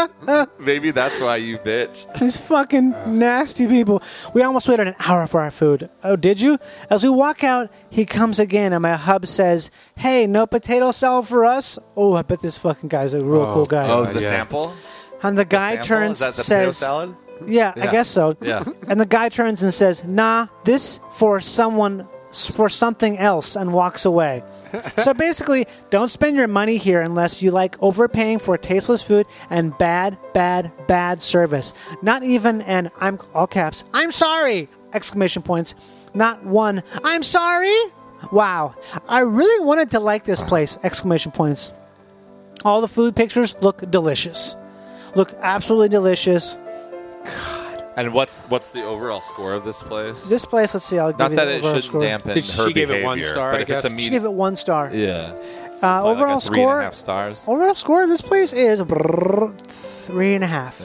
[SPEAKER 6] maybe that's why you bitch.
[SPEAKER 3] These fucking nasty people. We almost waited an hour for our food. Oh, did you? As we walk out, he comes again, and my hub says, "Hey, no potato salad for us." Oh, I bet this fucking guy's a real cool guy.
[SPEAKER 6] Oh, the sample.
[SPEAKER 3] And the guy
[SPEAKER 6] Sample?
[SPEAKER 3] turns
[SPEAKER 6] Is that the potato
[SPEAKER 3] says,
[SPEAKER 6] salad?
[SPEAKER 3] Yeah, I
[SPEAKER 6] Yeah.
[SPEAKER 3] guess so.
[SPEAKER 6] Yeah.
[SPEAKER 3] And the guy turns and says, "Nah, this for someone s- for something else and walks away. so basically, don't spend your money here unless you like overpaying for tasteless food and bad, bad, bad service. Not even an I'm all caps, I'm sorry! Exclamation points. Not one, I'm sorry! Wow, I really wanted to like this place! Exclamation points. All the food pictures look delicious. Look absolutely delicious.
[SPEAKER 6] And what's what's the overall score of this place?
[SPEAKER 3] This place, let's see, I'll give
[SPEAKER 6] Not
[SPEAKER 3] you
[SPEAKER 6] that
[SPEAKER 3] the
[SPEAKER 6] it
[SPEAKER 3] overall
[SPEAKER 6] shouldn't
[SPEAKER 3] score.
[SPEAKER 6] dampen
[SPEAKER 2] Did
[SPEAKER 6] her
[SPEAKER 2] she give it one
[SPEAKER 6] behavior,
[SPEAKER 2] star,
[SPEAKER 6] But
[SPEAKER 2] I
[SPEAKER 6] if it's a
[SPEAKER 2] guess?
[SPEAKER 3] She
[SPEAKER 6] mean,
[SPEAKER 3] gave it one star.
[SPEAKER 6] yeah,
[SPEAKER 3] Uh,
[SPEAKER 6] Like a
[SPEAKER 3] overall
[SPEAKER 6] three and
[SPEAKER 3] score.
[SPEAKER 6] a half stars.
[SPEAKER 3] Overall score of this place is brrr, three and a half.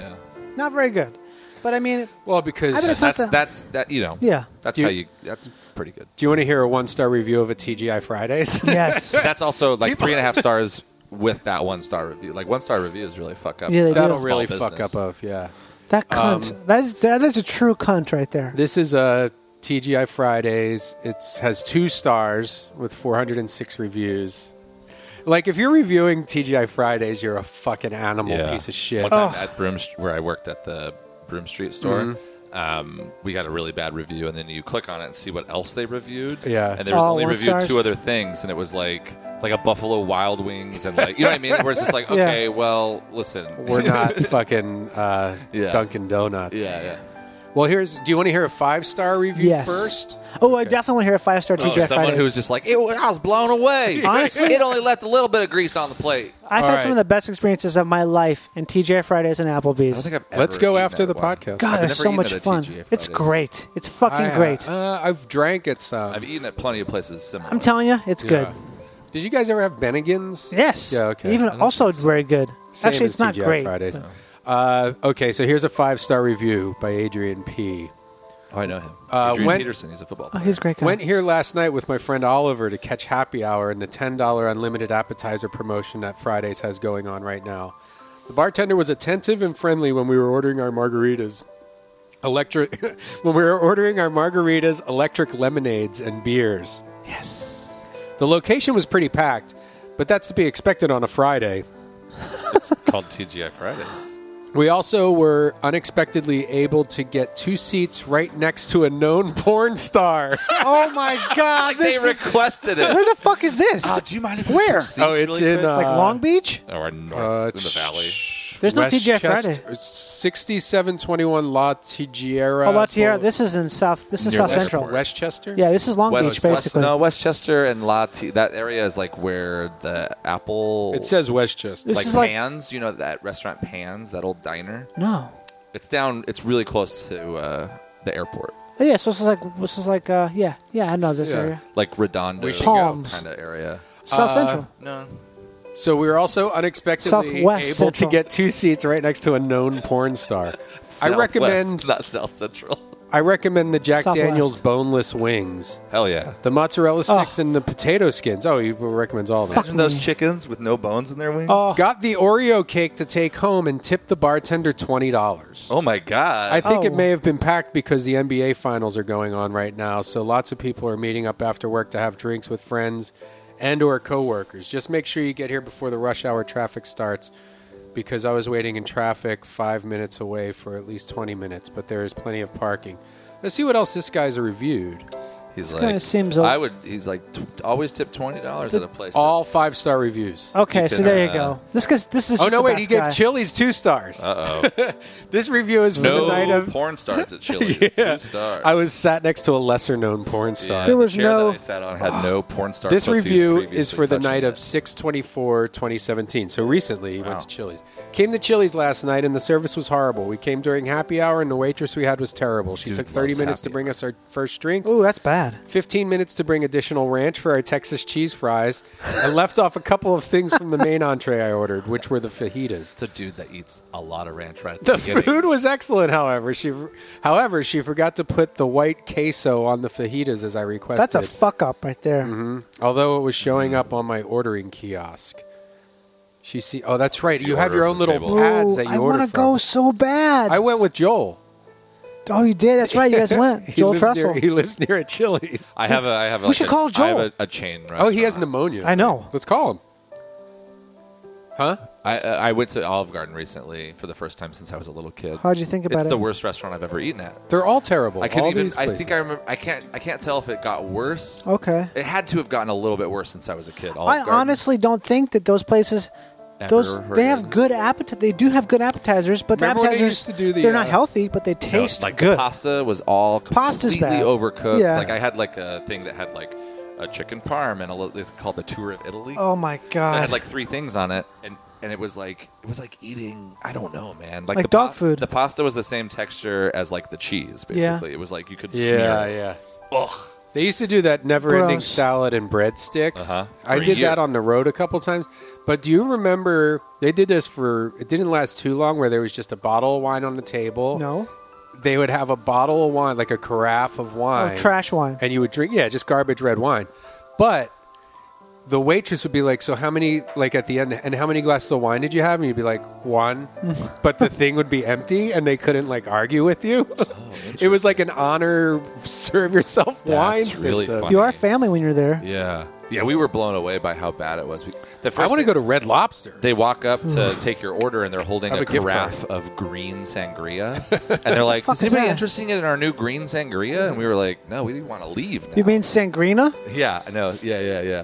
[SPEAKER 3] Not very good, but I mean,
[SPEAKER 2] well, because
[SPEAKER 3] I would've thought
[SPEAKER 6] that's that's that you know.
[SPEAKER 3] Yeah.
[SPEAKER 6] that's
[SPEAKER 2] Do you-
[SPEAKER 6] how you. That's pretty good.
[SPEAKER 2] Do you want to hear a one star review of a TGI Fridays?
[SPEAKER 6] that's also like three and a half stars with that one star review. Like one star reviews really fuck up.
[SPEAKER 3] Yeah, they do.
[SPEAKER 2] That'll
[SPEAKER 6] small
[SPEAKER 2] really
[SPEAKER 6] business.
[SPEAKER 2] fuck up of yeah.
[SPEAKER 3] that cunt.
[SPEAKER 2] Um,
[SPEAKER 3] that's that is a true cunt right there.
[SPEAKER 2] This is uh, a TGI Fridays. It has two stars with 406 reviews. Like if you're reviewing TGI Fridays, you're a fucking animal
[SPEAKER 6] Yeah.
[SPEAKER 2] piece of shit.
[SPEAKER 6] One time at Broom, where I worked at the Broom Street store,
[SPEAKER 2] Mhm.
[SPEAKER 6] um, we got a really bad review, and then you click on it and see what else they reviewed.
[SPEAKER 2] Yeah.
[SPEAKER 6] and they was
[SPEAKER 3] Oh,
[SPEAKER 2] All
[SPEAKER 6] only
[SPEAKER 2] one
[SPEAKER 6] reviewed
[SPEAKER 2] stars?
[SPEAKER 6] two other things, and it was like like a Buffalo Wild Wings, and like you know what I mean. Where it's just like,
[SPEAKER 2] Yeah.
[SPEAKER 6] okay, well, listen,
[SPEAKER 2] We're not fucking uh,
[SPEAKER 6] Yeah.
[SPEAKER 2] Dunkin' Donuts.
[SPEAKER 6] Yeah, yeah.
[SPEAKER 2] Well, here's. Do you want to hear a five star review
[SPEAKER 3] Yes.
[SPEAKER 2] first?
[SPEAKER 3] Oh, I definitely want to hear a five star
[SPEAKER 6] Oh,
[SPEAKER 3] TGI
[SPEAKER 6] someone
[SPEAKER 3] Fridays.
[SPEAKER 6] who's just like, it, I was blown away.
[SPEAKER 3] Honestly-
[SPEAKER 6] it only left a little bit of grease on the plate.
[SPEAKER 3] I've had some of the best experiences of my life in TGI Fridays and Applebee's.
[SPEAKER 6] I don't think I've ever
[SPEAKER 2] Let's go
[SPEAKER 6] eaten
[SPEAKER 2] after
[SPEAKER 6] at
[SPEAKER 2] the
[SPEAKER 6] one.
[SPEAKER 2] podcast.
[SPEAKER 3] God,
[SPEAKER 6] I've
[SPEAKER 3] there's
[SPEAKER 6] never
[SPEAKER 3] so
[SPEAKER 6] eaten
[SPEAKER 3] much
[SPEAKER 6] at a
[SPEAKER 3] fun.
[SPEAKER 6] TGI
[SPEAKER 3] It's
[SPEAKER 6] Fridays.
[SPEAKER 3] great. It's fucking
[SPEAKER 2] I-
[SPEAKER 3] great.
[SPEAKER 2] Uh, I've drank at some.
[SPEAKER 6] I've eaten at plenty of places similar.
[SPEAKER 3] I'm telling you, it's good.
[SPEAKER 2] Did you guys ever have Bennigan's?
[SPEAKER 3] Yes.
[SPEAKER 2] Yeah. Okay.
[SPEAKER 3] Even also very good.
[SPEAKER 2] Same
[SPEAKER 3] Actually,
[SPEAKER 2] as
[SPEAKER 3] it's not
[SPEAKER 2] TGI
[SPEAKER 3] great.
[SPEAKER 2] Fridays. Uh, okay, so here's a five star review by Adrian P.
[SPEAKER 6] Oh, I know him.
[SPEAKER 2] Uh,
[SPEAKER 6] Adrian
[SPEAKER 2] went-
[SPEAKER 6] Peterson, he's a football
[SPEAKER 3] Oh,
[SPEAKER 6] player.
[SPEAKER 3] he's a great guy.
[SPEAKER 2] Went here last night with my friend Oliver to catch happy hour and the $10 unlimited appetizer promotion that Fridays has going on right now. The bartender was attentive and friendly when we were ordering our margaritas. Electric when we were ordering our margaritas, electric lemonades and beers. Yes. The location was pretty packed, but that's to be expected on a Friday.
[SPEAKER 6] called TGI Fridays.
[SPEAKER 2] We also were unexpectedly able to get two seats right next to a known porn star.
[SPEAKER 3] Oh my god!
[SPEAKER 6] They
[SPEAKER 3] this is-
[SPEAKER 6] requested it.
[SPEAKER 3] Where the fuck is this?
[SPEAKER 2] Ah,
[SPEAKER 6] Uh, do you mind if we
[SPEAKER 3] Where?
[SPEAKER 6] switch seats Oh, it's really in, quick? uh,
[SPEAKER 3] like Long Beach.
[SPEAKER 6] Or north
[SPEAKER 2] Uh,
[SPEAKER 6] in the valley.
[SPEAKER 3] There's no TGI Friday.
[SPEAKER 2] Sixty-seven twenty-one La Tigiera.
[SPEAKER 3] Oh, La Tierra. This is in South. This is South Central.
[SPEAKER 2] Westchester.
[SPEAKER 3] Yeah, this is Long Beach, basically.
[SPEAKER 6] no, Westchester and La T. That area is like where the Apple.
[SPEAKER 2] It says Westchester.
[SPEAKER 3] This
[SPEAKER 6] like
[SPEAKER 3] is like-
[SPEAKER 6] Pans, you know that restaurant Pans, that old diner.
[SPEAKER 3] No.
[SPEAKER 6] It's down. It's really close to uh, the airport.
[SPEAKER 3] Oh, yeah, so this is like this is like uh, yeah, yeah. I know this area.
[SPEAKER 6] Like Redondo
[SPEAKER 3] We should
[SPEAKER 6] kind
[SPEAKER 3] Palms.
[SPEAKER 6] of area.
[SPEAKER 2] Uh,
[SPEAKER 3] South Central.
[SPEAKER 6] No.
[SPEAKER 2] So we were also unexpectedly
[SPEAKER 3] Southwest
[SPEAKER 2] able
[SPEAKER 3] Central.
[SPEAKER 2] to get two seats right next to a known porn star. I
[SPEAKER 6] Southwest,
[SPEAKER 2] recommend.
[SPEAKER 6] not South Central.
[SPEAKER 2] I recommend the Jack
[SPEAKER 6] Southwest.
[SPEAKER 2] Daniel's boneless wings.
[SPEAKER 6] Hell yeah!
[SPEAKER 2] The mozzarella sticks and the potato skins. Oh, he recommends all of them.
[SPEAKER 6] Imagine those chickens with no bones in their wings.
[SPEAKER 3] Oh.
[SPEAKER 2] Got the Oreo cake to take home and tipped the bartender twenty dollars.
[SPEAKER 6] Oh my god!
[SPEAKER 2] I think it may have been packed because the NBA finals are going on right now, so lots of people are meeting up after work to have drinks with friends and or coworkers. Just make sure you get here before the rush hour traffic starts because I was waiting in traffic 5 minutes away for at least 20 minutes, but there is plenty of parking. Let's see what else this guy's reviewed.
[SPEAKER 6] He's
[SPEAKER 3] kinda
[SPEAKER 6] like,
[SPEAKER 3] seems a-
[SPEAKER 6] I would. He's like, t- always tip twenty dollars at a place.
[SPEAKER 2] All five-star reviews.
[SPEAKER 3] Okay,
[SPEAKER 6] You
[SPEAKER 3] so
[SPEAKER 6] can,
[SPEAKER 3] there you
[SPEAKER 6] uh,
[SPEAKER 3] go. This is this is.
[SPEAKER 2] oh
[SPEAKER 3] Oh, just
[SPEAKER 2] no
[SPEAKER 3] the
[SPEAKER 2] wait,
[SPEAKER 3] best
[SPEAKER 2] he gave
[SPEAKER 3] guy.
[SPEAKER 2] Chili's 2 stars.
[SPEAKER 6] Uh oh.
[SPEAKER 2] This review is for
[SPEAKER 6] no
[SPEAKER 2] the night of
[SPEAKER 6] porn stars at Chili's. Two stars.
[SPEAKER 2] I was sat next to a lesser known porn star.
[SPEAKER 6] Yeah, the chair that I sat on had no porn star.
[SPEAKER 2] This
[SPEAKER 6] pussies
[SPEAKER 2] review is
[SPEAKER 6] previously
[SPEAKER 2] for the
[SPEAKER 6] touching
[SPEAKER 2] night
[SPEAKER 6] it.
[SPEAKER 2] of 624 2017. So recently, he
[SPEAKER 6] Wow.
[SPEAKER 2] went to Chili's. Came to Chili's last night, and the service was horrible. We came during happy hour, and the waitress we had was terrible. She
[SPEAKER 3] Dude
[SPEAKER 2] took 30
[SPEAKER 3] loves
[SPEAKER 2] minutes to
[SPEAKER 3] happy
[SPEAKER 2] bring us our first drinks.
[SPEAKER 3] Ooh, that's bad.
[SPEAKER 2] 15 minutes to bring additional ranch for our Texas cheese fries, and left off a couple of things from the main entree I ordered, which were the fajitas.
[SPEAKER 6] It's a dude that eats a lot of ranch right at the,
[SPEAKER 2] The
[SPEAKER 6] beginning.
[SPEAKER 2] food was excellent, however. She, however, she forgot to put the white queso on the fajitas as I requested.
[SPEAKER 3] That's a fuck up right there.
[SPEAKER 2] hmm Although it was showing up on my ordering kiosk. She see. Oh, that's right. You, have
[SPEAKER 6] order
[SPEAKER 2] your
[SPEAKER 6] from
[SPEAKER 2] own little
[SPEAKER 6] table.
[SPEAKER 2] pads
[SPEAKER 3] Ooh,
[SPEAKER 2] that you
[SPEAKER 3] I
[SPEAKER 2] order
[SPEAKER 3] wanna
[SPEAKER 2] from.
[SPEAKER 3] go so bad.
[SPEAKER 2] I went with Joel.
[SPEAKER 3] oh, you did. That's right. You guys went.
[SPEAKER 2] He
[SPEAKER 3] Joel
[SPEAKER 2] lives near-
[SPEAKER 3] Trussell.
[SPEAKER 2] he lives near a Chili's.
[SPEAKER 6] I have a. I have.
[SPEAKER 3] We
[SPEAKER 6] like
[SPEAKER 3] should
[SPEAKER 6] a-
[SPEAKER 3] call
[SPEAKER 6] I
[SPEAKER 3] Joel.
[SPEAKER 6] have a, a chain.
[SPEAKER 2] Oh, he
[SPEAKER 6] restaurant.
[SPEAKER 2] has pneumonia.
[SPEAKER 3] I know.
[SPEAKER 2] Let's call him. Huh?
[SPEAKER 1] I, uh, I went to Olive Garden recently for the first time since I was a little kid.
[SPEAKER 3] How'd you think about
[SPEAKER 1] It's
[SPEAKER 3] it?
[SPEAKER 1] the worst restaurant I've ever eaten at.
[SPEAKER 2] They're all terrible.
[SPEAKER 1] I couldn't
[SPEAKER 2] all
[SPEAKER 1] even.
[SPEAKER 2] these
[SPEAKER 1] I
[SPEAKER 2] places.
[SPEAKER 1] think I remember. I can't. I can't tell if it got worse.
[SPEAKER 3] Okay.
[SPEAKER 1] It had to have gotten a little bit worse since I was a kid. Olive
[SPEAKER 3] I
[SPEAKER 1] Garden.
[SPEAKER 3] honestly don't think that those places.
[SPEAKER 1] Ever
[SPEAKER 3] Those
[SPEAKER 1] heard
[SPEAKER 3] they
[SPEAKER 1] of-
[SPEAKER 3] have good appetite. They do have good appetizers, but
[SPEAKER 1] Remember
[SPEAKER 3] the
[SPEAKER 1] when they
[SPEAKER 3] appetizers
[SPEAKER 1] used to do the,
[SPEAKER 3] they're not
[SPEAKER 1] uh,
[SPEAKER 3] healthy, but they
[SPEAKER 1] No,
[SPEAKER 3] taste
[SPEAKER 1] like
[SPEAKER 3] good.
[SPEAKER 1] The pasta was all
[SPEAKER 3] Pasta's
[SPEAKER 1] completely
[SPEAKER 3] bad.
[SPEAKER 1] overcooked.
[SPEAKER 3] Yeah.
[SPEAKER 1] Like I had like a thing that had like a chicken parm and a little, it's called the tour of Italy.
[SPEAKER 3] Oh my
[SPEAKER 1] So it
[SPEAKER 3] God.
[SPEAKER 1] had like three things on it, and and it was like it was like eating. I don't know, man.
[SPEAKER 3] Like
[SPEAKER 1] the
[SPEAKER 3] dog food.
[SPEAKER 1] The pasta was the same texture as like the cheese.
[SPEAKER 3] Yeah.
[SPEAKER 1] Basically, it was like you could
[SPEAKER 2] Yeah,
[SPEAKER 1] smear. it.
[SPEAKER 2] yeah.
[SPEAKER 1] Ugh.
[SPEAKER 2] They used to do that never-ending
[SPEAKER 1] Gross.
[SPEAKER 2] salad and breadsticks.
[SPEAKER 1] Uh-huh.
[SPEAKER 2] I
[SPEAKER 1] For a
[SPEAKER 2] did
[SPEAKER 1] year.
[SPEAKER 2] that on the road a couple times. But do you remember they did this for? It didn't last too long. Where there was just a bottle of wine on the table.
[SPEAKER 3] No.
[SPEAKER 2] They would have a bottle of wine, like a carafe of wine,
[SPEAKER 3] Oh, trash wine.
[SPEAKER 2] and you would drink. Yeah, just garbage red wine. But the waitress would be like, "So how many? Like at the end, and how many glasses of wine did you have?" And you'd be like, "One." but the thing would be empty, and they couldn't like argue with you.
[SPEAKER 1] Oh,
[SPEAKER 2] it was like an honor serve yourself wine
[SPEAKER 1] That's really
[SPEAKER 2] system.
[SPEAKER 1] funny.
[SPEAKER 3] You are family when you're there.
[SPEAKER 1] Yeah. Yeah, we were blown away by how bad it was. We, the first
[SPEAKER 2] I want to
[SPEAKER 1] thing-
[SPEAKER 2] go to Red Lobster.
[SPEAKER 1] They walk up to take your order and they're holding
[SPEAKER 2] Have
[SPEAKER 1] a,
[SPEAKER 2] a gift
[SPEAKER 1] carafe of green sangria. and they're like,
[SPEAKER 3] fuck
[SPEAKER 1] Is
[SPEAKER 3] is
[SPEAKER 1] anybody
[SPEAKER 3] that?"
[SPEAKER 1] interested in our new green sangria? And we were like, No, we want to leave. Now.
[SPEAKER 3] You mean Sangrina?
[SPEAKER 1] Yeah, I know. Yeah, yeah, yeah.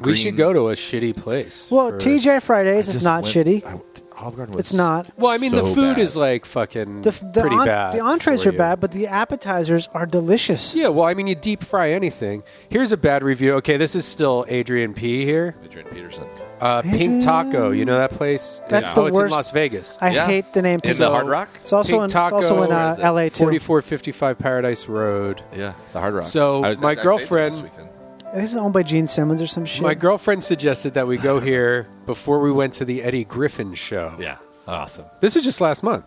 [SPEAKER 2] We should go to a shitty place.
[SPEAKER 3] Well,
[SPEAKER 2] for-
[SPEAKER 3] TJ Fridays
[SPEAKER 2] I
[SPEAKER 3] is
[SPEAKER 2] just
[SPEAKER 3] not
[SPEAKER 2] went-
[SPEAKER 3] shitty.
[SPEAKER 1] Olive Garden
[SPEAKER 3] was It's not.
[SPEAKER 2] Well, I mean, the
[SPEAKER 1] so
[SPEAKER 2] food
[SPEAKER 1] bad.
[SPEAKER 2] is like fucking
[SPEAKER 3] the f- the,
[SPEAKER 2] pretty
[SPEAKER 3] en-
[SPEAKER 2] bad.
[SPEAKER 3] the entrees
[SPEAKER 2] for
[SPEAKER 3] are
[SPEAKER 2] you.
[SPEAKER 3] bad, but the appetizers are delicious.
[SPEAKER 2] Yeah, well, I mean, you deep fry anything. Here's a bad review. Okay, this is still Adrian P. here.
[SPEAKER 1] Adrian Peterson.
[SPEAKER 2] Uh, Pink Taco. You know that place?
[SPEAKER 3] That's
[SPEAKER 2] Yeah.
[SPEAKER 3] the
[SPEAKER 2] oh, it's in
[SPEAKER 3] worst.
[SPEAKER 2] Las Vegas.
[SPEAKER 3] I hate the name.
[SPEAKER 1] In the Hard Rock?
[SPEAKER 3] It's also
[SPEAKER 2] Pink
[SPEAKER 3] in, it's
[SPEAKER 2] Taco,
[SPEAKER 3] also in uh, L.A. too.
[SPEAKER 2] 4455 Paradise Road.
[SPEAKER 1] Yeah, the Hard Rock.
[SPEAKER 2] So,
[SPEAKER 1] I was-
[SPEAKER 2] my
[SPEAKER 1] I stayed there this
[SPEAKER 2] girlfriend-
[SPEAKER 1] weekend.
[SPEAKER 3] This is owned by Gene Simmons or some shit.
[SPEAKER 2] My girlfriend suggested that we go here before we went to the Eddie Griffin show.
[SPEAKER 1] Yeah, awesome.
[SPEAKER 2] This was just last month.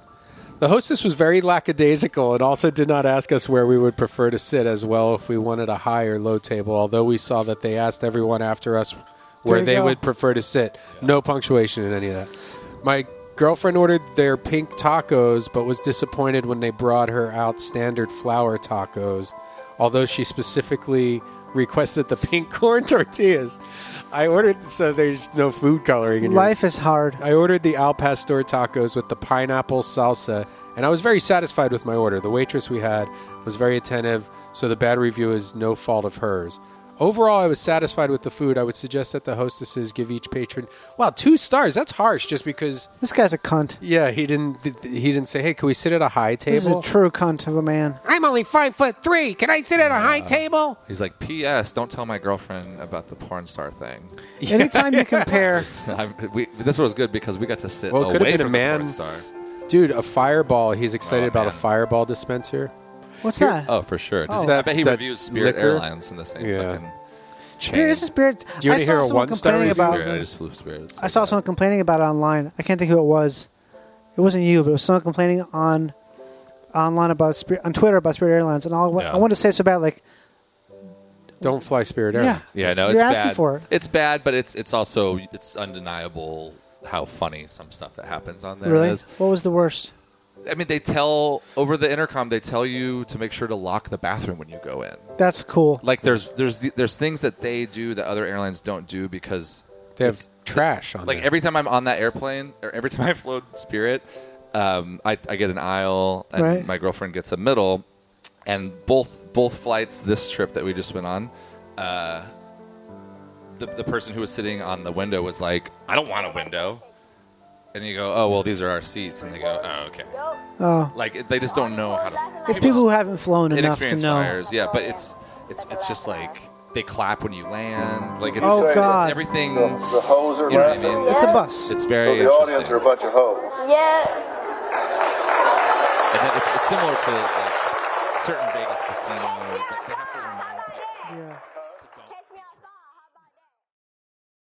[SPEAKER 2] The hostess was very lackadaisical and also did not ask us where we would prefer to sit as well if we wanted a high or low table, although we saw that they asked everyone after us where
[SPEAKER 3] There you
[SPEAKER 2] they
[SPEAKER 3] go.
[SPEAKER 2] would prefer to sit. No punctuation in any of that. My girlfriend ordered their pink tacos but was disappointed when they brought her out standard flour tacos, although she specifically requested the pink corn tortillas. I ordered so there's no food coloring in your
[SPEAKER 3] Life is hard.
[SPEAKER 2] I ordered the al pastor tacos with the pineapple salsa, and I was very satisfied with my order. The waitress we had was very attentive, so the bad review is no fault of hers. Overall, I was satisfied with the food. I would suggest that the hostesses give each patron wow two stars. That's harsh, just because
[SPEAKER 3] This guy's a cunt.
[SPEAKER 2] yeah he didn't he didn't say hey can we sit at a high table?
[SPEAKER 3] This is a true cunt of a man.
[SPEAKER 2] I'm only five foot three. Can I sit at a high table?
[SPEAKER 1] He's like, P.S. Don't tell my girlfriend about the porn star thing.
[SPEAKER 3] Anytime you compare,
[SPEAKER 1] I'm, we, this was good because we got to sit
[SPEAKER 2] Well, it could have
[SPEAKER 1] away
[SPEAKER 2] been a
[SPEAKER 1] from the
[SPEAKER 2] man.
[SPEAKER 1] porn star.
[SPEAKER 2] Dude, a fireball. He's excited
[SPEAKER 1] Oh,
[SPEAKER 2] about a
[SPEAKER 1] man.
[SPEAKER 2] fireball dispenser.
[SPEAKER 3] what's that?
[SPEAKER 1] Oh, for sure. Does-
[SPEAKER 2] Is that-
[SPEAKER 1] I bet he
[SPEAKER 2] that
[SPEAKER 1] reviews Spirit
[SPEAKER 2] liquor?
[SPEAKER 1] Airlines in the same
[SPEAKER 2] Yeah.
[SPEAKER 1] fucking
[SPEAKER 3] Spirit,
[SPEAKER 1] chain.
[SPEAKER 3] this is spirit.
[SPEAKER 2] Do you
[SPEAKER 3] I
[SPEAKER 2] wanna
[SPEAKER 3] saw
[SPEAKER 2] hear a
[SPEAKER 3] someone
[SPEAKER 2] one-star
[SPEAKER 3] complaining
[SPEAKER 2] review?
[SPEAKER 3] about.
[SPEAKER 1] Spirit, I just flew Spirit. It's
[SPEAKER 3] I
[SPEAKER 1] so
[SPEAKER 3] saw
[SPEAKER 1] bad.
[SPEAKER 3] someone complaining about it online. I can't think who it was. It wasn't you, but it was someone complaining on online about Spirit on Twitter about Spirit Airlines, and all
[SPEAKER 1] Yeah.
[SPEAKER 3] I wanted to say so bad like
[SPEAKER 2] Don't fly Spirit
[SPEAKER 3] yeah,
[SPEAKER 2] Airlines.
[SPEAKER 1] Yeah, no,
[SPEAKER 3] You're
[SPEAKER 1] it's
[SPEAKER 3] asking
[SPEAKER 1] bad.
[SPEAKER 3] for it.
[SPEAKER 1] It's bad, but it's it's also it's undeniable how funny some stuff that happens on there
[SPEAKER 3] really.
[SPEAKER 1] is.
[SPEAKER 3] What was the worst?
[SPEAKER 1] I mean, they tell over the intercom, they tell you to make sure to lock the bathroom when you go in.
[SPEAKER 3] That's cool.
[SPEAKER 1] Like there's there's the- there's things that they do that other airlines don't do because
[SPEAKER 2] They have
[SPEAKER 1] it's-
[SPEAKER 2] trash on
[SPEAKER 1] like
[SPEAKER 2] there.
[SPEAKER 1] every time I'm on that airplane or every time I float Spirit, um, I, I get an aisle and
[SPEAKER 3] Right.
[SPEAKER 1] my girlfriend gets a middle, and both both flights this trip that we just went on, uh, the the person who was sitting on the window was like, I don't want a window, and you go, oh well, these are our seats, and they go, oh okay,
[SPEAKER 3] Oh,
[SPEAKER 1] like they just don't know how to.
[SPEAKER 3] it's people who haven't flown enough to
[SPEAKER 1] Inexperienced
[SPEAKER 3] know.
[SPEAKER 1] flyers, yeah, but it's it's it's just like. They clap when you land. Like it's,
[SPEAKER 3] Oh,
[SPEAKER 1] it's-
[SPEAKER 3] God.
[SPEAKER 1] it's everything.
[SPEAKER 13] The, the hoes are
[SPEAKER 1] You know what I
[SPEAKER 13] rapping.
[SPEAKER 1] mean?
[SPEAKER 3] It's a bus.
[SPEAKER 1] It's
[SPEAKER 13] So
[SPEAKER 1] very
[SPEAKER 13] the
[SPEAKER 1] interesting.
[SPEAKER 13] audience are a bunch of hoes.
[SPEAKER 9] Yeah.
[SPEAKER 1] And then it's, it's similar to like certain Vegas casinos. Like, they have to remind people.
[SPEAKER 3] Yeah.